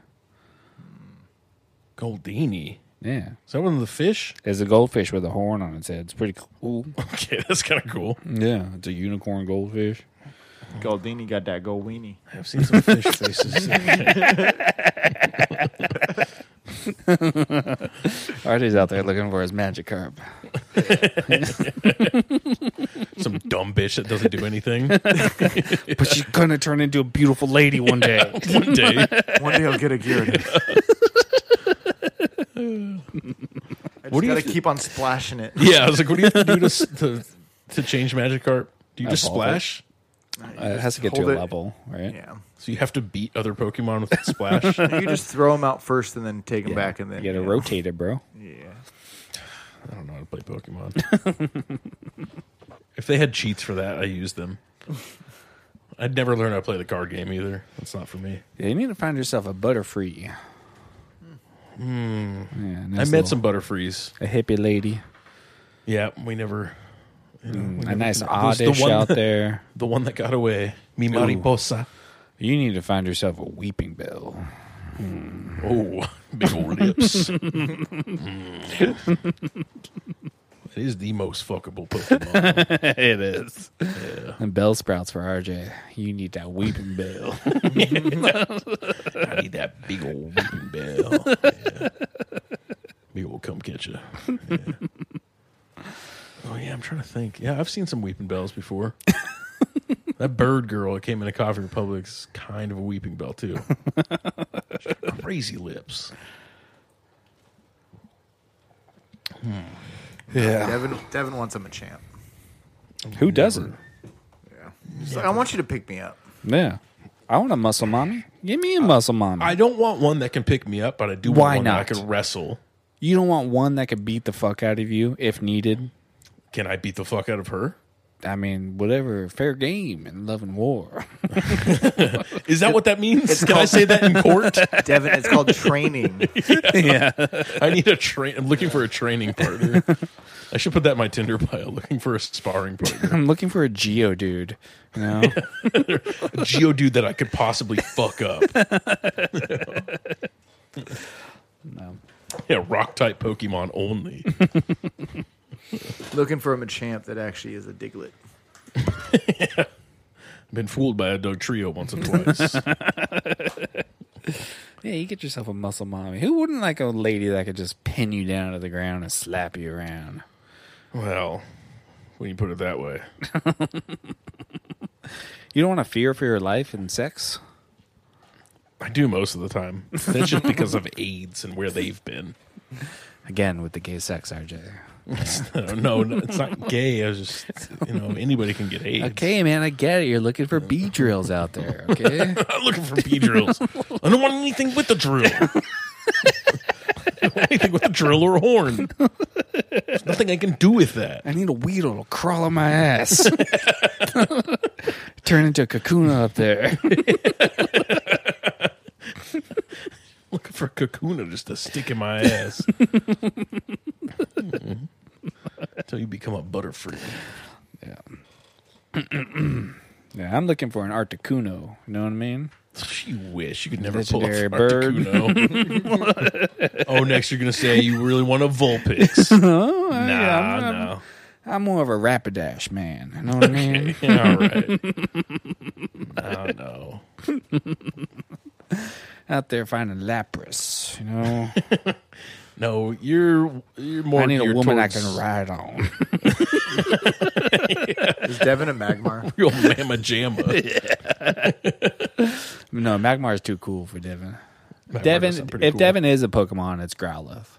Speaker 3: Goldini.
Speaker 1: Yeah.
Speaker 3: Is that one of the fish?
Speaker 1: It's a goldfish with a horn on its head. It's pretty cool.
Speaker 3: Okay, that's kind of cool.
Speaker 1: Yeah. It's a unicorn goldfish.
Speaker 2: Goldini got that gold weenie.
Speaker 3: I've seen some fish faces.
Speaker 1: RJ's out there looking for his magic carp.
Speaker 3: some dumb bitch that doesn't do anything.
Speaker 1: But she's going to turn into a beautiful lady one day.
Speaker 3: One day.
Speaker 2: One day I'll get a Gyarados. I
Speaker 3: What
Speaker 2: just
Speaker 3: do you
Speaker 2: gotta
Speaker 3: th-
Speaker 2: keep on splashing it.
Speaker 3: Yeah, I was like, what do you have to do to, s- to, to change Magikarp? Do you just
Speaker 1: Evolve it.
Speaker 3: splash?
Speaker 1: Uh, it has to get to
Speaker 2: Hold
Speaker 1: a
Speaker 2: it.
Speaker 1: level, right?
Speaker 2: Yeah.
Speaker 3: So you have to beat other Pokemon with the splash? I
Speaker 2: You just throw them out first and then take them back and then.
Speaker 1: You got to rotate it, bro.
Speaker 2: Yeah.
Speaker 3: don't know how to play Pokemon. if they had cheats for that, I used them. I'd never learn how to play the card game either. That's not for me.
Speaker 1: Yeah, you need to find yourself a Butterfree. Yeah,
Speaker 3: Hmm. I
Speaker 1: nice
Speaker 3: met
Speaker 1: little-
Speaker 3: some Butterfrees.
Speaker 1: a hippie lady,
Speaker 3: Yeah, we never. you know, we
Speaker 1: a
Speaker 3: never-
Speaker 1: nice
Speaker 3: it was the
Speaker 1: oddish
Speaker 3: one-
Speaker 1: out there.
Speaker 3: The one that got away, Mi Mariposa.
Speaker 1: You need to find yourself a weeping bell.
Speaker 3: Oh, big old lips. Mm. It is the most fuckable Pokemon.
Speaker 1: it is. And bell sprouts for RJ. You need that weeping bell.
Speaker 3: I need that big old weeping bell. Yeah. Big old come catcher. Yeah. Oh yeah, I'm trying to think. Yeah, I've seen some weeping bells before. that bird girl that came into Coffee Republic's kind of a weeping bell too. She's got crazy lips.
Speaker 2: Devin, Devin wants him a champ.
Speaker 1: Who doesn't?
Speaker 2: He's like, I want you to pick me up.
Speaker 1: Yeah. I want a muscle mommy. Give me a muscle mommy.
Speaker 3: I don't want one that can pick me up, but I do want
Speaker 1: Why
Speaker 3: one
Speaker 1: not?
Speaker 3: that I can wrestle.
Speaker 1: you don't want one that could beat the fuck out of you if needed.
Speaker 3: Can I beat the fuck out of her?
Speaker 1: I mean, whatever. Fair game and love and war.
Speaker 3: Is that what that means? Can I say that in court?
Speaker 2: Devin, it's called training.
Speaker 1: yeah.
Speaker 3: I need a train. I'm looking for a training partner. I should put that in my Tinder bio. Looking for a sparring partner,
Speaker 1: I'm looking for a geo dude. You know?
Speaker 3: a geo dude that I could possibly fuck up. Yeah, rock type Pokemon only.
Speaker 2: Looking for him a champ that actually is a Diglett.
Speaker 3: Been fooled by a dog trio once or twice.
Speaker 1: Yeah, you get yourself a muscle mommy. Who wouldn't like a lady that could just pin you down to the ground and slap you around?
Speaker 3: well, when you put it that way,
Speaker 1: You don't want to fear for your life and sex?
Speaker 3: I do most of the time. That's just because of AIDS and where they've been.
Speaker 1: Again, with the gay sex, RJ.
Speaker 3: no, no, it's not gay. I was just, you know, anybody can get AIDS.
Speaker 1: Okay, man, I get it. You're looking for B drills out there, okay?
Speaker 3: I'm looking for pee drills. I don't want anything with the drill. I don't want anything with a drill or a horn. There's nothing I can do with that.
Speaker 1: I need a weedle to crawl on my ass. Turn into a cocoon up there.
Speaker 3: looking for a cocoon just to stick in my ass. Mhm. Until you become a butterfree.
Speaker 1: Yeah, I'm looking for an Articuno. You know what I mean?
Speaker 3: You wish you could never pull off
Speaker 1: Legendary
Speaker 3: a
Speaker 1: bird.
Speaker 3: bird. oh, next you're gonna say you really want a Vulpix.
Speaker 1: Oh,
Speaker 3: nah, no.
Speaker 1: I'm more of a Rapidash man. You know what I mean?
Speaker 3: Yeah, all right. no, no.
Speaker 1: Out there finding Lapras. You know,
Speaker 3: No, you're you're more.
Speaker 1: I need a
Speaker 3: geared
Speaker 1: woman I
Speaker 3: towards-
Speaker 1: can ride on.
Speaker 2: Is Devin a Magmar?
Speaker 3: Real mamma jamma.
Speaker 1: no, Magmar is too cool for Devin.
Speaker 3: That works
Speaker 1: Devin,
Speaker 3: out
Speaker 1: if
Speaker 3: pretty cool.
Speaker 1: Devin is a Pokemon, it's Growlithe.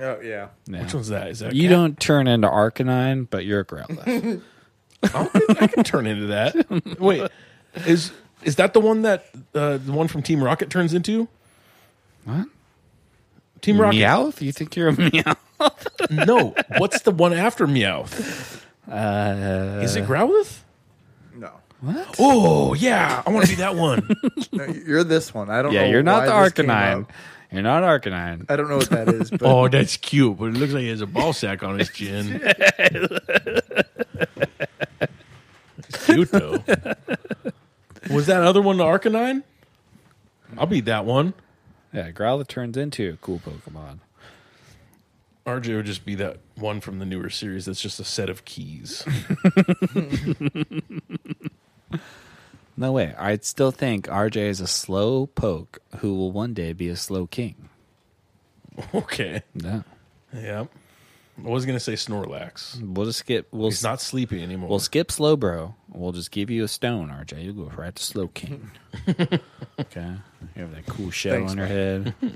Speaker 2: Oh, yeah.
Speaker 1: Yeah.
Speaker 3: which one's that? Is that
Speaker 1: You don't turn into Arcanine, but you're a Growlithe.
Speaker 3: I can, I can turn into that. Wait, is is that the one that uh, the one from Team Rocket turns into?
Speaker 1: What?
Speaker 3: Team Rocket?
Speaker 1: Meowth? You think you're a Meowth?
Speaker 3: No. What's the one after Meowth?
Speaker 1: Uh,
Speaker 3: Is it Growlithe?
Speaker 2: No.
Speaker 1: what?
Speaker 3: Oh yeah, I want to be that one.
Speaker 2: No, You're this one. I don't
Speaker 1: Yeah,
Speaker 2: know
Speaker 1: you're not
Speaker 2: why
Speaker 1: the
Speaker 2: this came
Speaker 1: Arcanine.
Speaker 2: up.
Speaker 1: You're not Arcanine.
Speaker 2: I don't know what that is, but
Speaker 3: Oh, that's cute, but it looks like he has a ball sack on his chin. It's cute though. Was that other one the Arcanine? I'll beat that one.
Speaker 1: Yeah, Growlithe turns into a cool Pokemon.
Speaker 3: RJ would just be that one from the newer series that's just a set of keys.
Speaker 1: No way. I still think RJ is a slow poke who will one day be a slow king.
Speaker 3: Okay.
Speaker 1: No.
Speaker 3: Yeah. I was gonna say Snorlax.
Speaker 1: We'll just skip we'll
Speaker 3: He's not sleepy anymore.
Speaker 1: we'll skip slow bro. We'll just give you a stone, RJ. You go right to slow king. okay. You have that cool shell
Speaker 2: Thanks,
Speaker 1: on your head. Some-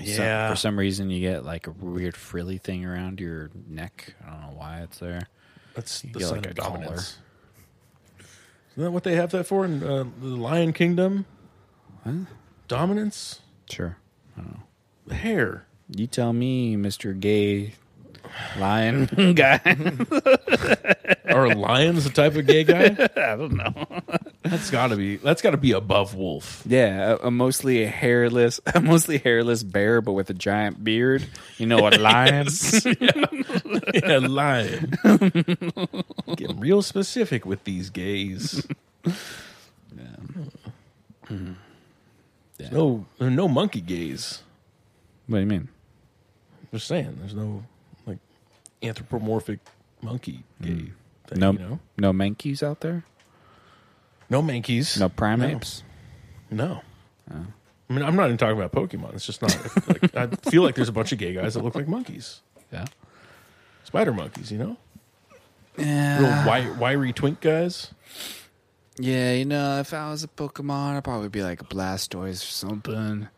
Speaker 3: yeah.
Speaker 1: for some reason you get like a weird frilly thing around your neck. I don't know why it's there.
Speaker 3: That's the
Speaker 1: get,
Speaker 3: sign
Speaker 1: like,
Speaker 3: of
Speaker 1: a collar.
Speaker 3: dominance. Isn't that what they have that for in uh, the Lion Kingdom? Dominance?
Speaker 1: Sure.
Speaker 3: Hair.
Speaker 1: You tell me, Mr. Gay Lion guy.
Speaker 3: Are lions the type of gay guy? I don't know. That's gotta be that's gotta be above wolf.
Speaker 1: Yeah, a, a mostly hairless, a mostly hairless bear, but with a giant beard. You know what, lions?
Speaker 3: Yeah, lion. Getting real specific with these gays. There's No, there are no monkey gays.
Speaker 1: What do you mean?
Speaker 3: Just saying, there's no like anthropomorphic monkey gay. Thing,
Speaker 1: No,
Speaker 3: you know?
Speaker 1: no mankeys out there.
Speaker 3: no mankeys,
Speaker 1: No primates.
Speaker 3: No. I mean, I'm not even talking about Pokemon. It's just not. Like, I feel like there's a bunch of gay guys that look like monkeys,
Speaker 1: Yeah.
Speaker 3: spider monkeys. You know,
Speaker 1: Yeah.
Speaker 3: real wi- wiry twink guys.
Speaker 1: Yeah, you know, if I was a Pokemon, I'd probably be like a Blastoise or something.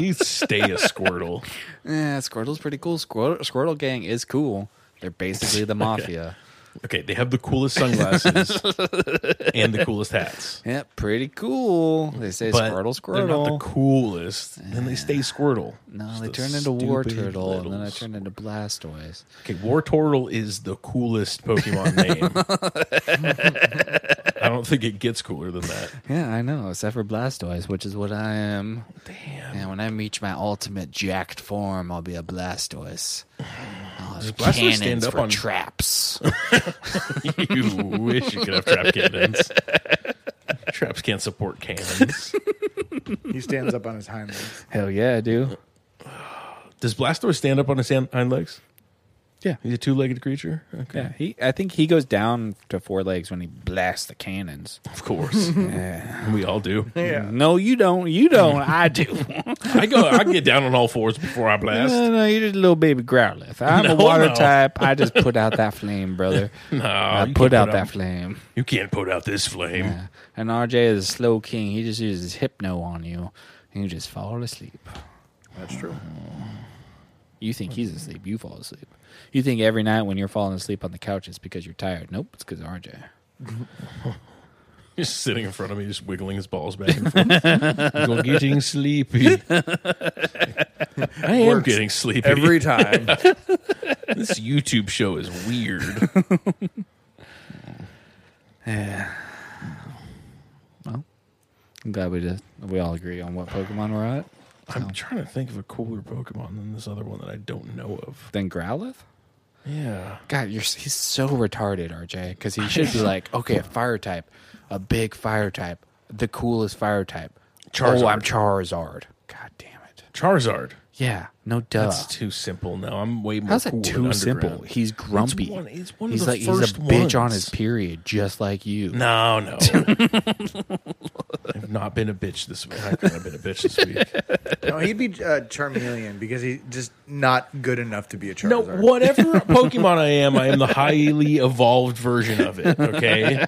Speaker 3: You stay a Squirtle.
Speaker 1: Yeah, Squirtle's pretty cool. Squirtle, Squirtle Gang is cool. They're basically the mafia.
Speaker 3: Okay, they have the coolest sunglasses and the coolest hats,
Speaker 1: Yeah, pretty cool. They say
Speaker 3: but
Speaker 1: Squirtle,
Speaker 3: they're
Speaker 1: Squirtle.
Speaker 3: not the coolest, and they stay Squirtle.
Speaker 1: no,
Speaker 3: Just
Speaker 1: they
Speaker 3: a
Speaker 1: turn into War
Speaker 3: stupid
Speaker 1: Turtle, and then
Speaker 3: little
Speaker 1: I turn into Blastoise.
Speaker 3: Okay, War Turtle is the coolest Pokemon name. I don't think it gets cooler than that.
Speaker 1: Yeah, I know, except for Blastoise, which is what I am.
Speaker 3: Damn.
Speaker 1: And when I reach my ultimate jacked form, I'll be a Blastoise. I'll have
Speaker 3: Blastoise
Speaker 1: cannons
Speaker 3: stand up
Speaker 1: for
Speaker 3: on-
Speaker 1: traps.
Speaker 3: You wish you could have trap cannons. Traps can't support cannons.
Speaker 2: he stands up on his hind legs.
Speaker 1: Hell yeah, I do.
Speaker 3: Does Blastoise stand up on his hand- hind legs?
Speaker 1: Yeah.
Speaker 3: He's a two legged creature? Okay.
Speaker 1: Yeah, he. I think he goes down to four legs when he blasts the cannons.
Speaker 3: Of course. We all do.
Speaker 2: Yeah,
Speaker 1: No, you don't. You don't. I do.
Speaker 3: I go I get down on all fours before I blast.
Speaker 1: No, no, you're just a little baby Growlithe. I'm a
Speaker 3: No,
Speaker 1: water
Speaker 3: no.
Speaker 1: type. I just put out that flame, brother.
Speaker 3: No,
Speaker 1: I
Speaker 3: you
Speaker 1: put,
Speaker 3: can't
Speaker 1: out that flame.
Speaker 3: You can't put out this flame.
Speaker 1: And RJ is a slow king. He just uses hypno on you, and you just fall asleep.
Speaker 2: that's true.
Speaker 1: You think he's asleep. You fall asleep. You think every night when you're falling asleep on the couch, it's because you're tired. Nope, it's because RJ.
Speaker 3: He's sitting in front of me, just wiggling his balls back and forth. Go getting sleepy. I am
Speaker 2: Works
Speaker 3: getting sleepy.
Speaker 2: Every time,
Speaker 3: this YouTube show is weird.
Speaker 1: I'm glad we did. We all agree on what Pokemon we're at.
Speaker 3: I'm trying to think of a cooler Pokemon than this other one that I don't know of.
Speaker 1: Then Growlithe.
Speaker 3: Yeah.
Speaker 1: God, you're he's so retarded, RJ, because he should be like, okay, a fire type, a big fire type, the coolest fire type. Oh, I'm
Speaker 3: Charizard.
Speaker 1: Charizard. God damn it.
Speaker 3: Charizard.
Speaker 1: Yeah, no duh.
Speaker 3: That's too simple now. I'm way more.
Speaker 1: How's
Speaker 3: cool
Speaker 1: that
Speaker 3: in
Speaker 1: too simple?
Speaker 3: Underground.
Speaker 1: He's grumpy.
Speaker 3: one- it's one of
Speaker 1: he's
Speaker 3: the
Speaker 1: like
Speaker 3: first
Speaker 1: he's a bitch on
Speaker 3: ones.
Speaker 1: his period, just like you.
Speaker 3: No, no. I've not been a bitch this week. I've not been a bitch this week.
Speaker 2: no, he'd be uh, Charmeleon because he's just not good enough to be a Charizard.
Speaker 3: No, whatever Pokemon I am, I am the highly evolved version of it. Okay,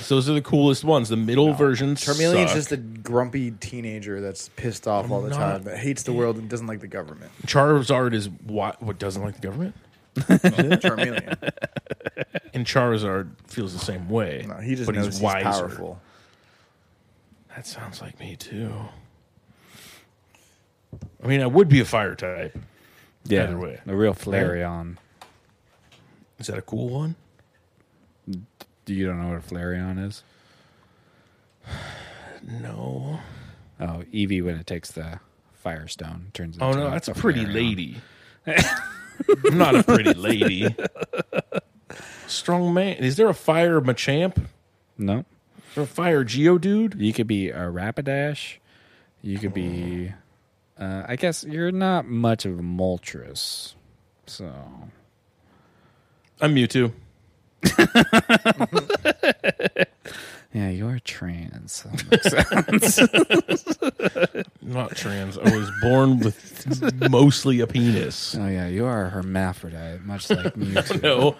Speaker 3: so those are the coolest ones. The middle versions.
Speaker 2: Charmeleon's
Speaker 3: suck.
Speaker 2: just a grumpy teenager that's pissed off all the
Speaker 3: not-
Speaker 2: time, that hates the world and doesn't like the government.
Speaker 3: Charizard is what what doesn't like the government,
Speaker 2: Charmeleon.
Speaker 3: and Charizard feels the same way.
Speaker 2: No, he just
Speaker 3: but
Speaker 2: knows
Speaker 3: he's
Speaker 2: he's,
Speaker 3: wiser.
Speaker 2: powerful.
Speaker 3: That sounds like me too. I mean, I would be a fire type.
Speaker 1: yeah,
Speaker 3: either way.
Speaker 1: a real Flareon.
Speaker 3: Is that a cool one?
Speaker 1: Do You don't know what a Flareon is?
Speaker 3: No.
Speaker 1: Oh, Evie when it takes the Firestone turns.
Speaker 3: Oh
Speaker 1: into
Speaker 3: no, that's a
Speaker 1: fucking
Speaker 3: pretty
Speaker 1: arrow.
Speaker 3: lady. I'm not a pretty lady. Strong man. Is there a fire Machamp?
Speaker 1: No,
Speaker 3: Is there a fire Geodude?
Speaker 1: you could be a Rapidash. You could be. Uh, I guess you're not much of a Moltres, so
Speaker 3: I'm Mewtwo.
Speaker 1: yeah, you're trans.
Speaker 3: I'm not trans. I was born with mostly a penis.
Speaker 1: oh yeah, you are a hermaphrodite, much like me.
Speaker 3: No.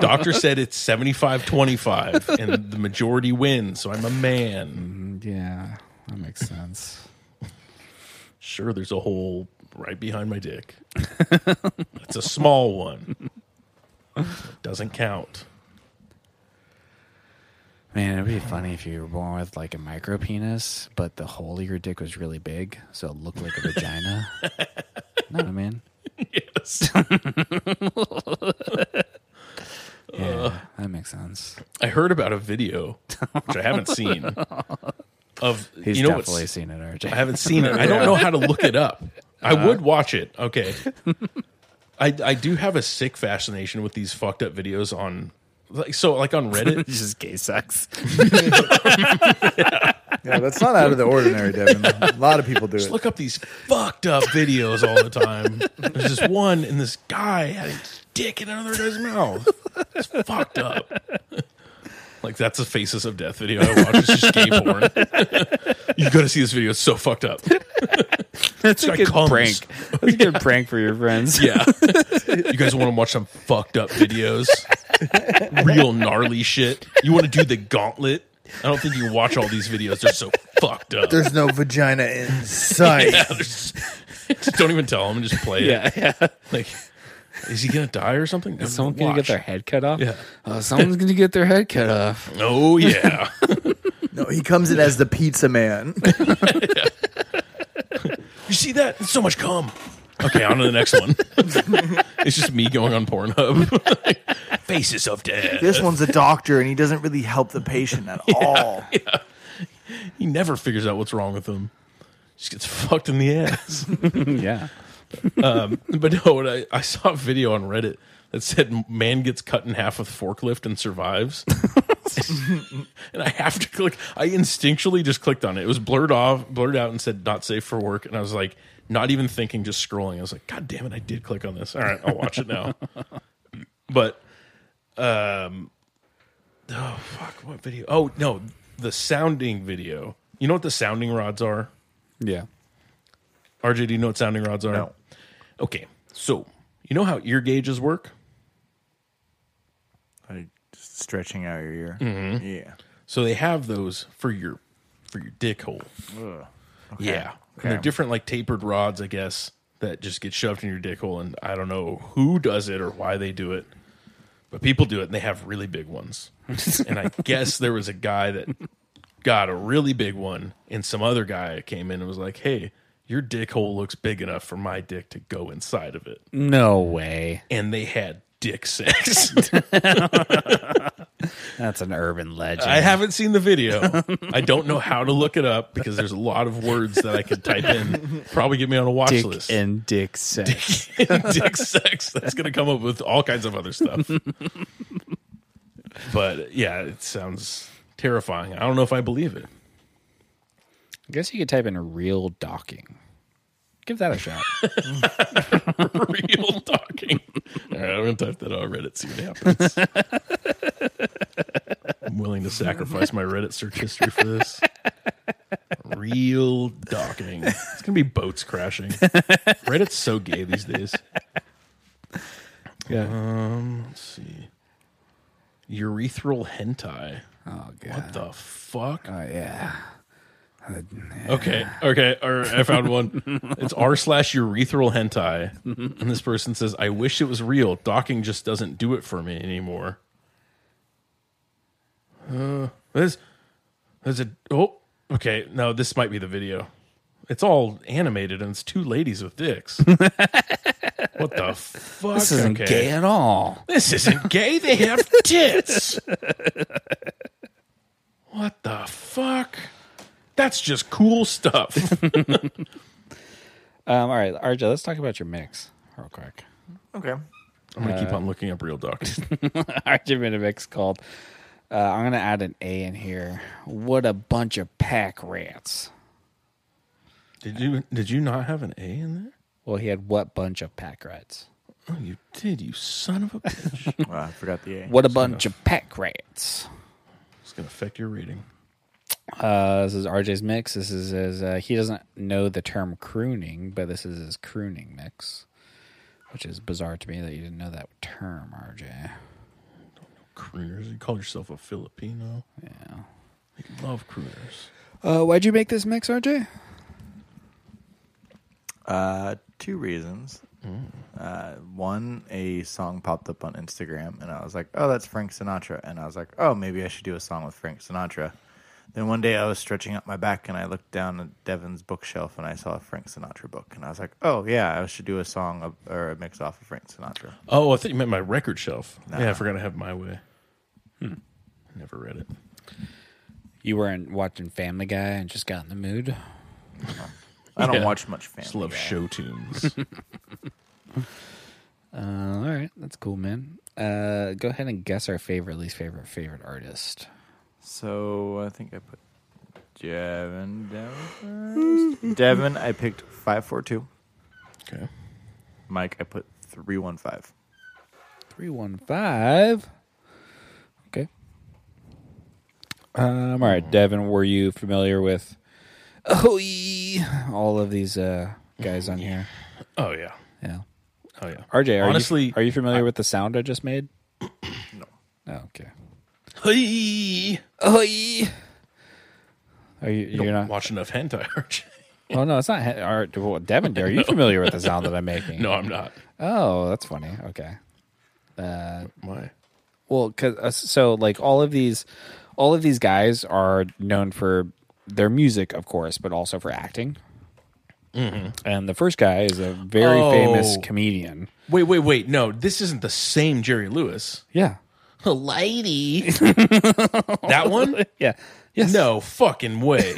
Speaker 3: Doctor said it's 75 25, and the majority wins, so I'm a man.
Speaker 1: yeah, that makes sense.
Speaker 3: Sure, there's a hole right behind my dick. It's a small one. It doesn't count.
Speaker 1: Man, it'd be funny if you were born with like a micro penis, but the hole of your dick was really big, so it looked like a vagina. Know what I mean?
Speaker 3: Yes.
Speaker 1: Yeah, that makes sense.
Speaker 3: I heard about a video, which I haven't seen, of
Speaker 1: He's
Speaker 3: you know what's-
Speaker 1: definitely seen it, RJ.
Speaker 3: I haven't seen it. I don't know how to look it up. I
Speaker 1: Uh-huh.
Speaker 3: would watch it. Okay. I I do have a sick fascination with these fucked up videos on like so like on Reddit.
Speaker 1: It's just gay sex.
Speaker 2: Yeah, that's not out of the ordinary, Devin. A lot of people do
Speaker 3: Just
Speaker 2: it.
Speaker 3: look up these fucked up videos all the time. There's this one and this guy had a dick in another guy's mouth. It's fucked up. Like that's a faces of death video I watch. It's just gay porn. you gotta see this video. It's so fucked up.
Speaker 1: That's
Speaker 3: a good prank.
Speaker 1: That's a good prank for your friends.
Speaker 3: Yeah. you guys want to watch some fucked up videos? Real gnarly shit. You want to do the gauntlet? I don't think you can watch all these videos. They're so fucked up.
Speaker 2: There's no vagina in sight.
Speaker 3: Yeah, there's- just don't even tell them. Just play it. Like, is he gonna die or something?
Speaker 1: Is someone gonna get their head cut off?
Speaker 3: Yeah.
Speaker 1: Oh, someone's gonna get their head cut off.
Speaker 3: Oh yeah.
Speaker 2: No, he comes in as the pizza man.
Speaker 3: you see that? It's so much cum. Okay, on to the next one. it's just me going on Pornhub. Faces of death.
Speaker 2: This one's a doctor, and he doesn't really help the patient at all.
Speaker 3: He never figures out what's wrong with him. Just gets fucked in the ass.
Speaker 1: yeah.
Speaker 3: But no, what I, I saw a video on Reddit that said man gets cut in half with forklift and survives. and I have to click. I instinctually just clicked on it. It was blurred off, blurred out, and said not safe for work. And I was like, not even thinking, just scrolling. I was like, God damn it, I did click on this. All right, I'll watch it now. but um, oh fuck, what video? Oh no, the sounding video. You know what the sounding rods are?
Speaker 1: Yeah.
Speaker 3: RJ, do you know what sounding rods are?
Speaker 2: No.
Speaker 3: Okay. So, you know how ear gauges work?
Speaker 2: Like just stretching out your ear.
Speaker 1: Mm-hmm.
Speaker 2: Yeah.
Speaker 3: So they have those for your for your dick hole. Yeah. And they're different like tapered rods, I guess, that just get shoved in your dick hole and I don't know who does it or why they do it. But people do it and they have really big ones. and I guess there was a guy that got a really big one and some other guy came in and was like, "Hey, your dick hole looks big enough for my dick to go inside of it."
Speaker 1: No way.
Speaker 3: And they had dick sex.
Speaker 1: That's an urban legend.
Speaker 3: I haven't seen the video. I don't know how to look it up because there's a lot of words that I could type in. Probably get me on a watch
Speaker 1: dick
Speaker 3: list.
Speaker 1: and dick sex.
Speaker 3: dick sex. That's going to come up with all kinds of other stuff. but yeah, it sounds terrifying. I don't know if I believe it.
Speaker 1: I guess you could type in a real docking. Give that a shot.
Speaker 3: Real talking. All right, I'm going to type that out on Reddit, see what happens. I'm willing to sacrifice my Reddit search history for this. Real docking. It's going to be boats crashing. Reddit's so gay these days. Um,
Speaker 1: yeah.
Speaker 3: Let's see. Urethral hentai.
Speaker 1: Oh god.
Speaker 3: What the fuck?
Speaker 1: Oh, yeah.
Speaker 3: Okay, okay. Or I found one. It's r slash urethral hentai, and this person says, "I wish it was real. Docking just doesn't do it for me anymore." Uh, there's, there's a oh, okay. No, this might be the video. It's all animated, and it's two ladies with dicks. what the fuck?
Speaker 1: This isn't
Speaker 3: okay.
Speaker 1: gay at all.
Speaker 3: This isn't gay. They have tits. what the fuck? That's just cool stuff.
Speaker 1: Um, all right, RJ, let's talk about your mix real quick.
Speaker 2: Okay.
Speaker 3: I'm gonna keep on looking up real duck.
Speaker 1: RJ made a mix called. Uh, I'm gonna add an A in here. What a bunch of pack rats.
Speaker 3: Did you did you not have an A in there?
Speaker 1: Well, he had what bunch of pack rats?
Speaker 3: Oh, you did, you son of a bitch.
Speaker 2: Well, I forgot the A.
Speaker 1: What a bunch of pack rats.
Speaker 3: it's gonna affect your rating.
Speaker 1: Uh, this is RJ's mix. This is his. Uh, he doesn't know the term crooning, but this is his crooning mix, which is bizarre to me that you didn't know that term, RJ.
Speaker 3: Crooners. You call yourself a Filipino. Yeah. I love crooners.
Speaker 1: Uh, why'd you make this mix, RJ?
Speaker 2: Uh, two reasons. Uh, one, a song popped up on Instagram, and I was like, "Oh, that's Frank Sinatra," and I was like, "Oh, maybe I should do a song with Frank Sinatra." Then one day I was stretching out my back, and I looked down at Devin's bookshelf, and I saw a Frank Sinatra book, and I was like, "Oh yeah, I should do a song of- or a mix off of Frank Sinatra."
Speaker 3: Oh, I thought you meant my record shelf. Yeah, I forgot to have my way. Hmm. Never read it.
Speaker 1: You weren't watching Family Guy and just got in the mood.
Speaker 2: I don't
Speaker 3: Yeah.
Speaker 2: watch much
Speaker 3: Just
Speaker 2: Family
Speaker 3: love
Speaker 2: Guy.
Speaker 3: show tunes.
Speaker 1: Uh, all right, that's cool, man. Uh, go ahead and guess our favorite, least favorite, favorite artist.
Speaker 2: So I think I put Devin down. first. Devin, I picked five four two.
Speaker 3: okay.
Speaker 2: Mike, I put three one five.
Speaker 1: Three one five. Okay. Um. All right, Devin. Were you familiar with oh all of these uh guys on here?
Speaker 3: Oh yeah.
Speaker 1: Yeah.
Speaker 3: Oh yeah.
Speaker 1: RJ, are
Speaker 3: Honestly,
Speaker 1: you, are you familiar with the sound I just made? No. Oh, okay.
Speaker 3: Hey!
Speaker 1: Oh, are you?
Speaker 3: You
Speaker 1: You're
Speaker 3: don't
Speaker 1: not.
Speaker 3: watch enough hentai, aren't
Speaker 1: Oh no, it's not. he- All right, well, Devin, are you familiar with the sound that I'm making?
Speaker 3: you? No, I'm not.
Speaker 1: Oh, that's funny. Okay.
Speaker 3: Why?
Speaker 1: Well, cause uh, so like all of these, all of these guys are known for their music, of course, but also for acting. And the first guy is a very famous
Speaker 3: Oh.
Speaker 1: comedian.
Speaker 3: Wait, wait, wait. No, this isn't the same Jerry Lewis.
Speaker 1: Yeah.
Speaker 3: A lady. that one?
Speaker 1: Yeah. Yes.
Speaker 3: No fucking way.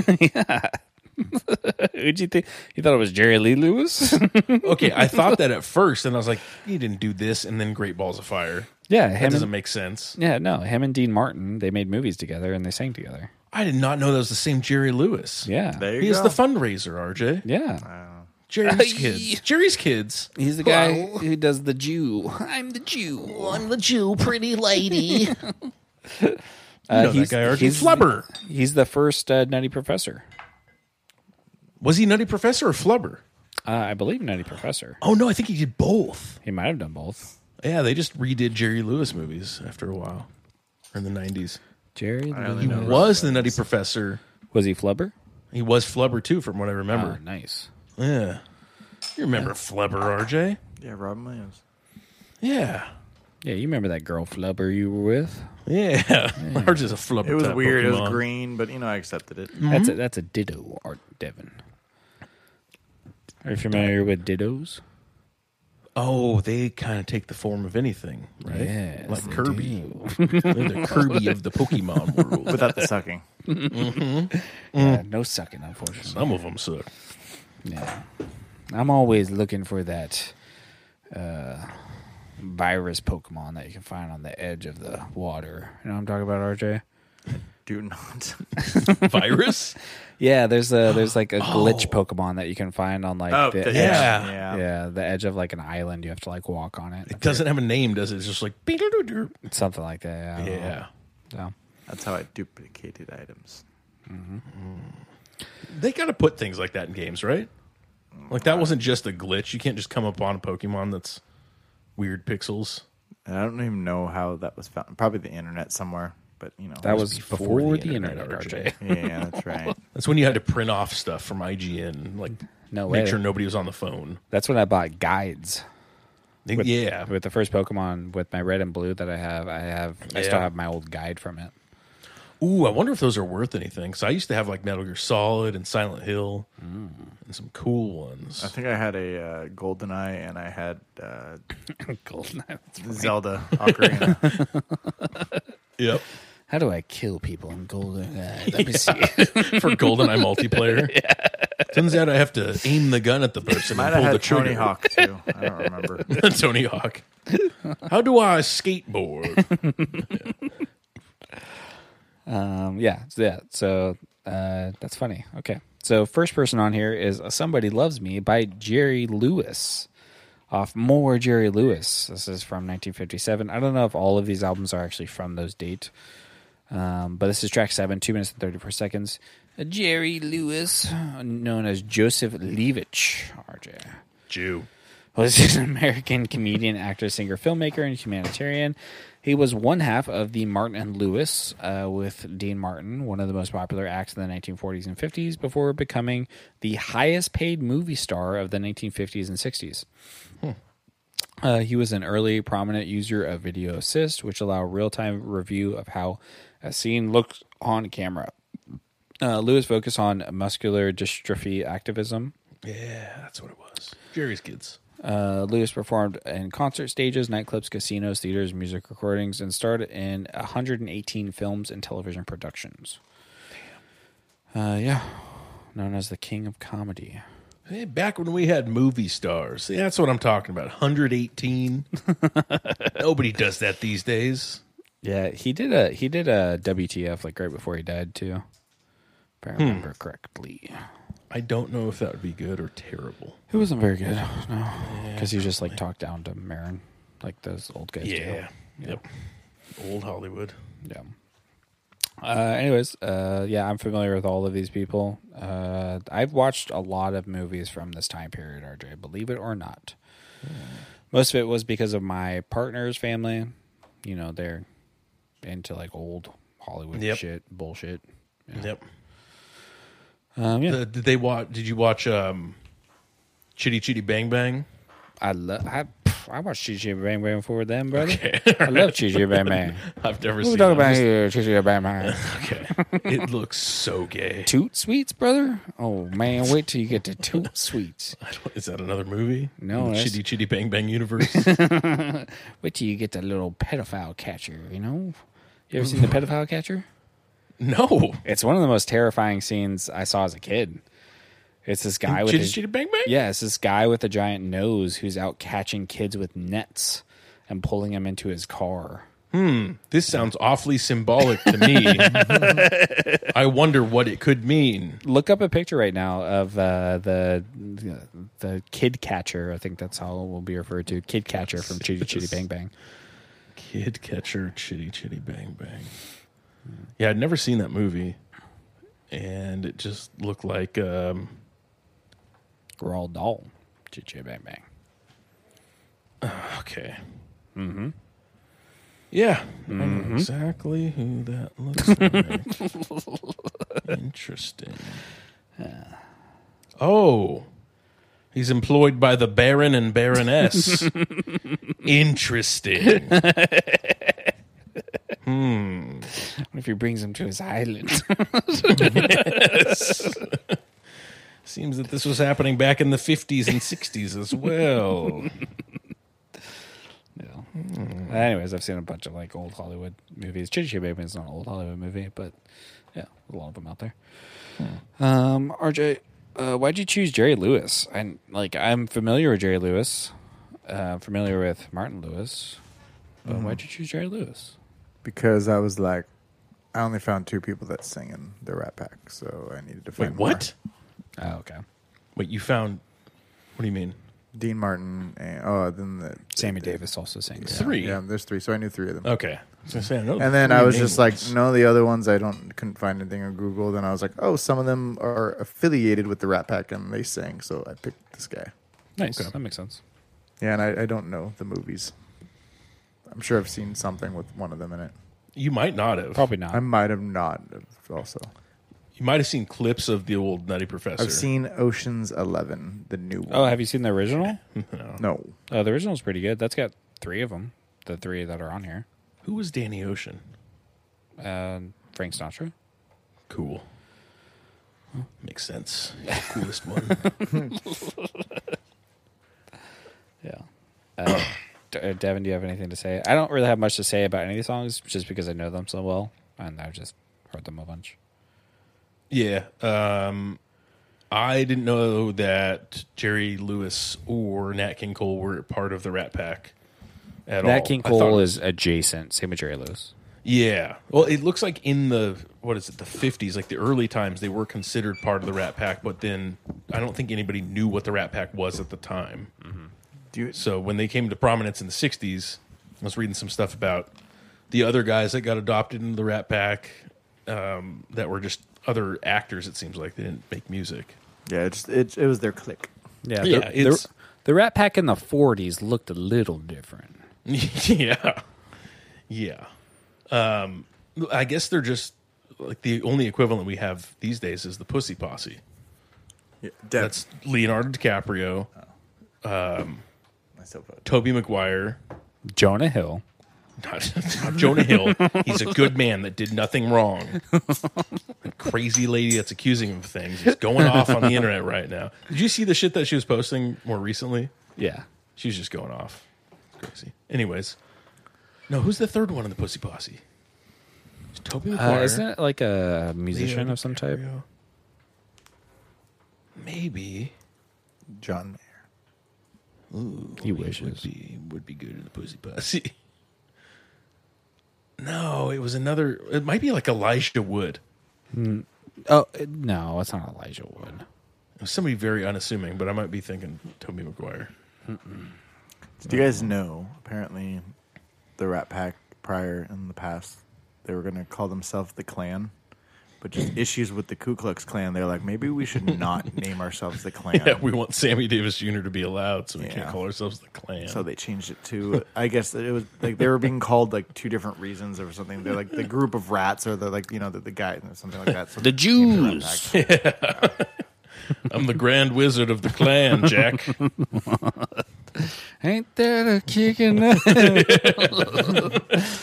Speaker 1: Who'd you think? You thought it was Jerry Lee Lewis?
Speaker 3: Okay, I thought that at first, and I was like, he didn't do this, and then Great Balls of Fire.
Speaker 1: yeah.
Speaker 3: That
Speaker 1: Him and-
Speaker 3: doesn't make sense.
Speaker 1: Yeah, no, him and Dean Martin, they made movies together and they sang together.
Speaker 3: I did not know that was the same Jerry Lewis.
Speaker 1: Yeah.
Speaker 2: There you
Speaker 3: He is
Speaker 2: go.
Speaker 3: the fundraiser, RJ.
Speaker 1: yeah.
Speaker 3: Jerry's kids. Jerry's kids.
Speaker 1: He's the guy who does the Jew. I'm the Jew.
Speaker 4: I'm the Jew, pretty lady.
Speaker 3: you know
Speaker 1: Uh, he's-
Speaker 3: that guy, RJ.
Speaker 1: he's-
Speaker 3: Flubber.
Speaker 1: He's the first uh, Nutty Professor.
Speaker 3: Was he Nutty Professor or Flubber?
Speaker 1: Uh, I believe Nutty Professor.
Speaker 3: Oh, no, I think he did both.
Speaker 1: He might have done both.
Speaker 3: Yeah, they just redid Jerry Lewis movies after a while in the 90s.
Speaker 1: Jerry Lee
Speaker 3: He was the Nutty Professor.
Speaker 1: Was he Flubber?
Speaker 3: He was Flubber, too, from what I
Speaker 1: Oh,
Speaker 3: remember.
Speaker 1: nice.
Speaker 3: yeah. You remember Flubber, RJ?
Speaker 2: Yeah, Robin Williams.
Speaker 3: Yeah.
Speaker 1: Yeah, you remember that girl Flubber you were with?
Speaker 3: Yeah. RJ's a Flubber.
Speaker 2: It was
Speaker 3: type
Speaker 2: weird. It
Speaker 3: Pokemon.
Speaker 2: was green, but you know I accepted it.
Speaker 1: That's a that's a ditto art Devin. Are you familiar with dittos?
Speaker 3: Oh, they kind of take the form of anything, right?
Speaker 1: Yes,
Speaker 3: like
Speaker 1: they
Speaker 3: Kirby. They're the Kirby of the Pokemon world.
Speaker 2: Without the sucking.
Speaker 1: Yeah, no sucking, unfortunately.
Speaker 3: Some of them suck.
Speaker 1: Yeah. I'm always looking for that uh, virus Pokemon that you can find on the edge of the water. You know what I'm talking about, RJ?
Speaker 2: Do not.
Speaker 3: Virus?
Speaker 1: Yeah, there's a there's like a glitch Pokemon that you can find on like
Speaker 2: Oh,
Speaker 1: the
Speaker 2: the-
Speaker 1: edge.
Speaker 3: Yeah.
Speaker 2: Yeah.
Speaker 1: Yeah, the edge of like an island. You have to like walk on it.
Speaker 3: It doesn't have a name, does it? It's just like. beedle-doo-doo.
Speaker 1: It's something like that. Yeah. I don't know.
Speaker 3: Yeah.
Speaker 1: So,
Speaker 2: That's how I duplicated items.
Speaker 3: They got to put things like that in games, right? Like
Speaker 1: Uh,
Speaker 3: that wasn't just a glitch. You can't just come upon a Pokemon that's weird pixels.
Speaker 2: And I don't even know how that was found. Probably the internet somewhere, but you know.
Speaker 1: that was before, the, internet, RJ.
Speaker 2: Yeah, that's right.
Speaker 3: That's when you had to print off stuff from IGN, like
Speaker 1: No
Speaker 3: make
Speaker 1: way.
Speaker 3: sure nobody was on the phone.
Speaker 1: That's when I bought guides.
Speaker 3: They-
Speaker 1: With,
Speaker 3: yeah,
Speaker 1: With the first Pokemon with my red and blue that I have, I have I still
Speaker 3: Yeah.
Speaker 1: have my old guide from it.
Speaker 3: Ooh, I wonder if those are worth anything. So I used to have like Metal Gear Solid and Silent Hill
Speaker 1: Mm.
Speaker 3: and some cool ones.
Speaker 2: I think I had a uh, golden eye, and I had uh,
Speaker 1: Golden.
Speaker 2: Zelda Ocarina.
Speaker 3: yep.
Speaker 1: How do I kill people in Golden? Uh, let me see.
Speaker 3: for GoldenEye multiplayer. Turns out I have to aim the gun at the person
Speaker 5: Might have
Speaker 3: and pull the
Speaker 5: had
Speaker 3: trigger.
Speaker 5: Tony Hawk too. I don't remember.
Speaker 3: Tony Hawk. How do I skateboard?
Speaker 1: Um, yeah, so, yeah. So uh, that's funny. Okay. So first person on here is "Somebody Loves Me" by Jerry Lewis, off More Jerry Lewis. This is from 1957. I don't know if all of these albums are actually from those date, um, but this is track seven, two minutes and thirty-four seconds. Jerry Lewis, known as Joseph Levitch, RJ
Speaker 3: Jew.
Speaker 1: was an American comedian, actor, singer, filmmaker, and humanitarian. He was one half of the Martin and Lewis uh, with Dean Martin, one of the most popular acts in the 1940s and 50s, before becoming the highest paid movie star of the 1950s and 60s. Uh, he was an early prominent user of Video Assist, which allow real time review of how a scene looks on camera. Uh, Lewis focused on muscular dystrophy activism.
Speaker 3: Yeah, that's what it was. Jerry's kids.
Speaker 1: Uh, Lewis performed in concert stages, nightclubs, casinos, theaters, music recordings, and starred in 118 films and television productions. Uh, yeah, known as the king of comedy.
Speaker 3: Hey, back when we had movie stars. See, that's what I'm talking about. 118. Nobody does that these days.
Speaker 1: Yeah, he did a he did a WTF like right before he died too, if I remember correctly.
Speaker 3: I don't know if that would be good or terrible.
Speaker 1: It wasn't very good, no, because he just like talked down to Marin, like those old guys. do.
Speaker 3: Yep. Old Hollywood.
Speaker 1: Yeah. Uh, anyways, uh, yeah, I'm familiar with all of these people. Uh, I've watched a lot of movies from this time period, RJ, believe it or not.
Speaker 3: Hmm.
Speaker 1: Most of it was because of my partner's family. You know, they're into like old Hollywood
Speaker 3: Yep.
Speaker 1: shit, bullshit.
Speaker 3: Yep.
Speaker 1: Um, yeah,
Speaker 3: Uh, did they watch? Did you watch um, Chitty Chitty Bang Bang?
Speaker 1: I love. I, pff, I watched Chichi Bang Bang before them, brother. I love Chichi Bang Bang.
Speaker 3: I've
Speaker 1: What are
Speaker 3: never
Speaker 1: we
Speaker 3: seen.
Speaker 1: talking
Speaker 3: it.
Speaker 1: about
Speaker 3: I'm
Speaker 1: here? Chichi Bang Bang.
Speaker 3: just- Okay. It looks so gay.
Speaker 1: Toot Sweets, brother. Oh man, wait till you get to Toot Sweets.
Speaker 3: I don't- Is that another movie?
Speaker 1: No,
Speaker 3: In the
Speaker 1: that's-
Speaker 3: Chitty Chitty Bang Bang universe.
Speaker 1: Wait till you get that little pedophile catcher, you know? You ever seen the pedophile catcher?
Speaker 3: no.
Speaker 1: It's one of the most terrifying scenes I saw as a kid. It's this guy with
Speaker 3: Chitty
Speaker 1: his,
Speaker 3: Chitty Bang Bang.
Speaker 1: yeah, it's this guy with a giant nose who's out catching kids with nets and pulling them into his car.
Speaker 3: This sounds awfully symbolic to me. I wonder what it could mean.
Speaker 1: Look up a picture right now of uh, the the kid catcher. I think that's how it will be referred to. Kid catcher from Chitty Chitty Bang Bang.
Speaker 3: Kid Catcher, Chitty Chitty Bang Bang. Yeah, I'd never seen that movie, and it just looked like um,
Speaker 1: Roald Dahl. Chitty Chitty Bang Bang.
Speaker 3: okay. Mm-hmm. Yeah, I know exactly who that looks like. Interesting. Oh, he's employed by the Baron and Baroness. Interesting.
Speaker 1: What if he brings him to his island?
Speaker 3: Seems that this was happening back in the 50s and 60s as well.
Speaker 1: Anyways, I've seen a bunch of like old Hollywood movies. Chitty Chitty Bang Bang is not an old Hollywood movie, but yeah, a lot of them out there. Um, RJ, uh, why'd you choose Jerry Lewis? And like, I'm familiar with Jerry Lewis, uh, familiar with Martin Lewis, but why'd you choose Jerry Lewis?
Speaker 5: Because I was like, I only found two people that sing in the Rat Pack, so I needed to find
Speaker 3: Wait, what?
Speaker 1: Oh, okay.
Speaker 3: Wait, you found. What do you mean?
Speaker 5: more. Dean Martin and oh, then the
Speaker 1: Sammy Davis also sings.
Speaker 3: Three.
Speaker 5: yeah, there's three, so I knew three of them.
Speaker 3: Okay. I was gonna say, I know the
Speaker 5: And then
Speaker 3: three
Speaker 5: I was
Speaker 3: main
Speaker 5: just like,
Speaker 3: ones.
Speaker 5: no, the other ones I don't couldn't find anything on Google. Then I was like, oh, some of them are affiliated with the Rat Pack and they sang, so I picked this guy.
Speaker 1: Nice. That makes sense.
Speaker 5: Yeah, and I, I don't know the movies. I'm sure I've seen something with one of them in it.
Speaker 3: You might not have.
Speaker 1: Probably not.
Speaker 5: I might have not have also.
Speaker 3: You might have seen clips of the old Nutty Professor.
Speaker 5: I've seen Ocean's Eleven, the new one.
Speaker 1: oh, have you seen the original?
Speaker 5: no,
Speaker 1: Uh, the original's pretty good. That's got three of them. The three that are on here.
Speaker 3: Who was Danny Ocean?
Speaker 1: Um, Frank Sinatra.
Speaker 3: Cool. Makes sense. He's the coolest one.
Speaker 1: Yeah. Uh, D- uh, Devin, do you have anything to say? I don't really have much to say about any of the songs just because I know them so well. and I've just heard them a bunch.
Speaker 3: Yeah. Um, I didn't know that Jerry Lewis or Nat King Cole were part of the Rat Pack at all.
Speaker 1: That King
Speaker 3: I thought-
Speaker 1: Cole is adjacent. Same with Jerry Lewis.
Speaker 3: Yeah. Well, it looks like in the what is it, the fifties, like the early times, they were considered part of the Rat Pack, but then I don't think anybody knew what the Rat Pack was at the time.
Speaker 5: Mm-hmm. Do you-
Speaker 3: so when they came to prominence in the sixties, I was reading some stuff about the other guys that got adopted into the Rat Pack um, that were just other actors. It seems like they didn't make music.
Speaker 5: Yeah, it's, it, it was their click.
Speaker 1: Yeah,
Speaker 3: Yeah,
Speaker 1: the,
Speaker 3: it's-
Speaker 1: the, the Rat Pack in the '40s looked a little different.
Speaker 3: yeah, yeah. Um, I guess they're just like the only equivalent we have these days is the Pussy Posse.
Speaker 5: Yeah,
Speaker 3: That's Leonardo DiCaprio,
Speaker 5: myself out.
Speaker 3: Toby Maguire,
Speaker 1: Jonah Hill.
Speaker 3: not, not Jonah Hill. He's a good man that did nothing wrong. The crazy lady that's accusing him of things is going off on the internet right now. Did you see the shit that she was posting more recently?
Speaker 1: Yeah,
Speaker 3: She was just going off. It's crazy. Anyways, no, who's the third one in the Pussy Posse? It's Toby
Speaker 1: uh,
Speaker 3: Maguire.
Speaker 1: isn't it like a musician
Speaker 3: Leo
Speaker 1: of some type?
Speaker 3: DiCaprio. Maybe.
Speaker 5: John Mayer.
Speaker 1: He
Speaker 3: would
Speaker 1: wishes.
Speaker 3: be would be good in the pussy pussy. No, it was another. It might be like Elijah Wood.
Speaker 1: Oh uh, no, it's not Elijah Wood.
Speaker 3: It was somebody very unassuming, but I might be thinking Toby McGuire.
Speaker 5: Do you guys know? Apparently, the Rat Pack prior in the past, they were going to call themselves the Klan, but just issues with the Ku Klux Klan. They're like, maybe we should not name ourselves the Klan.
Speaker 3: Yeah, we want Sammy Davis Jr. to be allowed, so we can't
Speaker 5: Yeah.
Speaker 3: call ourselves the Klan.
Speaker 5: so they changed it to. I guess that it was like they were being called like two different reasons or something. They're like the group of rats, or the like you know the, the guy or something like that. So the Jews.
Speaker 3: I'm the Grand Wizard of the Klan, Jack.
Speaker 1: Ain't that a kick in the-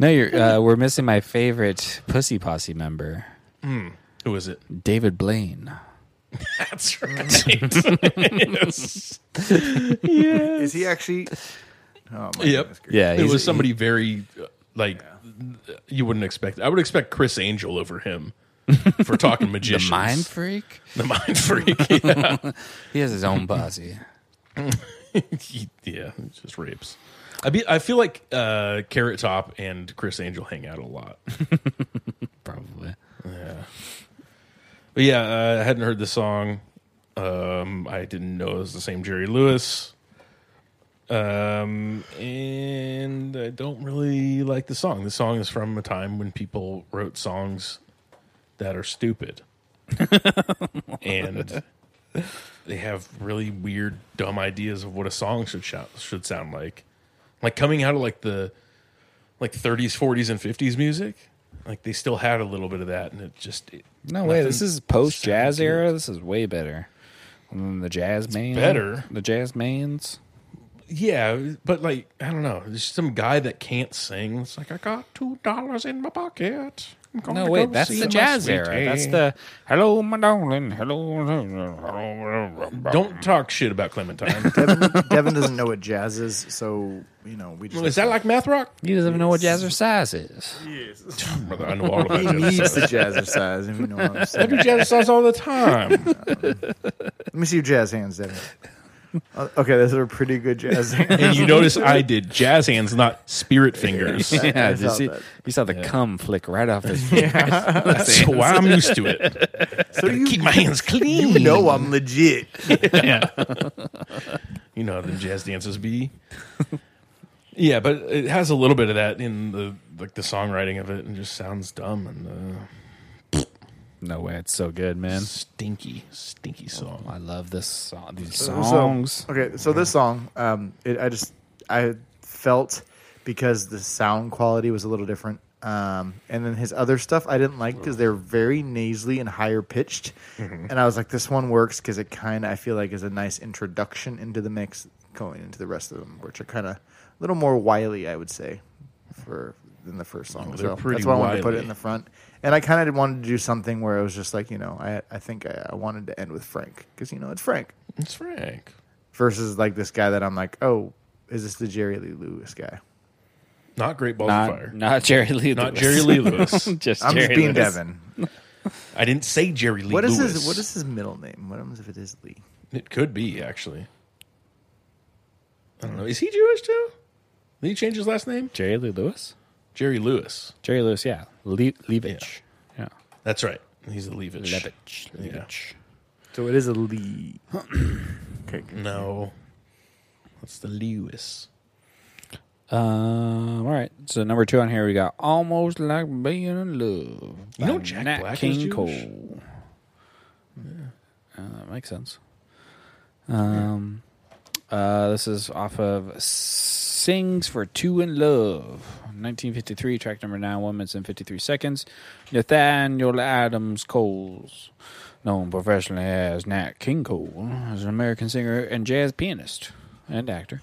Speaker 1: no, you're. Uh, we're missing my favorite Pussy Posse member,
Speaker 3: Who is it?
Speaker 1: David Blaine.
Speaker 3: That's right. Yes.
Speaker 5: Is he actually? Oh my
Speaker 3: Yep.
Speaker 5: goodness gracious.
Speaker 1: Yeah,
Speaker 3: It
Speaker 1: he's-
Speaker 3: was somebody very uh, like you wouldn't expect. I would expect Chris Angel over him for talking
Speaker 1: the
Speaker 3: magicians.
Speaker 1: mind freak.
Speaker 3: the mind freak. Yeah.
Speaker 1: He has his own posse.
Speaker 3: He- yeah, it just rapes. I be, I feel like uh, Carrot Top and Chris Angel hang out a lot.
Speaker 1: Probably.
Speaker 3: But yeah, uh, I hadn't heard the song. Um, I didn't know it was the same Jerry Lewis. Um, and I don't really like the song. The song is from a time when people wrote songs that are stupid, and they have really weird, dumb ideas of what a song should shout, should sound like. Like coming out of like the like 30s, 40s, and 50s music, like they still had a little bit of that, and it just it,
Speaker 1: No way. This
Speaker 3: Nothing
Speaker 1: is post jazz
Speaker 3: sounds good.
Speaker 1: era. This is way better than the jazz man.
Speaker 3: better.
Speaker 1: The jazz man's.
Speaker 3: Yeah, but like I don't know, there's some guy that can't sing. It's like I got two dollars in my pocket. I'm gonna
Speaker 1: No,
Speaker 3: go
Speaker 1: wait. That's
Speaker 3: see
Speaker 1: the
Speaker 3: my
Speaker 1: jazz
Speaker 3: sweetie.
Speaker 1: era. That's the hello, my darling. Hello. hello, hello."
Speaker 3: Don't talk shit about Clementine.
Speaker 5: Devin, Devin doesn't know what jazz is, so you know we just
Speaker 3: Is that like math rock?
Speaker 1: He doesn't even know what jazzercise is.
Speaker 3: Brother, I know all about
Speaker 5: he needs the jazzercise. If you know what I'm saying.
Speaker 3: I do jazz songs all the time.
Speaker 5: Let me see your jazz hands, Devin. Uh, okay, those are pretty good jazz hands.
Speaker 3: and you notice I did jazz hands, not spirit fingers.
Speaker 1: Yeah,
Speaker 5: I
Speaker 1: did you
Speaker 5: felt
Speaker 1: see,
Speaker 5: that.
Speaker 1: you saw the cum flick right off his face.
Speaker 3: That's why I'm used to it.
Speaker 5: So you
Speaker 3: Keep my hands clean.
Speaker 5: you know I'm legit.
Speaker 3: you know how the jazz dances be. yeah, but it has a little bit of that in the like the songwriting of it, and just sounds dumb and. Uh,
Speaker 1: No way, it's so good, man.
Speaker 3: stinky, stinky song.
Speaker 1: I love this song. These
Speaker 5: So-
Speaker 3: uh,
Speaker 1: songs.
Speaker 5: okay, so this song, um, it, I just I felt because the sound quality was a little different. Um, and then his other stuff I didn't like because they're very nasally and higher pitched.
Speaker 3: Mm-hmm.
Speaker 5: And I was like, this one works because it kind of I feel like is a nice introduction into the mix going into the rest of them, which are kind of a little more wily, I would say, for than the first song.
Speaker 3: they're
Speaker 5: so
Speaker 3: pretty
Speaker 5: that's why I wanted to put it
Speaker 3: wily.
Speaker 5: in the front. And I kind of wanted to do something where it was just like, you know, I I think I, I wanted to end with Frank because you know it's Frank
Speaker 3: It's Frank.
Speaker 5: versus like this guy that I'm like, oh, is this the Jerry Lee Lewis guy?
Speaker 3: Not Great Balls of Fire.
Speaker 1: Not, not Jerry Lee.
Speaker 3: Not
Speaker 1: Lewis.
Speaker 3: Jerry Lee Lewis.
Speaker 1: just
Speaker 5: I'm
Speaker 1: Jerry
Speaker 5: just being
Speaker 1: Lewis.
Speaker 5: Devin.
Speaker 3: I didn't say Jerry Lee
Speaker 5: What is
Speaker 3: Lewis.
Speaker 5: his What is his middle name? What happens if it is Lee?
Speaker 3: It could be actually. I don't know. Is he Jewish too? Did he change his last name?
Speaker 1: Jerry Lee Lewis.
Speaker 3: Jerry Lewis.
Speaker 1: Jerry Lewis. Yeah. Le- Levitch. Yeah.
Speaker 3: That's right. He's a Levitch.
Speaker 1: Levitch.
Speaker 3: Yeah.
Speaker 1: Levitch.
Speaker 5: So it is a Lee. okay. good.
Speaker 3: No, that's the Lewis.
Speaker 1: Um. All right. So number two on here, we got almost like being in love.
Speaker 3: You
Speaker 1: by
Speaker 3: know Jack
Speaker 1: Nat
Speaker 3: Black is
Speaker 1: King
Speaker 3: Jewish?
Speaker 1: Cole. Yeah. Uh, that makes sense. Um. Uh, this is off of Sings for Two in Love, 1953, track number nine, one minutes and 53 seconds. Nathaniel Adams Coles, known professionally as Nat King Cole, is an American singer and jazz pianist and actor.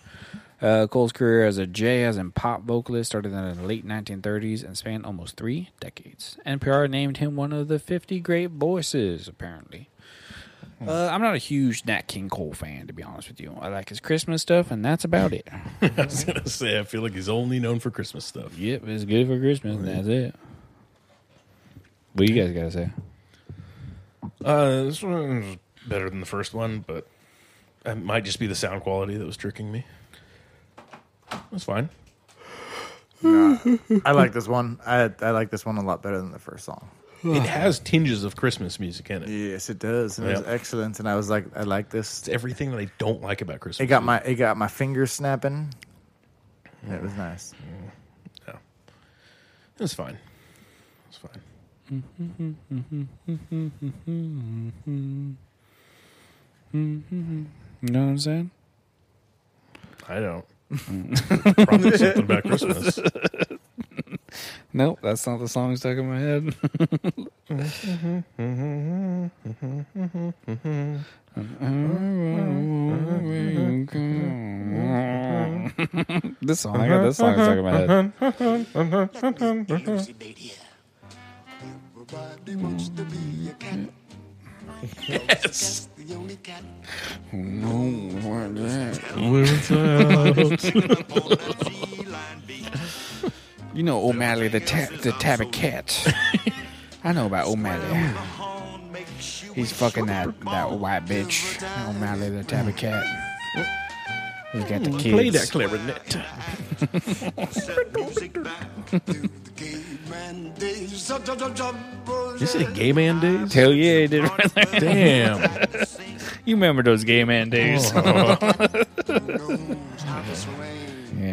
Speaker 1: Uh, Cole's career as a jazz and pop vocalist started in the late 1930s and spanned almost three decades. NPR named him one of the 50 great voices, apparently. Uh, I'm not a huge Nat King Cole fan, to be honest with you. I like his Christmas stuff, and that's about it.
Speaker 3: I was gonna say. I feel like he's only known for Christmas stuff.
Speaker 1: yep, it's good for Christmas, and that's it. What you guys gotta say?
Speaker 3: Uh, this one's better than the first one, but it might just be the sound quality that was tricking me. That's fine.
Speaker 5: I like this one. I I like this one a lot better than the first song.
Speaker 3: It has tinges of Christmas music in it.
Speaker 5: Yes, it does. And It was
Speaker 3: Yep.
Speaker 5: excellent. And I was like, I like this.
Speaker 3: It's everything that I don't like about Christmas.
Speaker 5: It got my it got my fingers snapping. It was nice.
Speaker 3: It's fine. It's fine.
Speaker 1: You know what I'm saying?
Speaker 3: I don't. Probably something about Christmas.
Speaker 1: Nope, that's not the song stuck in my head. this song, I got this song stuck in my head.
Speaker 6: Everybody wants to be a cat. Yes. the only cat.
Speaker 1: You know O'Malley, the ta- the tabby cat. I know about O'Malley. He's fucking that, that white bitch, Oh, O'Malley, the tabby cat. He's got the kids.
Speaker 3: Play that clarinet. You say gay man days?
Speaker 1: Hell yeah, he did.
Speaker 3: Damn.
Speaker 1: you remember those gay man days? yeah,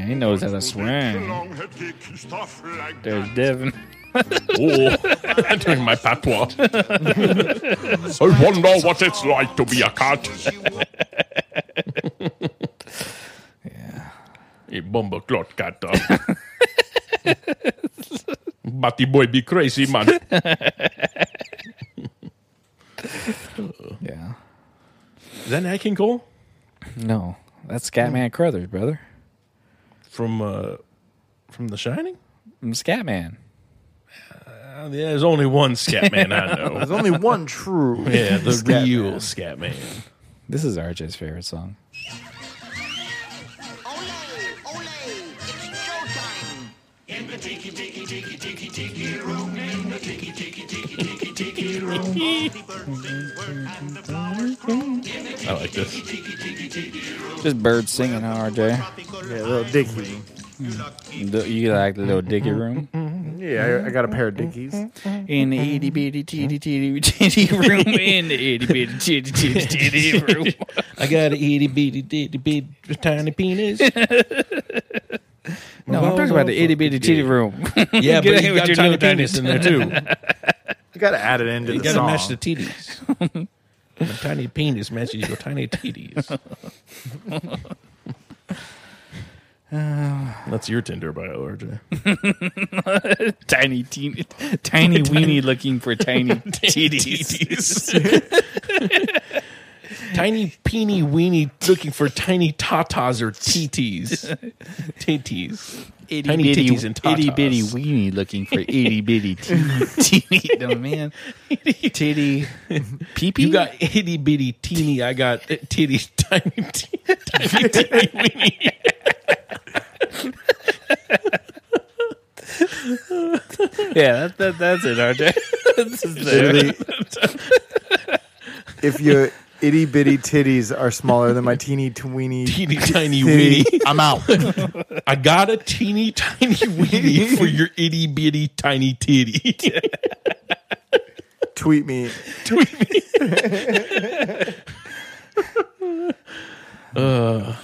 Speaker 1: he knows how to swing. There's Devin.
Speaker 3: Oh, I'm doing my patois. I wonder what it's like to be a cat. A bomber clot cat. Batty boy be crazy, man.
Speaker 1: Yeah.
Speaker 3: Is that Nat King Cole?
Speaker 1: No, that's Scatman Crothers, brother.
Speaker 3: From, uh, from The Shining?
Speaker 1: I'm Scatman.
Speaker 3: Uh, yeah, there's only one Scatman I know.
Speaker 5: There's only one true.
Speaker 3: Yeah, the real Scatman.
Speaker 1: This is RJ's favorite song.
Speaker 3: I like this.
Speaker 1: Just birds singing, huh, RJ?
Speaker 5: Yeah, little dickie.
Speaker 1: The- You like the little dicky room?
Speaker 5: Yeah, I, I got a pair of dickies.
Speaker 1: in the itty bitty titty titty titty room. In the itty bitty titty titty titty room.
Speaker 3: I got a itty bitty bitty bitty tiny penis.
Speaker 1: No, I'm talking about the itty bitty titty room.
Speaker 3: Yeah,
Speaker 1: Get
Speaker 3: but
Speaker 1: in
Speaker 3: you
Speaker 1: with
Speaker 3: got
Speaker 1: your
Speaker 3: tiny
Speaker 1: little
Speaker 3: penis in there too.
Speaker 5: You got to add it into
Speaker 3: You
Speaker 5: the
Speaker 3: got to
Speaker 5: song.
Speaker 3: match the titties. My tiny penis matches your tiny titties. That's your Tinder bio, RJ.
Speaker 1: tiny teeny, tiny weenie looking for tiny titties.
Speaker 3: Titties. tiny peeny weeny looking for tiny tatas or titties. Titties.
Speaker 1: Itty
Speaker 3: Tiny
Speaker 1: bitty,
Speaker 3: titties and
Speaker 1: itty
Speaker 3: tatas.
Speaker 1: bitty weenie looking for itty bitty teeny teeny. No man, titty pee pee.
Speaker 3: You got itty bitty teeny. I got uh, titty tiny t- tiny teeny weeny.
Speaker 1: yeah, that, that, that's it, RJ. This is the-
Speaker 5: Literally, if your itty bitty titties are smaller than my teeny tweeny
Speaker 3: teeny tiny
Speaker 5: titty,
Speaker 3: weenie.
Speaker 5: I'm out.
Speaker 3: I got a teeny tiny weenie for your itty bitty tiny titty.
Speaker 5: Tweet me.
Speaker 3: Uh,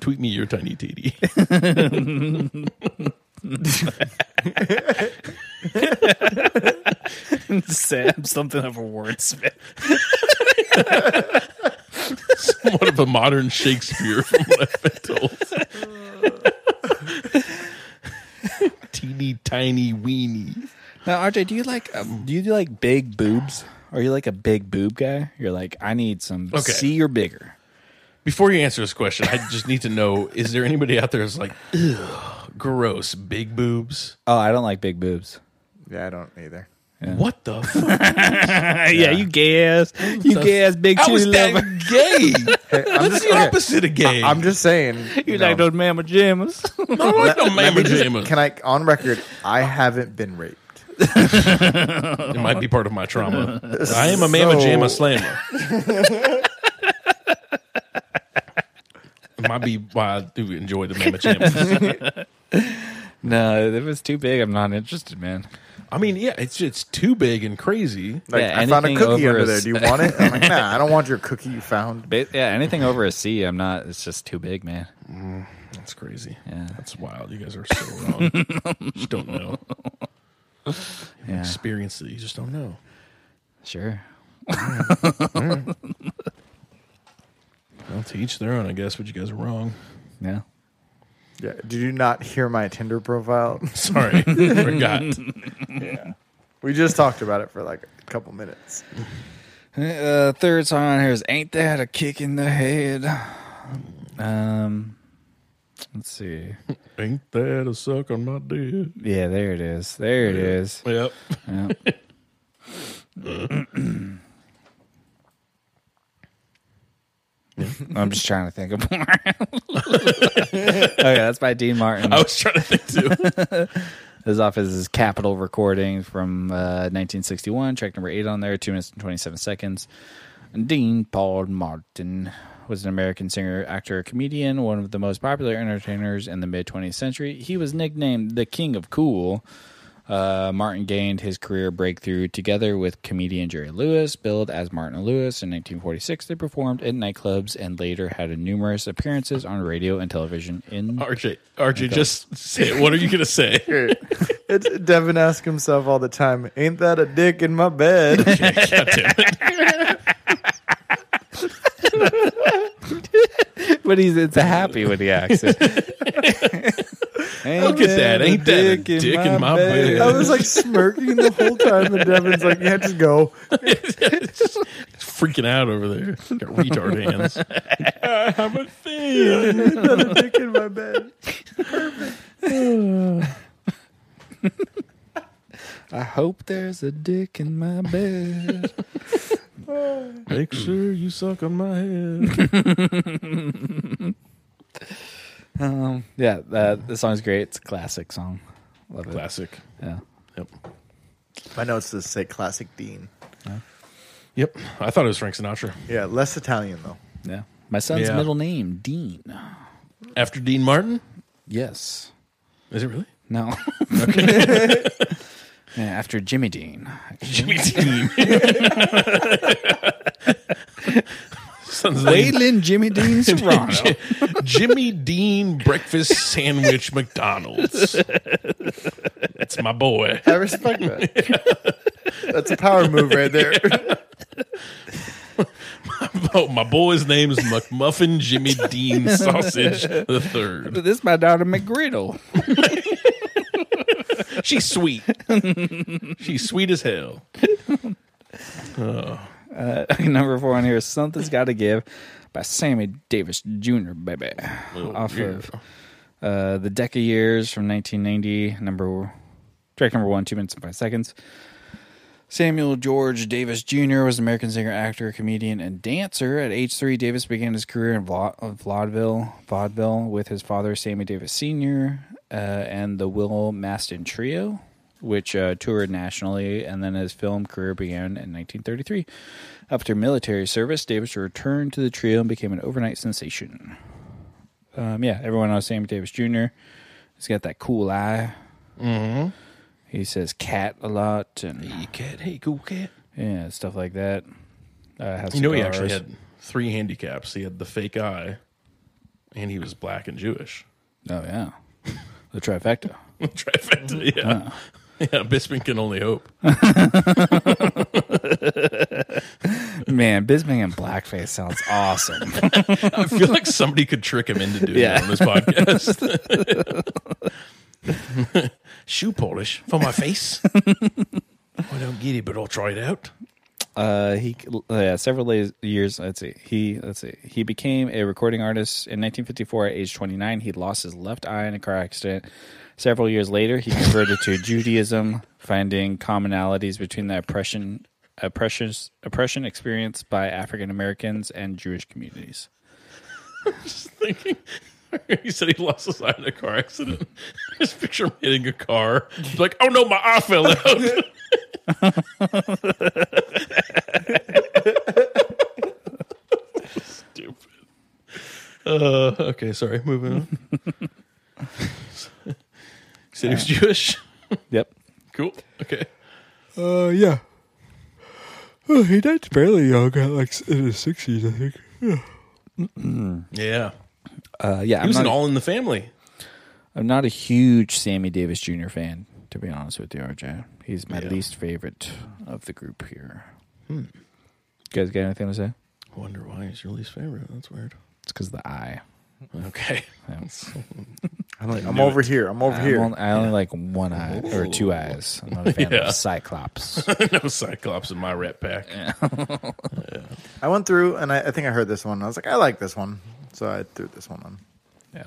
Speaker 3: Tweet me your tiny titty.
Speaker 1: Sam, something of a wordsmith.
Speaker 3: Somewhat of a modern Shakespeare from what I've been told. teeny tiny weenie.
Speaker 1: Now, RJ, do you like um, do you do like big boobs? Are you like a big boob guy? You're like, I need some
Speaker 3: Okay.
Speaker 1: C or bigger.
Speaker 3: Before you answer this question, I just need to know: Is there anybody out there that's like, Ugh, gross, big boobs?
Speaker 1: Oh, I don't like big boobs.
Speaker 5: Yeah, I don't either.
Speaker 3: What the? Fuck?
Speaker 1: yeah. you gay ass, you gay ass big
Speaker 3: How
Speaker 1: titty
Speaker 3: is that
Speaker 1: lover.
Speaker 3: gay?
Speaker 5: Hey, I'm
Speaker 3: That's
Speaker 5: just,
Speaker 3: the
Speaker 5: okay,
Speaker 3: opposite of gay.
Speaker 5: I'm just saying.
Speaker 1: You
Speaker 5: no.
Speaker 1: like those mamma jammas?
Speaker 3: I don't like no
Speaker 5: Let me
Speaker 3: mamma
Speaker 5: just-
Speaker 3: jamma.
Speaker 5: Can I, on record, I haven't been raped.
Speaker 3: It might be part of my trauma. I am a mamma
Speaker 5: So-
Speaker 3: jamma slammer. it might be why I do enjoy the mamma jamma.
Speaker 1: no, if it's too big, I'm not interested, man.
Speaker 3: I mean, yeah, it's it's too big and crazy.
Speaker 5: Like,
Speaker 1: Yeah,
Speaker 5: I found a
Speaker 1: anything
Speaker 5: cookie
Speaker 1: over
Speaker 5: under
Speaker 1: a
Speaker 5: there.
Speaker 1: s-
Speaker 5: Do you want it? I'm like, nah, I don't want your cookie you found.
Speaker 1: Ba- yeah, anything over a C, I'm not. It's just too big, man.
Speaker 3: That's crazy.
Speaker 1: Yeah.
Speaker 3: That's wild. You guys are so wrong. just don't know.
Speaker 1: Yeah,
Speaker 3: Experience that you just don't know.
Speaker 1: sure.
Speaker 3: Well, to each their own, I guess. But you guys are wrong.
Speaker 1: Yeah.
Speaker 5: Yeah. Did you not hear my Tinder profile?
Speaker 3: Sorry, forgot.
Speaker 5: We just talked about it for like a couple minutes.
Speaker 1: Uh, third song on here is "Ain't That a Kick in the Head." Um, let's see.
Speaker 3: Ain't that a suck on my dick?
Speaker 1: Yeah, there it is. There it is.
Speaker 3: Yep.
Speaker 1: Yep. I'm just trying to think of more. okay, that's by Dean Martin.
Speaker 3: I was trying to think too.
Speaker 1: His off is his Capitol recording from uh, 1961, track number eight on there, two minutes and 27 seconds. And Dean Paul Martin was an American singer, actor, comedian, one of the most popular entertainers in the mid 20th century. He was nicknamed the King of Cool. Uh, Martin gained his career breakthrough together with comedian Jerry Lewis, billed as Martin and Lewis. In 1946, they performed in nightclubs and later had numerous appearances on radio and television. In
Speaker 3: RJ, RJ, just say it. What are you gonna say?
Speaker 5: It's Devin asks himself all the time, "Ain't that a dick in my bed?"
Speaker 1: but he's it's a happy when he acts. Look
Speaker 3: Look at that. Ain't that a dick in my bed?
Speaker 5: I was like smirking the whole time, and Devin's like, "Yeah, just go."
Speaker 3: freaking out over there. Got retard hands. I'm a thing.
Speaker 5: Ain't that a dick in my bed?
Speaker 1: I hope there's a dick in my bed.
Speaker 3: Make sure you suck on my head.
Speaker 1: um, yeah, uh, the song's great. It's a classic song. Love it.
Speaker 3: Classic.
Speaker 1: Yeah.
Speaker 3: Yep.
Speaker 5: My notes just say classic Dean.
Speaker 3: Yep. I thought it was Frank Sinatra.
Speaker 5: Yeah, less Italian though.
Speaker 1: Yeah. My son's
Speaker 3: Yeah.
Speaker 1: middle name, Dean.
Speaker 3: After Dean Martin?
Speaker 1: Yes.
Speaker 3: Is it really?
Speaker 1: No. yeah, after Jimmy Dean.
Speaker 3: Jimmy Dean. Son's name-
Speaker 1: Waylon Jimmy Dean Serrano.
Speaker 3: Jimmy Dean Breakfast Sandwich McDonald's. That's my boy.
Speaker 5: I respect that. That's a power move right there.
Speaker 3: Oh, my boy's name is McMuffin Jimmy Dean Sausage the Third.
Speaker 1: this is my daughter McGriddle.
Speaker 3: She's sweet. She's sweet as hell.
Speaker 1: Number four on here is Something's Gotta Give by Sammy Davis Jr., baby.
Speaker 3: Well,
Speaker 1: Off
Speaker 3: yeah.
Speaker 1: of uh, the Decca Years from 1990, number track number one, two minutes and five seconds. Samuel George Davis Jr. was an American singer, actor, comedian, and dancer. At age three, Davis began his career in vau- uh, vaudeville, vaudeville with his father, Sammy Davis Sr. uh, and the Will Maston Trio, which uh, toured nationally, and then his film career began in 1933. After military service, Davis returned to the trio and became an overnight sensation. Um, yeah, everyone knows Sammy Davis Jr. He's got that cool eye. Mm-hmm. He says "cat" a lot, and
Speaker 3: Hey, cat. Hey, cool cat.
Speaker 1: yeah, stuff like that. Uh, has
Speaker 3: You know, he actually
Speaker 1: cigars.
Speaker 3: had three handicaps. He had the fake eye, and he was black and Jewish.
Speaker 1: Oh yeah, the trifecta.
Speaker 3: Trifecta, yeah. Yeah, Bisping can only hope.
Speaker 1: Man, Bisping in blackface sounds awesome.
Speaker 3: I feel like somebody could trick him into doing
Speaker 1: Yeah.
Speaker 3: that on this podcast. Shoe polish for my face. I don't get it, but I'll try it out.
Speaker 1: uh, he uh, yeah, several la- years. Let's see. He let's see. He became a recording artist in 1954 at age 29. He lost his left eye in a car accident. Several years later, he converted to Judaism, finding commonalities between the oppression oppression oppression experienced by African Americans and Jewish communities.
Speaker 3: Thinking. He said he lost his eye in a car accident. Just picture him hitting a car. He's like, oh no, my eye fell out. Stupid. Uh, okay, sorry. Moving on. said he was Jewish.
Speaker 1: Yep.
Speaker 3: Cool. Okay.
Speaker 8: Uh, yeah. Oh, he died fairly young, at like in his sixties, I think.
Speaker 3: Yeah.
Speaker 1: Uh, yeah,
Speaker 3: He
Speaker 1: I'm
Speaker 3: was
Speaker 1: not,
Speaker 3: an all in the family.
Speaker 1: I'm not a huge Sammy Davis Jr. fan, to be honest with you, RJ. He's my least favorite of the group here. You guys got anything to say?
Speaker 3: Wonder why he's your least favorite. That's weird.
Speaker 1: It's because the eye.
Speaker 3: Okay.
Speaker 5: I'm, like, I'm over here. I'm over
Speaker 1: I'm
Speaker 5: here.
Speaker 1: on- I only like one eye or two eyes. I'm not a fan
Speaker 3: Yeah.
Speaker 1: of Cyclops.
Speaker 3: no Cyclops in my rat pack.
Speaker 5: I went through and I, I think I heard this one. and I was like, I like this one. So I threw this one on.
Speaker 1: yeah.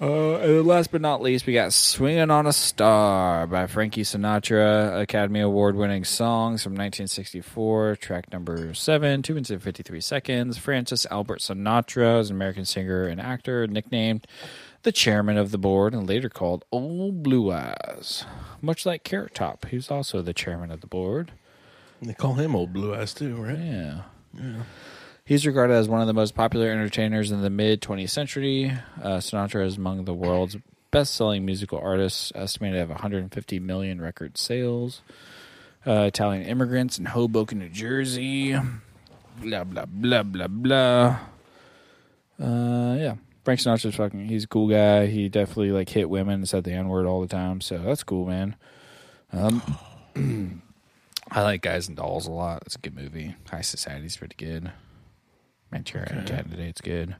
Speaker 1: Uh, and then last but not least, we got "Swinging on a Star" by Frankie Sinatra, Academy Award-winning songs from 1964, track number seven, two minutes and fifty-three seconds. Francis Albert Sinatra is an American singer and actor, nicknamed the Chairman of the Board, and later called Old Blue Eyes. Much like Carrot Top, he was also the Chairman of the Board.
Speaker 3: They call him old blue eyes too, right?
Speaker 1: Yeah. He's regarded as one of the most popular entertainers in the mid 20th century. Uh, Sinatra is among the world's best selling musical artists, estimated to have 150 million record sales. Uh, Italian immigrants in Hoboken, New Jersey. Blah, blah, blah, blah, blah. Uh, yeah. Frank Sinatra's fucking, he's a cool guy. He definitely like hit women and said the N word all the time. So that's cool, man. I like Guys and Dolls a lot. It's a good movie. High Society's pretty good. Manchurian Candidate's good.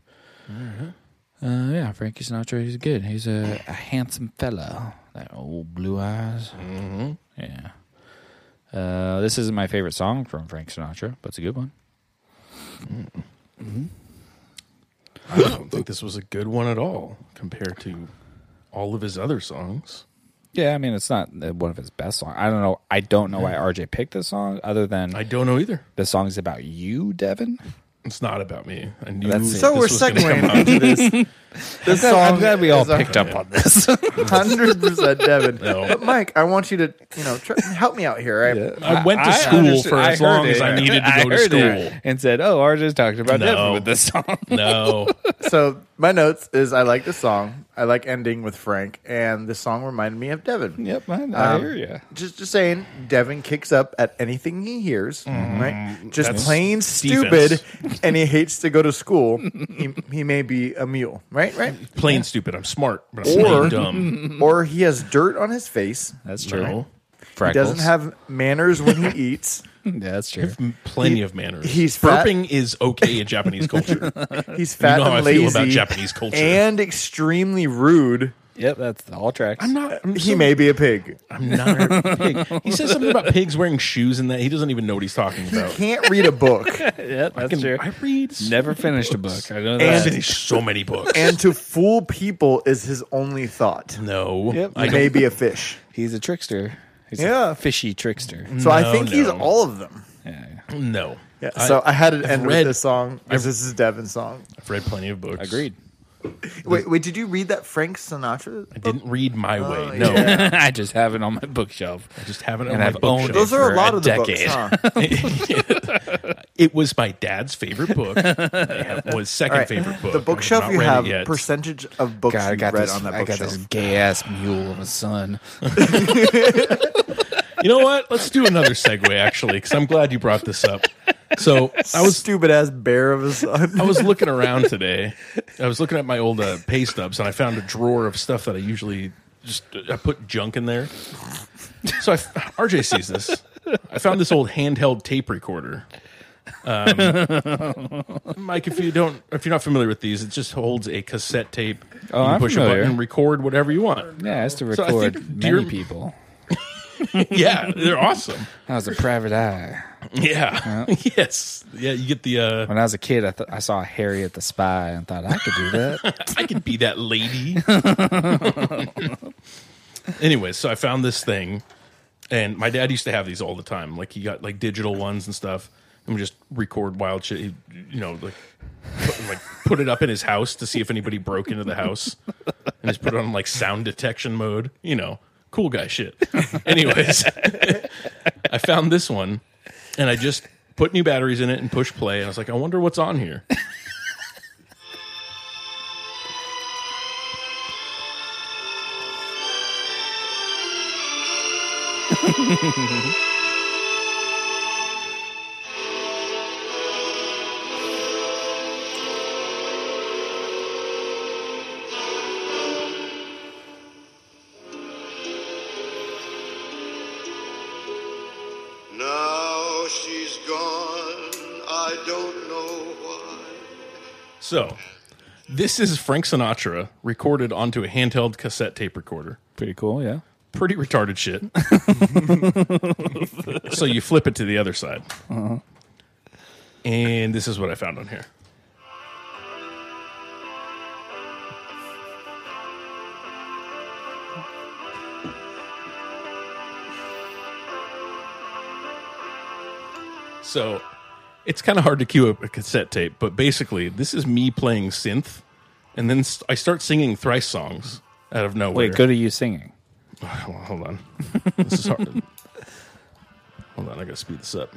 Speaker 1: Uh, yeah, Frankie Sinatra, he's good. He's a, a handsome fella. That old blue eyes. Mm-hmm. Yeah. Uh, this isn't my favorite song from Frank Sinatra, but it's a good one.
Speaker 3: I don't think this was a good one at all compared to all of his other songs.
Speaker 1: Yeah, I mean, it's not uh, one of his best songs. I don't know. I don't know why RJ picked this song, other than
Speaker 3: I don't know either.
Speaker 1: the song's about you, Devin.
Speaker 3: It's not about me. I knew
Speaker 1: That's-
Speaker 3: this
Speaker 5: So we're
Speaker 3: was gonna come
Speaker 5: segueing
Speaker 3: up.
Speaker 5: into this. This song
Speaker 1: I'm glad we all
Speaker 5: is a
Speaker 1: picked up on this.
Speaker 5: Hundred percent, Devin.
Speaker 3: No.
Speaker 5: But Mike, I want you to, you know, try, help me out here. Right?
Speaker 3: I went to
Speaker 1: I
Speaker 3: school
Speaker 1: understood-
Speaker 3: for
Speaker 1: I
Speaker 3: as long
Speaker 1: heard
Speaker 3: as
Speaker 1: it.
Speaker 3: I needed to go to
Speaker 1: heard
Speaker 3: school.
Speaker 1: it and said, "Oh, RJ's talking about
Speaker 3: No.
Speaker 1: Devin with this song."
Speaker 3: No.
Speaker 5: So my notes is I like this song. I like ending with Frank, and this song reminded me of Devin.
Speaker 1: yep, I,
Speaker 5: Um,
Speaker 1: hear you.
Speaker 5: Just, just saying, Devin kicks up at anything he hears, right? Just
Speaker 3: Mm, that's
Speaker 5: plain stupid, and he hates to go to school. he, he may be a mule, right? Right?
Speaker 3: Plain stupid. I'm smart, but I'm
Speaker 5: Or-
Speaker 3: plain dumb.
Speaker 5: Or he has dirt on his face.
Speaker 1: That's true.
Speaker 3: No.
Speaker 5: He doesn't have manners when he eats.
Speaker 1: Yeah, that's true.
Speaker 3: Plenty of manners.
Speaker 5: he's fat.
Speaker 3: burping is okay in Japanese culture.
Speaker 5: He's fat
Speaker 3: know how I
Speaker 5: and
Speaker 3: feel
Speaker 5: lazy
Speaker 3: about Japanese culture.
Speaker 5: and extremely rude.
Speaker 1: yep, that's all tracks.
Speaker 3: I'm not. I'm
Speaker 5: He
Speaker 3: so-
Speaker 5: may be a pig.
Speaker 3: I'm not a pig. He says something about pigs wearing shoes and that he doesn't even know what he's talking about.
Speaker 5: Can't read a book.
Speaker 1: Yep, that's
Speaker 3: I can-
Speaker 1: true.
Speaker 3: I read.
Speaker 1: Never finished a book. I know
Speaker 3: I
Speaker 1: that.
Speaker 3: finished so many books.
Speaker 5: and to fool people is his only thought.
Speaker 3: no, I
Speaker 5: He
Speaker 3: don't
Speaker 5: may be a fish.
Speaker 1: He's a trickster. He's
Speaker 5: Yeah.
Speaker 1: a fishy trickster.
Speaker 5: So I
Speaker 3: No,
Speaker 5: think he's
Speaker 3: no.
Speaker 5: all of them.
Speaker 1: Yeah,
Speaker 3: know.
Speaker 5: Yeah. so I had it end
Speaker 3: read-
Speaker 5: with this song because this is Devin's song.
Speaker 3: I've read plenty of books.
Speaker 1: agreed.
Speaker 5: Wait, wait, did you read that Frank Sinatra?
Speaker 3: I didn't read my
Speaker 5: Oh,
Speaker 3: way. No,
Speaker 1: I just have it on my bookshelf.
Speaker 3: I just have it on
Speaker 1: And
Speaker 3: my
Speaker 1: I've owned
Speaker 3: bookshelf.
Speaker 5: Those
Speaker 1: For
Speaker 5: are a lot
Speaker 1: a
Speaker 5: of the
Speaker 1: decade.
Speaker 5: books, huh?
Speaker 3: It was my dad's favorite book. It was second
Speaker 5: All right.
Speaker 3: favorite book.
Speaker 5: The bookshelf
Speaker 3: I've not
Speaker 5: you
Speaker 3: read it
Speaker 5: have
Speaker 3: yet.
Speaker 5: percentage of books
Speaker 1: God, I
Speaker 5: you
Speaker 1: got
Speaker 5: read
Speaker 1: this.
Speaker 5: on that
Speaker 1: I got
Speaker 5: bookshelf.
Speaker 1: this gay ass mule of a son.
Speaker 3: You know what? Let's do another segue actually, because I'm glad you brought this up. So I was
Speaker 5: stupid ass bear of a son.
Speaker 3: I was looking around today. I was looking at my old uh, pay stubs, and I found a drawer of stuff that I usually just I put junk in there. So I, RJ sees this. I found this old handheld tape recorder. Um, Mike, if you don't, if you're not familiar with these, it just holds a cassette tape. Oh, you
Speaker 1: I'm
Speaker 3: push a
Speaker 1: familiar.
Speaker 3: button and record whatever you want.
Speaker 1: Yeah, I used to
Speaker 3: So I think
Speaker 1: record
Speaker 3: dear-
Speaker 1: many people.
Speaker 3: Yeah, they're awesome.
Speaker 1: I was a private eye.
Speaker 3: Yeah, yes, yeah. You get the uh,
Speaker 1: When I was a kid, I, th- I saw Harriet the Spy and thought I could do that.
Speaker 3: I could be that lady. anyway, so I found this thing, and my dad used to have these all the time. Like he got like digital ones and stuff, and we just record wild shit. He, you know, like put, like put it up in his house to see if anybody broke into the house, and just put it on like sound detection mode. You know, cool guy shit. Anyways, I found this one, and I just put new batteries in it and push play, and I was like, I wonder what's on here.
Speaker 6: Now she's gone, I don't know why.
Speaker 3: So, this is Frank Sinatra recorded onto a handheld cassette tape recorder.
Speaker 1: Pretty cool, yeah.
Speaker 3: Pretty retarded shit. so you flip it to the other side. And this is what I found on here. So it's kind of hard to cue up a cassette tape, but basically, this is me playing synth, and then st- I start singing thrice songs out of nowhere.
Speaker 1: Wait, go to you singing.
Speaker 3: Well, hold on. This is hard. hold on, I gotta speed this up.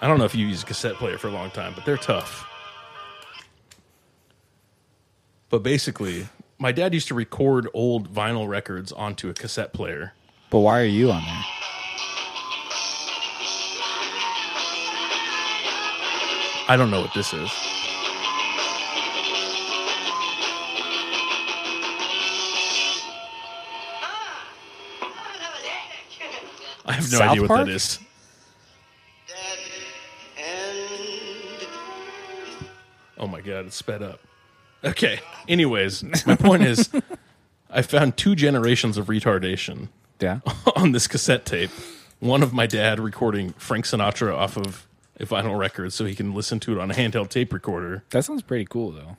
Speaker 3: I don't know if you used a cassette player for a long time, but they're tough. But basically, my dad used to record old vinyl records onto a cassette player.
Speaker 1: But why are you on there?
Speaker 3: I don't know what this is. I have no
Speaker 1: South
Speaker 3: idea what
Speaker 1: Park?
Speaker 3: that is.
Speaker 6: Dead end.
Speaker 3: Oh my god, it's sped up. Okay. Anyways, my point is I found two generations of retardation
Speaker 1: Yeah.
Speaker 3: on this cassette tape. One of my dad recording Frank Sinatra off of a vinyl record so he can listen to it on a handheld tape recorder.
Speaker 1: That sounds pretty cool, though.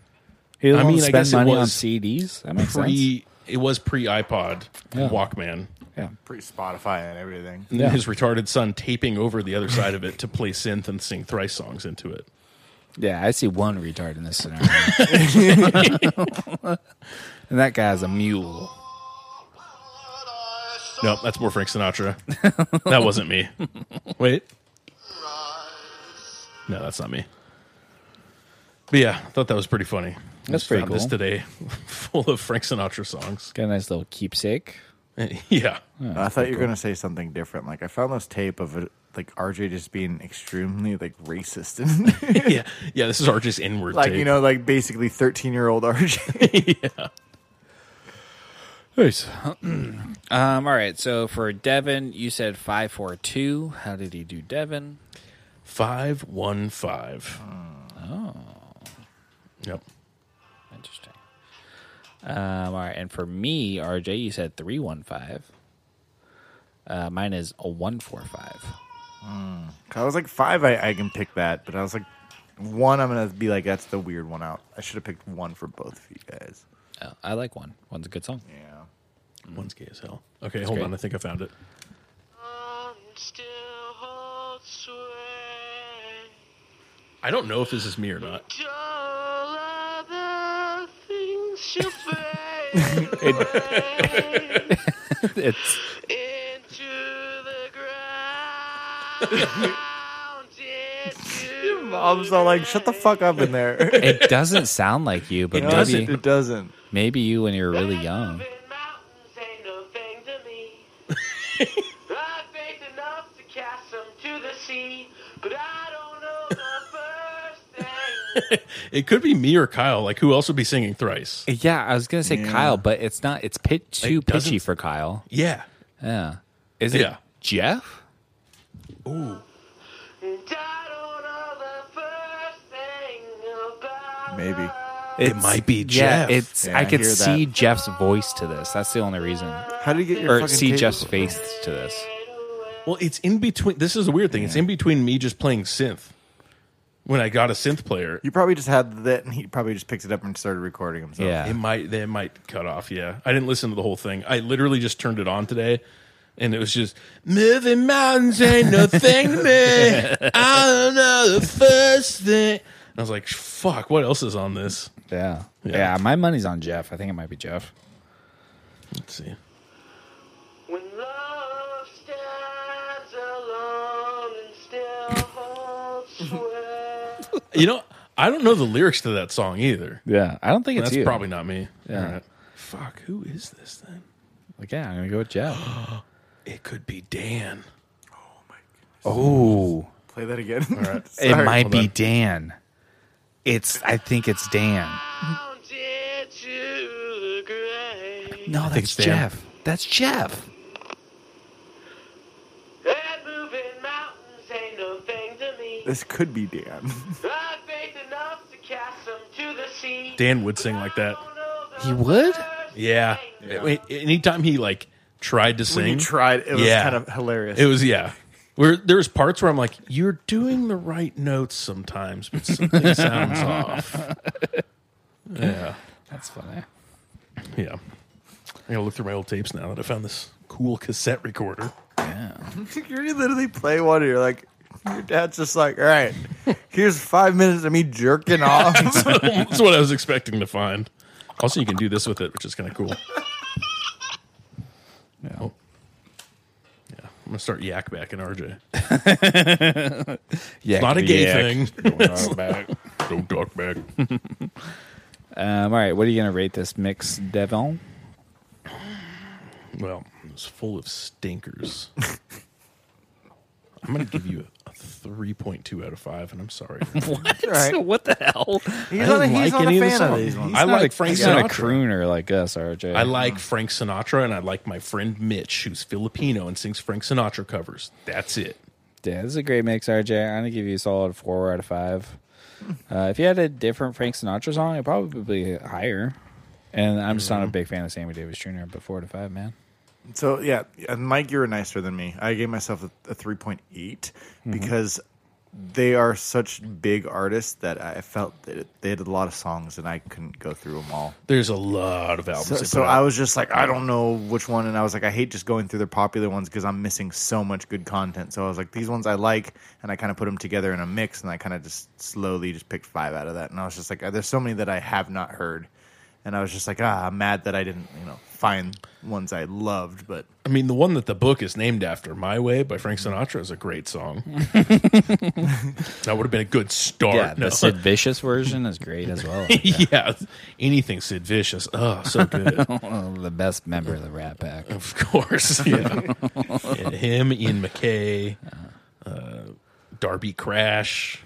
Speaker 1: He doesn't
Speaker 3: I
Speaker 1: I
Speaker 3: mean, I
Speaker 1: spend
Speaker 3: guess it
Speaker 1: money on
Speaker 3: was
Speaker 1: CDs. That makes sense.
Speaker 3: Pre it was pre iPod
Speaker 1: Yeah.
Speaker 3: Walkman.
Speaker 1: Yeah.
Speaker 5: Pre Spotify and everything.
Speaker 3: And then
Speaker 1: Yeah.
Speaker 3: his retarded son taping over the other side of it to play synth and sing thrice songs into it.
Speaker 1: Yeah, I see one retard in this scenario. and that guy's a mule.
Speaker 3: Nope, that's more Frank Sinatra. that wasn't me. Wait. No, that's not me. But yeah, I thought that was pretty funny. I
Speaker 1: That's
Speaker 3: just
Speaker 1: pretty
Speaker 3: found This
Speaker 1: cool.
Speaker 3: today, full of Frank Sinatra songs.
Speaker 1: Got a nice little keepsake.
Speaker 3: yeah,
Speaker 5: I thought you were gonna say something different. Like I found this tape of it, like RJ just being extremely like racist and
Speaker 3: yeah, yeah. This is Archie's inward
Speaker 5: like
Speaker 3: tape.
Speaker 5: you know like basically thirteen year old RJ.
Speaker 1: Nice. um, all right. So for Devin, you said 542. How did he do, Devin?
Speaker 3: five one five. Oh, yep.
Speaker 1: Interesting. Um, all right. And for me, RJ, you said 315. Uh, mine is a 145.
Speaker 5: I was like five. I, I can pick that, but I was like one. I'm gonna be like that's the weird one out. I should have picked one for both of you guys.
Speaker 1: Oh, I like one. One's a good song.
Speaker 5: Yeah.
Speaker 3: One's gay as hell. Okay, hold
Speaker 1: great.
Speaker 3: on. I think I found it. I don't know if this is me or not.
Speaker 6: Joel of the
Speaker 9: fade away
Speaker 10: It's
Speaker 9: into the ground. Into
Speaker 5: Mom's all like, shut the fuck up in there.
Speaker 1: It doesn't sound like you, but
Speaker 5: It doesn't.
Speaker 1: maybe
Speaker 5: It doesn't.
Speaker 1: maybe you when you're really young.
Speaker 9: Moving mountains ain't no thing to me. I've faith enough to cast them to the sea, but I don't know the first thing.
Speaker 3: It could be me or Kyle. Like, who else would be singing thrice?
Speaker 1: Yeah, I was gonna say Kyle, but it's not. It's pit, too
Speaker 3: doesn't-
Speaker 1: pitchy for Kyle.
Speaker 3: Yeah.
Speaker 1: Yeah, is it
Speaker 3: Yeah.
Speaker 1: Jeff?
Speaker 9: And I don't know the first thing about
Speaker 5: Maybe.
Speaker 3: It might be Jeff.
Speaker 1: Yeah, it's.
Speaker 5: Yeah,
Speaker 1: I
Speaker 5: I
Speaker 1: could
Speaker 5: hear that.
Speaker 1: see Jeff's voice to this. That's the only reason,
Speaker 5: How do you get your
Speaker 1: or
Speaker 5: fucking
Speaker 1: see
Speaker 5: tape?
Speaker 1: Jeff's face to this.
Speaker 3: well, it's in between. This is the weird thing. It's in between me just playing synth when I got a synth player.
Speaker 5: You probably just had that, and he probably just picked it up and started recording himself.
Speaker 3: It
Speaker 1: Yeah,
Speaker 3: might they might cut off. Yeah, I didn't listen to the whole thing. I literally just turned it on today, and it was just moving mountains ain't no thing to me. I don't know the first thing. And I was like, fuck. What else is on this?
Speaker 1: yeah, yeah. My money's on Jeff. I think it might be Jeff.
Speaker 3: Let's see.
Speaker 9: When love stands alone and still holds sway.
Speaker 3: You know, I don't know the lyrics to that song either.
Speaker 1: Yeah, I don't think it's
Speaker 3: That's
Speaker 1: you.
Speaker 3: probably not me.
Speaker 1: Yeah.
Speaker 3: All right. Fuck. Who is this then?
Speaker 1: like, yeah. I'm gonna go with Jeff.
Speaker 3: It could be Dan.
Speaker 1: Oh,
Speaker 5: Play that again.
Speaker 1: it
Speaker 5: Sorry.
Speaker 1: might
Speaker 5: Hold
Speaker 1: be
Speaker 5: on.
Speaker 1: Dan. It's. I think it's Dan.
Speaker 9: Down into the grave
Speaker 1: No, that's
Speaker 3: it's Dan.
Speaker 1: Jeff. That's Jeff.
Speaker 9: and moving mountains ain't no thing to me.
Speaker 5: This could be Dan.
Speaker 9: I've faith enough to cast them to the sea.
Speaker 3: Dan would sing like that.
Speaker 1: He would.
Speaker 3: Yeah. Wait, Anytime he like tried to sing,
Speaker 5: When you tried, it was
Speaker 3: Yeah.
Speaker 5: kind of hilarious.
Speaker 3: It was yeah. Where there was parts where I'm like, you're doing the right notes sometimes, but something sounds off. Yeah,
Speaker 1: That's funny.
Speaker 3: yeah. I gotta look through my old tapes now that I found this cool cassette recorder.
Speaker 5: you literally play one, and you're like, your dad's just like, all right, here's five minutes of me jerking off.
Speaker 3: That's what I was expecting to find. Also, you can do this with it, which is kind of cool. Yeah. Yeah. I'm gonna start yak back in RJ.
Speaker 1: Yeah,
Speaker 3: Not a gay
Speaker 1: yeah.
Speaker 3: thing. Don't talk back.
Speaker 1: Um, all right, what are you gonna rate this mix, Devon?
Speaker 3: Well, it's full of stinkers. I'm going to give you a, a 3.2 out of 5, and I'm sorry.
Speaker 5: All right.
Speaker 1: what the hell?
Speaker 5: He's not a, he's
Speaker 3: like
Speaker 5: not
Speaker 3: any
Speaker 5: a fan
Speaker 3: of the
Speaker 5: of,
Speaker 3: songs.
Speaker 5: these ones.
Speaker 3: I like Frank
Speaker 1: He's not a
Speaker 3: Sinatra.
Speaker 1: crooner like us, RJ.
Speaker 5: Uh-huh.
Speaker 3: I like Frank Sinatra, and I like my friend Mitch, who's Filipino and sings Frank Sinatra covers. That's it.
Speaker 1: Yeah, this is a great mix, RJ. I'm gonna give you a solid four out of five. Uh, if you had a different Frank Sinatra song, it'd probably be higher. And I'm just
Speaker 3: Mm-hmm.
Speaker 1: not a big fan of Sammy Davis Jr. But four to five, man.
Speaker 5: So yeah, and Mike, you were nicer than me. I gave myself a, a three Mm-hmm. because they are such big artists that I felt that it- they had a lot of songs and I couldn't go through them all.
Speaker 3: There's a lot of albums.
Speaker 5: So,
Speaker 3: they
Speaker 5: so
Speaker 3: put
Speaker 5: I
Speaker 3: out.
Speaker 5: was just like, I don't know which one, and I was like, I hate just going through the popular ones because I'm missing so much good content. So I was like, these ones I like, and I kind of put them together in a mix, and I kind of just slowly just picked five out of that, and I was just like, uh, there's so many that I have not heard, and I was just like, ah, I'm mad that I didn't, you know, find ones I loved, but.
Speaker 3: I mean, the one that the book is named after, "My Way" by Frank Sinatra, is a great song. that would have been a good start.
Speaker 1: Yeah,
Speaker 3: No.
Speaker 1: the Sid Vicious version is great as well.
Speaker 3: yeah. anything Sid Vicious. Oh, so good.
Speaker 1: the best member of the Rat Pack.
Speaker 3: Of course, yeah. And him, Ian McKay, uh, Darby Crash.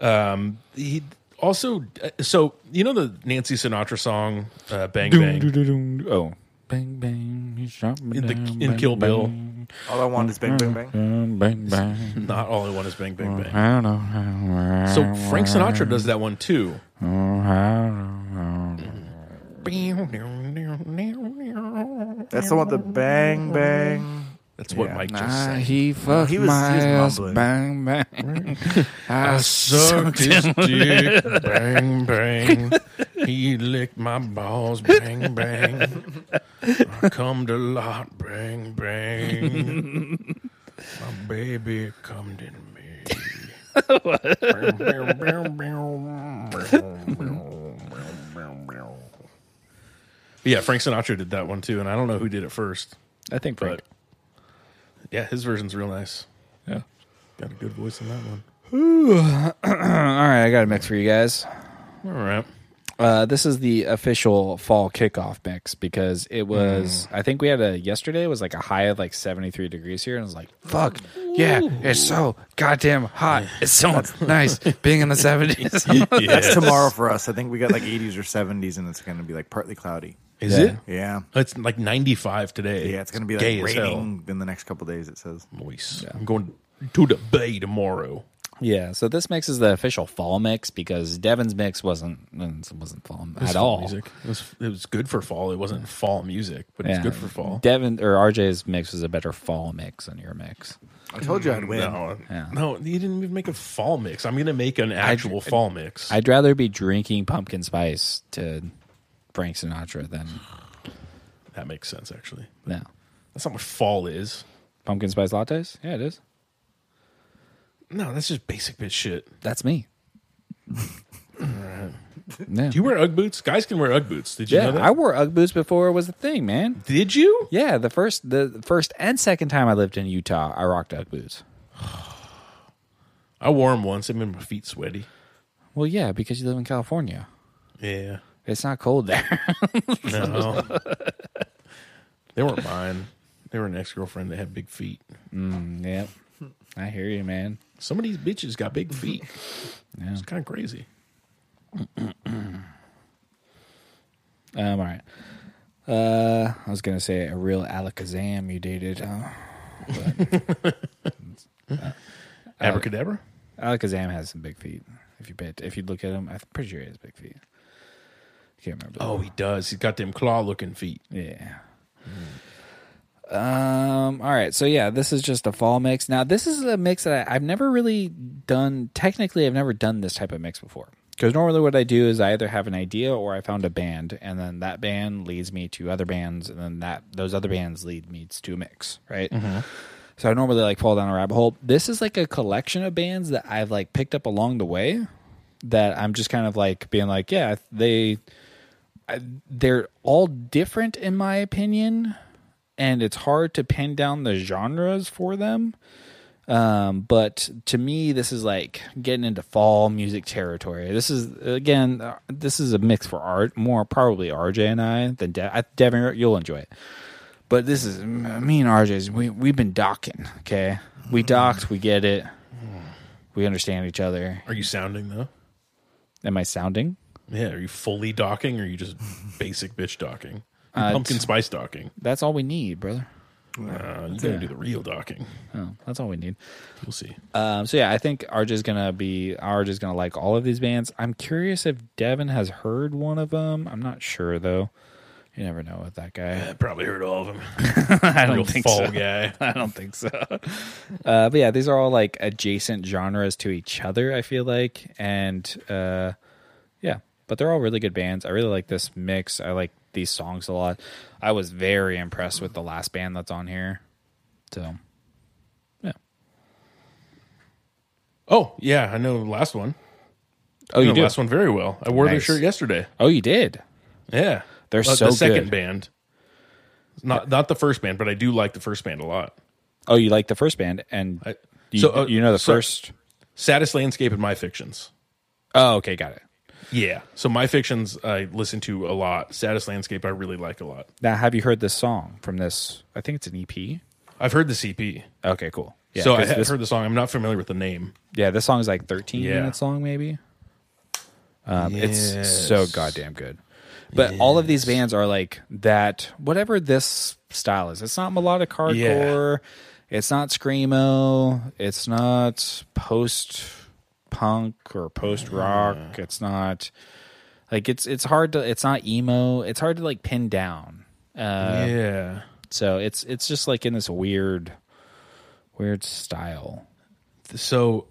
Speaker 3: Um, he also uh, so you know the Nancy Sinatra song uh, "Bang Bang"
Speaker 1: Oh, bang bang, he shot me
Speaker 3: in, the,
Speaker 1: down,
Speaker 3: in
Speaker 1: bang,
Speaker 3: Kill Bill.
Speaker 5: All I want is bang, bang, bang.
Speaker 1: bang, bang bang.
Speaker 3: Not all I want is "Bang Bang Bang."
Speaker 1: I don't know. I don't know.
Speaker 3: So Frank Sinatra does that one too.
Speaker 5: That's the one, the bang, bang.
Speaker 3: That's what Mike just
Speaker 1: Ah,
Speaker 3: said.
Speaker 1: he fucked
Speaker 5: he was- he
Speaker 1: my
Speaker 5: was
Speaker 1: ass,
Speaker 5: mumbling.
Speaker 1: bang bang. I
Speaker 3: Sucked his dick, bang bang. He licked my balls, bang bang. I cummed a lot, bang bang. My baby cummed in me. yeah, Frank Sinatra did that one too, and I don't know who did it first,
Speaker 1: I think Frank.
Speaker 3: but yeah, his version's real nice.
Speaker 1: Yeah.
Speaker 3: Got a good voice in that one.
Speaker 1: All right, I got a mix for you guys.
Speaker 3: All right.
Speaker 1: Uh, this is the official fall kickoff mix because it was. I think we had a yesterday it was like a high of like seventy three degrees here, and I was like, "Fuck yeah, it's so goddamn hot. It's so nice being in the seventies.
Speaker 5: That's tomorrow for us. I think we got like 80s or 70s, and it's going to be like partly cloudy.
Speaker 3: Is it?
Speaker 5: Yeah.
Speaker 3: It's like 95 today.
Speaker 5: Yeah, it's going to be like
Speaker 3: Gay as hell.
Speaker 5: raining in the next couple days, it says.
Speaker 3: Nice. I'm going to the bay tomorrow.
Speaker 1: yeah, so this mix is the official fall mix because Devin's mix wasn't wasn't fall
Speaker 3: It was
Speaker 1: at
Speaker 3: fall
Speaker 1: all.
Speaker 3: Music. It was it was good for fall. It wasn't fall music, but it's
Speaker 1: Yeah.
Speaker 3: good for fall.
Speaker 1: Devin or RJ's mix was a better fall mix than your mix.
Speaker 5: I told you I'd win.
Speaker 3: No,
Speaker 1: Yeah.
Speaker 3: no, you didn't even make a fall mix. I'm gonna make an actual fall mix.
Speaker 1: I'd rather be drinking pumpkin spice to Frank Sinatra than
Speaker 3: that makes sense, actually.
Speaker 1: no
Speaker 3: That's not what fall is.
Speaker 1: pumpkin spice lattes. Yeah, it is.
Speaker 3: No, that's just basic bitch shit.
Speaker 1: That's me. yeah,
Speaker 3: Do you wear UGG boots? Guys can wear UGG boots. Did you know
Speaker 1: yeah.
Speaker 3: that?
Speaker 1: I wore UGG boots before it was a thing, man.
Speaker 3: Did you?
Speaker 1: Yeah, the first, the first and second time I lived in Utah, I rocked UGG boots.
Speaker 3: I wore them once. It made my feet sweaty.
Speaker 1: Well, yeah, because you live in California,
Speaker 3: Yeah.
Speaker 1: it's not cold there.
Speaker 3: No. they weren't mine. They were an ex girlfriend that had big feet.
Speaker 1: Mm, yep, I hear you, man.
Speaker 3: Some of these bitches got big feet. It's kind of crazy.
Speaker 1: Um, all right. Uh, I was gonna say a real Alakazam you dated. Oh,
Speaker 3: Abracadabra?
Speaker 1: Alakazam has some big feet. If you bet, if you look at him, I'm pretty sure he has big feet. I can't remember.
Speaker 3: Oh, he does. He's got them claw looking feet.
Speaker 1: Yeah. Um. All right. So yeah, this is just a fall mix. Now this is a mix that I, I've never really done. Technically, I've never done this type of mix before. Because normally, what I do is I either have an idea or I found a band, and then that band leads me to other bands, and then that those other bands lead me to a mix, right? So I normally like fall down a rabbit hole. This is like a collection of bands that I've like picked up along the way that I'm just kind of like being like, yeah, they they're all different in my opinion and it's hard to pin down the genres for them um, but to me this is like getting into fall music territory this is again uh, this is a mix for art more probably rj and i than De- I, devin you'll enjoy it but this is m- me and rj's we, we've been docking okay we docked we get it we understand each other
Speaker 3: Are you sounding though?
Speaker 1: am i sounding
Speaker 3: Yeah. Are you fully docking or are you just basic bitch docking?
Speaker 1: Uh,
Speaker 3: Pumpkin spice docking.
Speaker 1: that's all we need brother
Speaker 3: Uh, you gotta do the real docking.
Speaker 1: oh, that's all we need
Speaker 3: You'll see.
Speaker 1: Um, so yeah, I think Arj is gonna be Arj is gonna like all of these bands. I'm curious if Devin has heard one of them. I'm not sure though. You never know with that guy.
Speaker 3: I probably heard all of them.
Speaker 1: I
Speaker 3: real
Speaker 1: don't think
Speaker 3: fall
Speaker 1: so.
Speaker 3: guy.
Speaker 1: I don't think so. Uh, but yeah, these are all like adjacent genres to each other. I feel like, and uh, yeah, but they're all really good bands. I really like this mix. I like these songs a lot. I was very impressed with the last band that's on here. So yeah.
Speaker 3: Oh, yeah. I know the last one.
Speaker 1: Oh,
Speaker 3: I
Speaker 1: you
Speaker 3: know the
Speaker 1: do.
Speaker 3: last one very well. I wore their
Speaker 1: Nice.
Speaker 3: shirt yesterday.
Speaker 1: Oh, you did.
Speaker 3: Yeah.
Speaker 1: They're
Speaker 3: Uh,
Speaker 1: so
Speaker 3: the second
Speaker 1: good.
Speaker 3: band. Not not the first band, but I do like the first band a lot.
Speaker 1: Oh, you like the first band, and
Speaker 3: I-
Speaker 1: you,
Speaker 3: so, uh,
Speaker 1: you know the
Speaker 3: so-
Speaker 1: first.
Speaker 3: Saddest landscape in my fictions.
Speaker 1: Oh, okay, got it.
Speaker 3: Yeah. So my fictions I listen to a lot. Saddest landscape I really like a lot.
Speaker 1: Now, have you heard this song from this? I think it's an EP.
Speaker 3: I've heard the CP.
Speaker 1: Okay, cool. Yeah,
Speaker 3: so
Speaker 1: 'cause
Speaker 3: I have
Speaker 1: this,
Speaker 3: heard the song. I'm not familiar with the name.
Speaker 1: yeah, this song is like 13
Speaker 3: Yeah.
Speaker 1: minutes long, maybe. Um, It's so goddamn good. But all of these bands are like that. Whatever this style is, it's not melodic hardcore. It's not screamo. It's not post punk or post rock. It's not like it's it's hard to it's not emo. It's hard to like pin down. Uh,
Speaker 3: yeah.
Speaker 1: So it's it's just like in this weird, weird style.
Speaker 3: So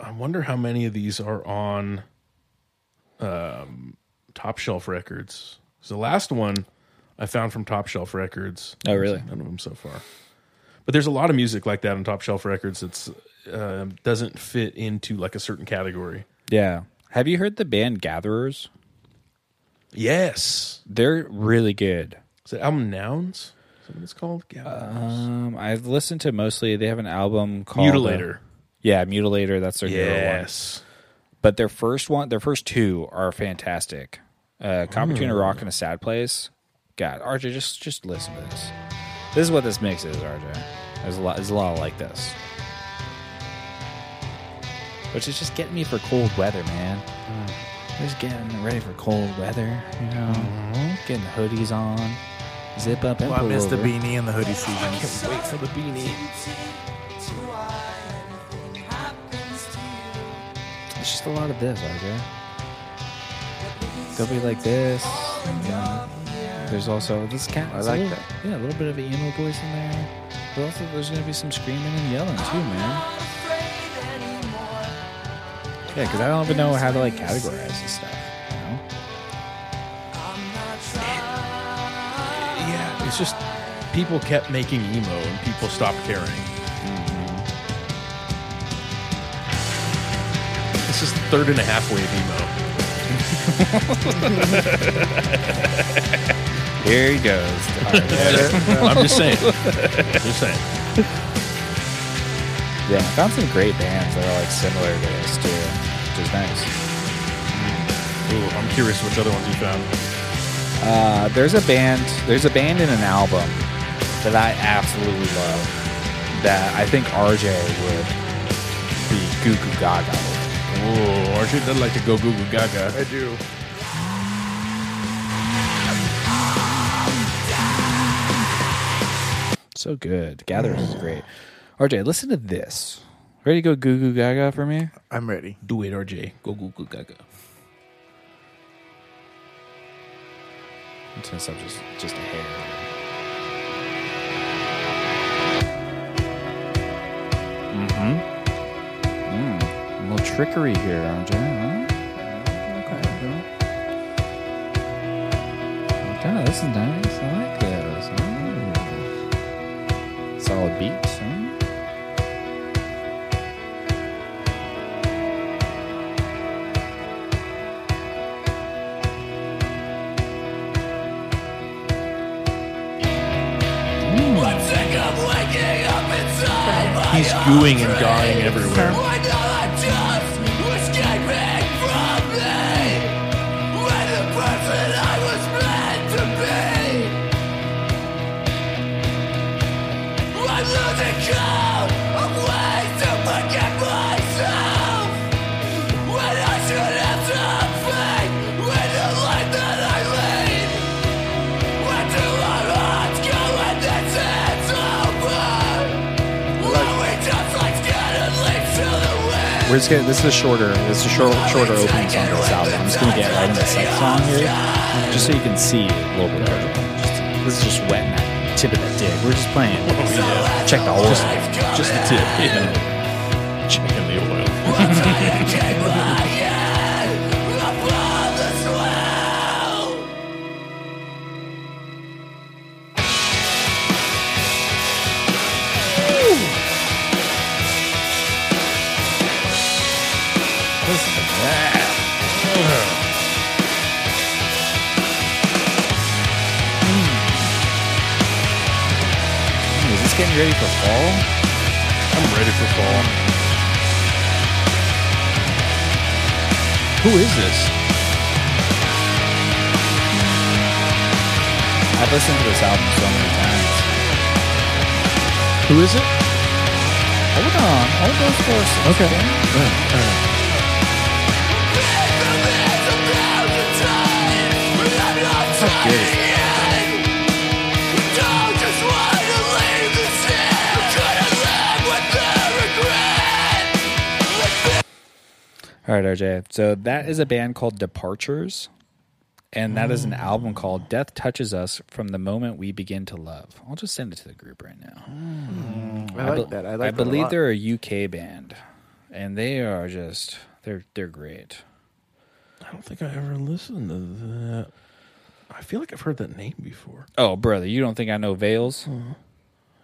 Speaker 3: I wonder how many of these are on um, Top Shelf Records. So the last one I found from Top Shelf Records.
Speaker 1: Oh, really?
Speaker 3: None of them so far. But there's a lot of music like that on Top Shelf Records that's uh, doesn't fit into like a certain category.
Speaker 1: Yeah. Have you heard the band Gatherers?
Speaker 3: Yes.
Speaker 1: They're really good.
Speaker 3: Is it album Nouns? Is that what it's called? Yeah.
Speaker 1: Um, I've listened to mostly. They have an album called uh,
Speaker 3: Mutilator.
Speaker 1: yeah, Mutilator. That's their newer one.
Speaker 3: yes.
Speaker 1: But their first one, their first two are fantastic. Uh, Caught between a
Speaker 5: Hmm.
Speaker 1: rock and a sad place. God, RJ, just just listen to this. This is what this mix is, RJ. There's a lot. There's a lot like this, which is just getting me for cold weather, man.
Speaker 5: Hmm.
Speaker 1: Just getting ready for cold weather, you know. Getting the hoodies on, zip up and
Speaker 5: Mm-hmm. Well, I
Speaker 1: pull
Speaker 5: missed the
Speaker 1: over.
Speaker 5: beanie and the hoodie season.
Speaker 3: Wait for the beanie.
Speaker 1: It's just a lot of this, RJ. They'll be like this. you know. There's also this cat. I
Speaker 5: like
Speaker 1: that. Yeah, a little bit of an emo voice in there. But also, there's gonna be some screaming and yelling too, man. Yeah, because I don't even know how to like categorize this stuff. You know?
Speaker 3: Yeah. It's just people kept making emo and people stopped caring. Mm-hmm. This is third and a half wave emo.
Speaker 1: Here he goes. RJ.
Speaker 3: I'm just saying. just saying.
Speaker 1: yeah, I found some great bands that are like similar to this too, which is nice.
Speaker 3: Ooh, I'm curious which other ones you found.
Speaker 1: Uh, there's a band. There's a band in an album that I absolutely love. That I think RJ would be Goo Goo Gaga. with.
Speaker 3: Ooh, RJ does like to go goo goo gaga.
Speaker 11: I do.
Speaker 1: So good. Gatherers is great. RJ, listen to this. Ready to go Goo Goo Gaga for me?
Speaker 5: I'm ready.
Speaker 3: Do it, RJ. Go goo goo gaga.
Speaker 1: It's gonna sound just just a hair. Mm-hmm. Mm. A little trickery here, RJ. Huh? Okay. Okay, this is nice. I like this. Mm. Solid beat. Mm.
Speaker 3: He's gooing and gawing everywhere.
Speaker 1: We're just gonna. This is a shorter. This is a short, shorter opening song of this album. I'm just gonna get right into the sex song here, just so you can see a little bit better. Just- This is just wetting that tip of that dick. We're just playing. Check the oil.
Speaker 3: Just the tip. Yeah. Checking the oil.
Speaker 1: Is this getting ready for fall?
Speaker 3: I'm ready for fall. Who is this?
Speaker 1: I've listened to this album so many times.
Speaker 3: Who is it?
Speaker 1: Hold on, hold those forces. Okay. All right, RJ. So that is a band called Departures, and that is
Speaker 5: Mm.
Speaker 1: an album called Death Touches Us from the Moment We Begin to Love. I'll just send it to the group right now.
Speaker 5: Mm. I like that. I like that a
Speaker 1: believe
Speaker 5: lot.
Speaker 1: they're a UK band, and they are just they're they're great.
Speaker 3: I don't think I ever listened to that. I feel like I've heard that name before.
Speaker 5: Hmm.
Speaker 1: Oh, brother, you don't think I know Veils?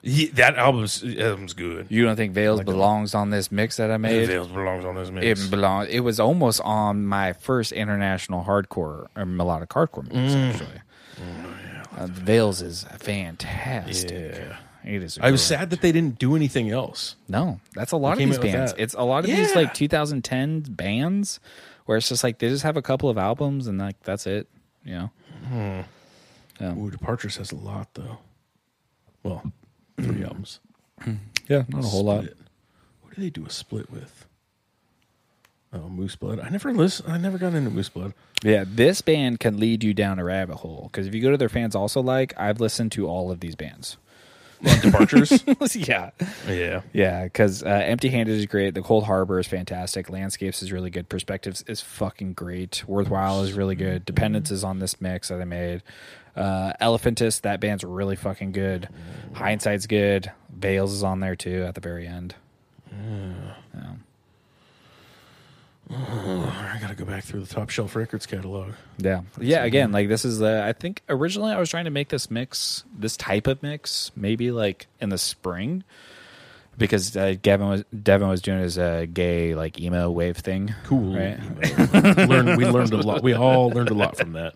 Speaker 3: He, that album's, album's good.
Speaker 1: You don't think Veils belongs on this mix that I made?
Speaker 3: Veils belongs on this mix.
Speaker 1: It belongs. It was almost on my first international hardcore or melodic hardcore mix
Speaker 3: Mm.
Speaker 1: actually. Uh, Veils is fantastic.
Speaker 3: Yeah.
Speaker 1: It is.
Speaker 3: I was
Speaker 1: great.
Speaker 3: sad that they didn't do anything else.
Speaker 1: No, that's a lot of
Speaker 3: came
Speaker 1: these
Speaker 3: out with
Speaker 1: bands.
Speaker 3: that.
Speaker 1: It's a lot of these
Speaker 3: Yeah.
Speaker 1: like 2010 bands where it's just like they just have a couple of albums and like that's it. You know,
Speaker 3: Ooh, Departure says a lot though. Well, three albums.
Speaker 1: yeah, not a whole lot.
Speaker 3: Split. What do they do a split with? Oh, Moose Blood. I never listen. I never got into Moose Blood.
Speaker 1: Yeah, this band can lead you down a rabbit hole because if you go to their fans also like, I've listened to all of these bands.
Speaker 3: Departures.
Speaker 1: yeah,
Speaker 3: yeah.
Speaker 1: yeah, because uh, Empty Handed is great. The Cold Harbor is fantastic. Landscapes is really good. Perspectives is fucking great. Worthwhile is really good. Dependence is on this mix that I made. Uh, Elephantus, that band's really fucking good. Hindsight's good. Veils is on there too at the very end.
Speaker 3: I gotta go back through the Top Shelf Records catalog.
Speaker 1: Yeah. Yeah. Again, like this is the, I think originally I was trying to make this mix, this type of mix, maybe like in the spring because uh, Gavin was, Devin was doing his uh, gay, like emo wave thing.
Speaker 3: Cool.
Speaker 1: Right.
Speaker 3: Learn. We learned a lot. We all learned a lot from that.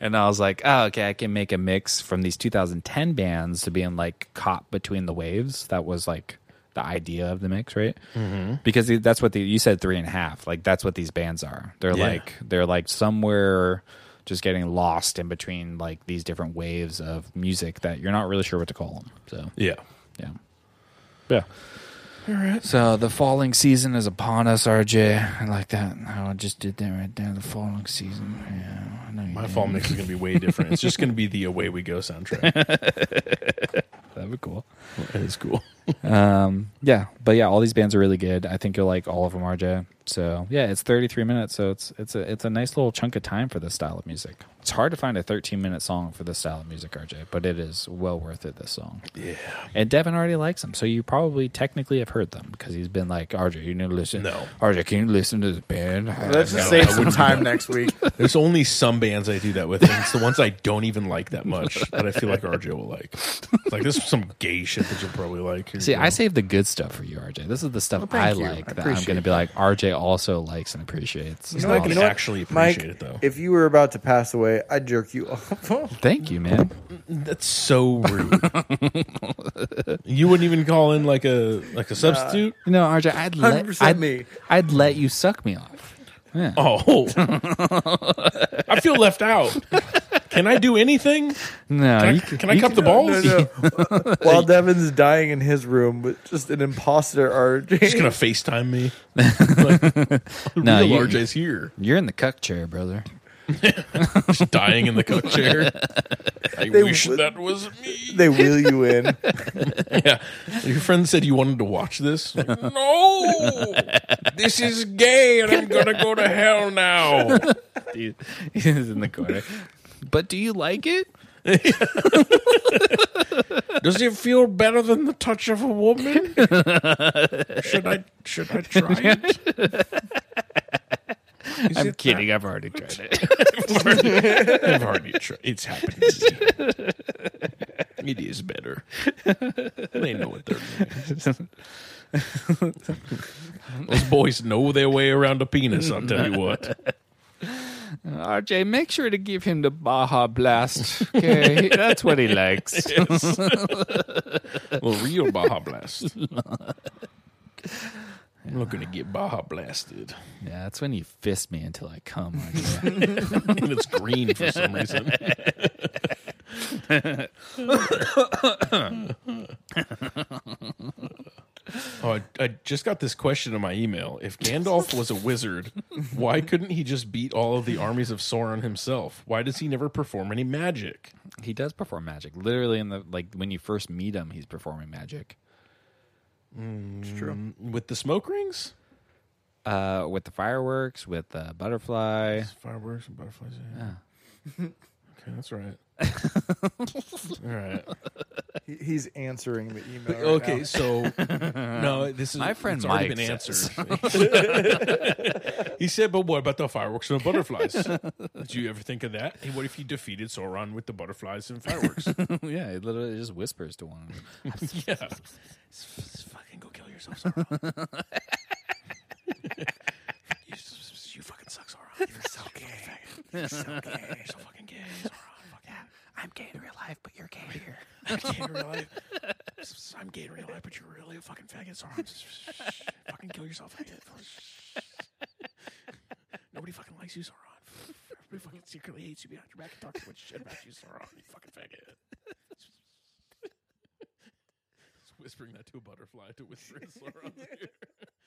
Speaker 1: And I was like, oh, okay, I can make a mix from these 2010 bands to being like caught between the waves. That was like the idea of the mix, right? Mm-hmm. Because the- that's what the, you said three and a half. Like that's what these bands are. They're
Speaker 3: Yeah.
Speaker 1: like they're like somewhere just getting lost in between like these different waves of music that you're not really sure what to call them. So
Speaker 3: Yeah.
Speaker 1: yeah, yeah. All right. So the falling season is upon us, RJ. I like that. How I just did that right there. The falling season. Yeah, I know you
Speaker 3: My
Speaker 1: did.
Speaker 3: fall mix is gonna be way different. It's just gonna be the Away We Go soundtrack.
Speaker 1: That'd be cool.
Speaker 3: That is cool.
Speaker 1: Yeah, but yeah, all these bands are really good. I think you'll like all of them, RJ. So yeah, it's 33 minutes, so it's it's a it's a nice little chunk of time for this style of music. It's hard to find a 13 minute song for this style of music, RJ, but it is well worth it. This song, yeah. And Devin already likes them, so you probably technically have heard them because he's been like, RJ, you need to listen.
Speaker 3: No.
Speaker 1: RJ, can you listen to this band?
Speaker 5: Let's just save some time next week.
Speaker 3: There's only some bands I do that with, and it's the ones I don't even like that much that I feel like RJ will like. It's like this is some gay shit that you'll probably like. Here you
Speaker 1: See,
Speaker 3: go.
Speaker 1: I save the good stuff for you, RJ. This is the stuff I like that I'm going to be like, RJ also likes and appreciates.
Speaker 3: know
Speaker 1: All
Speaker 3: what?
Speaker 1: of
Speaker 3: You
Speaker 1: it.
Speaker 3: know actually appreciate it, though.
Speaker 8: If you were about to pass away, I'd jerk you off.
Speaker 1: Thank you, man.
Speaker 3: that's so rude. you wouldn't even call in like a like a substitute.
Speaker 1: No, RJ, I'd let
Speaker 8: 100%
Speaker 1: I'd,
Speaker 8: me.
Speaker 1: I'd let you suck me off.
Speaker 3: Oh, I feel left out. Can I do anything?
Speaker 1: No,
Speaker 3: Can I,
Speaker 1: you
Speaker 3: can I cup the balls?
Speaker 8: No, no. While Devin's dying in his room with just an imposter
Speaker 3: He's
Speaker 8: RJ.
Speaker 3: gonna Facetime me.
Speaker 1: no,
Speaker 3: Real
Speaker 1: you,
Speaker 3: RJ's here,
Speaker 1: you're in the cuck chair, brother.
Speaker 3: just dying in the cook chair. I wish
Speaker 8: would-
Speaker 3: that was me.
Speaker 8: They wheel you in.
Speaker 3: Yeah. Your friend said you wanted to watch this. Like, no, this is gay, and I'm gonna go to hell now.
Speaker 1: He's in the corner. But do you like it?
Speaker 3: Does it feel better than the touch of a woman? should I should I try it? Is
Speaker 1: I'm
Speaker 3: it
Speaker 1: kidding. I've already tried it.
Speaker 3: I've already- I've already tried. It's happened. to me. It is better. They know what they're doing. Those boys know their way around a penis. I'll tell you what.
Speaker 1: RJ, make sure to give him the Baja Blast. Okay, that's what he likes.
Speaker 3: Well, real Baja Blast. I'm looking to get Baja blasted.
Speaker 1: Yeah, that's when you fist me until I come. RJ.
Speaker 3: and it's green for some reason. oh, I, I just got this question in my email. If Gandalf was a wizard, why couldn't he just beat all of the armies of Sauron himself? Why does he never perform any magic?
Speaker 1: He does perform magic. Literally, in the like when you first meet him, he's performing magic
Speaker 3: With the smoke rings?
Speaker 1: uh, with the fireworks, with the butterfly.
Speaker 3: Fireworks and butterflies. Yeah. okay, that's right. All right.
Speaker 2: He, he's answering the email. right
Speaker 3: Okay,
Speaker 2: now.
Speaker 3: so no, this is
Speaker 6: My friend
Speaker 3: It's already
Speaker 6: Mike
Speaker 3: been
Speaker 6: says.
Speaker 3: answered. he said, "But what about the fireworks and the butterflies? Did you ever think of that? Hey, what if you defeated Sauron with the butterflies and fireworks?
Speaker 6: yeah, it literally just whispers to one.
Speaker 3: yeah, Just- just fucking go kill yourself, Sauron. you, just- you fucking suck, Sauron. You're so gay. You're so gay. You're so fucking gay, Sauron. Fuck yeah.
Speaker 6: I'm gay in real life, but you're gay here.
Speaker 3: I'm gay in real life. I'm gay in real life, but you're really a fucking faggot. So I'm fucking kill yourself. Faggot. Nobody fucking likes you, Sauron. Everybody fucking secretly hates you behind your back and talks so much shit about you, Sauron. You fucking faggot. Just whispering that to a butterfly to whisper to Sauron's ear.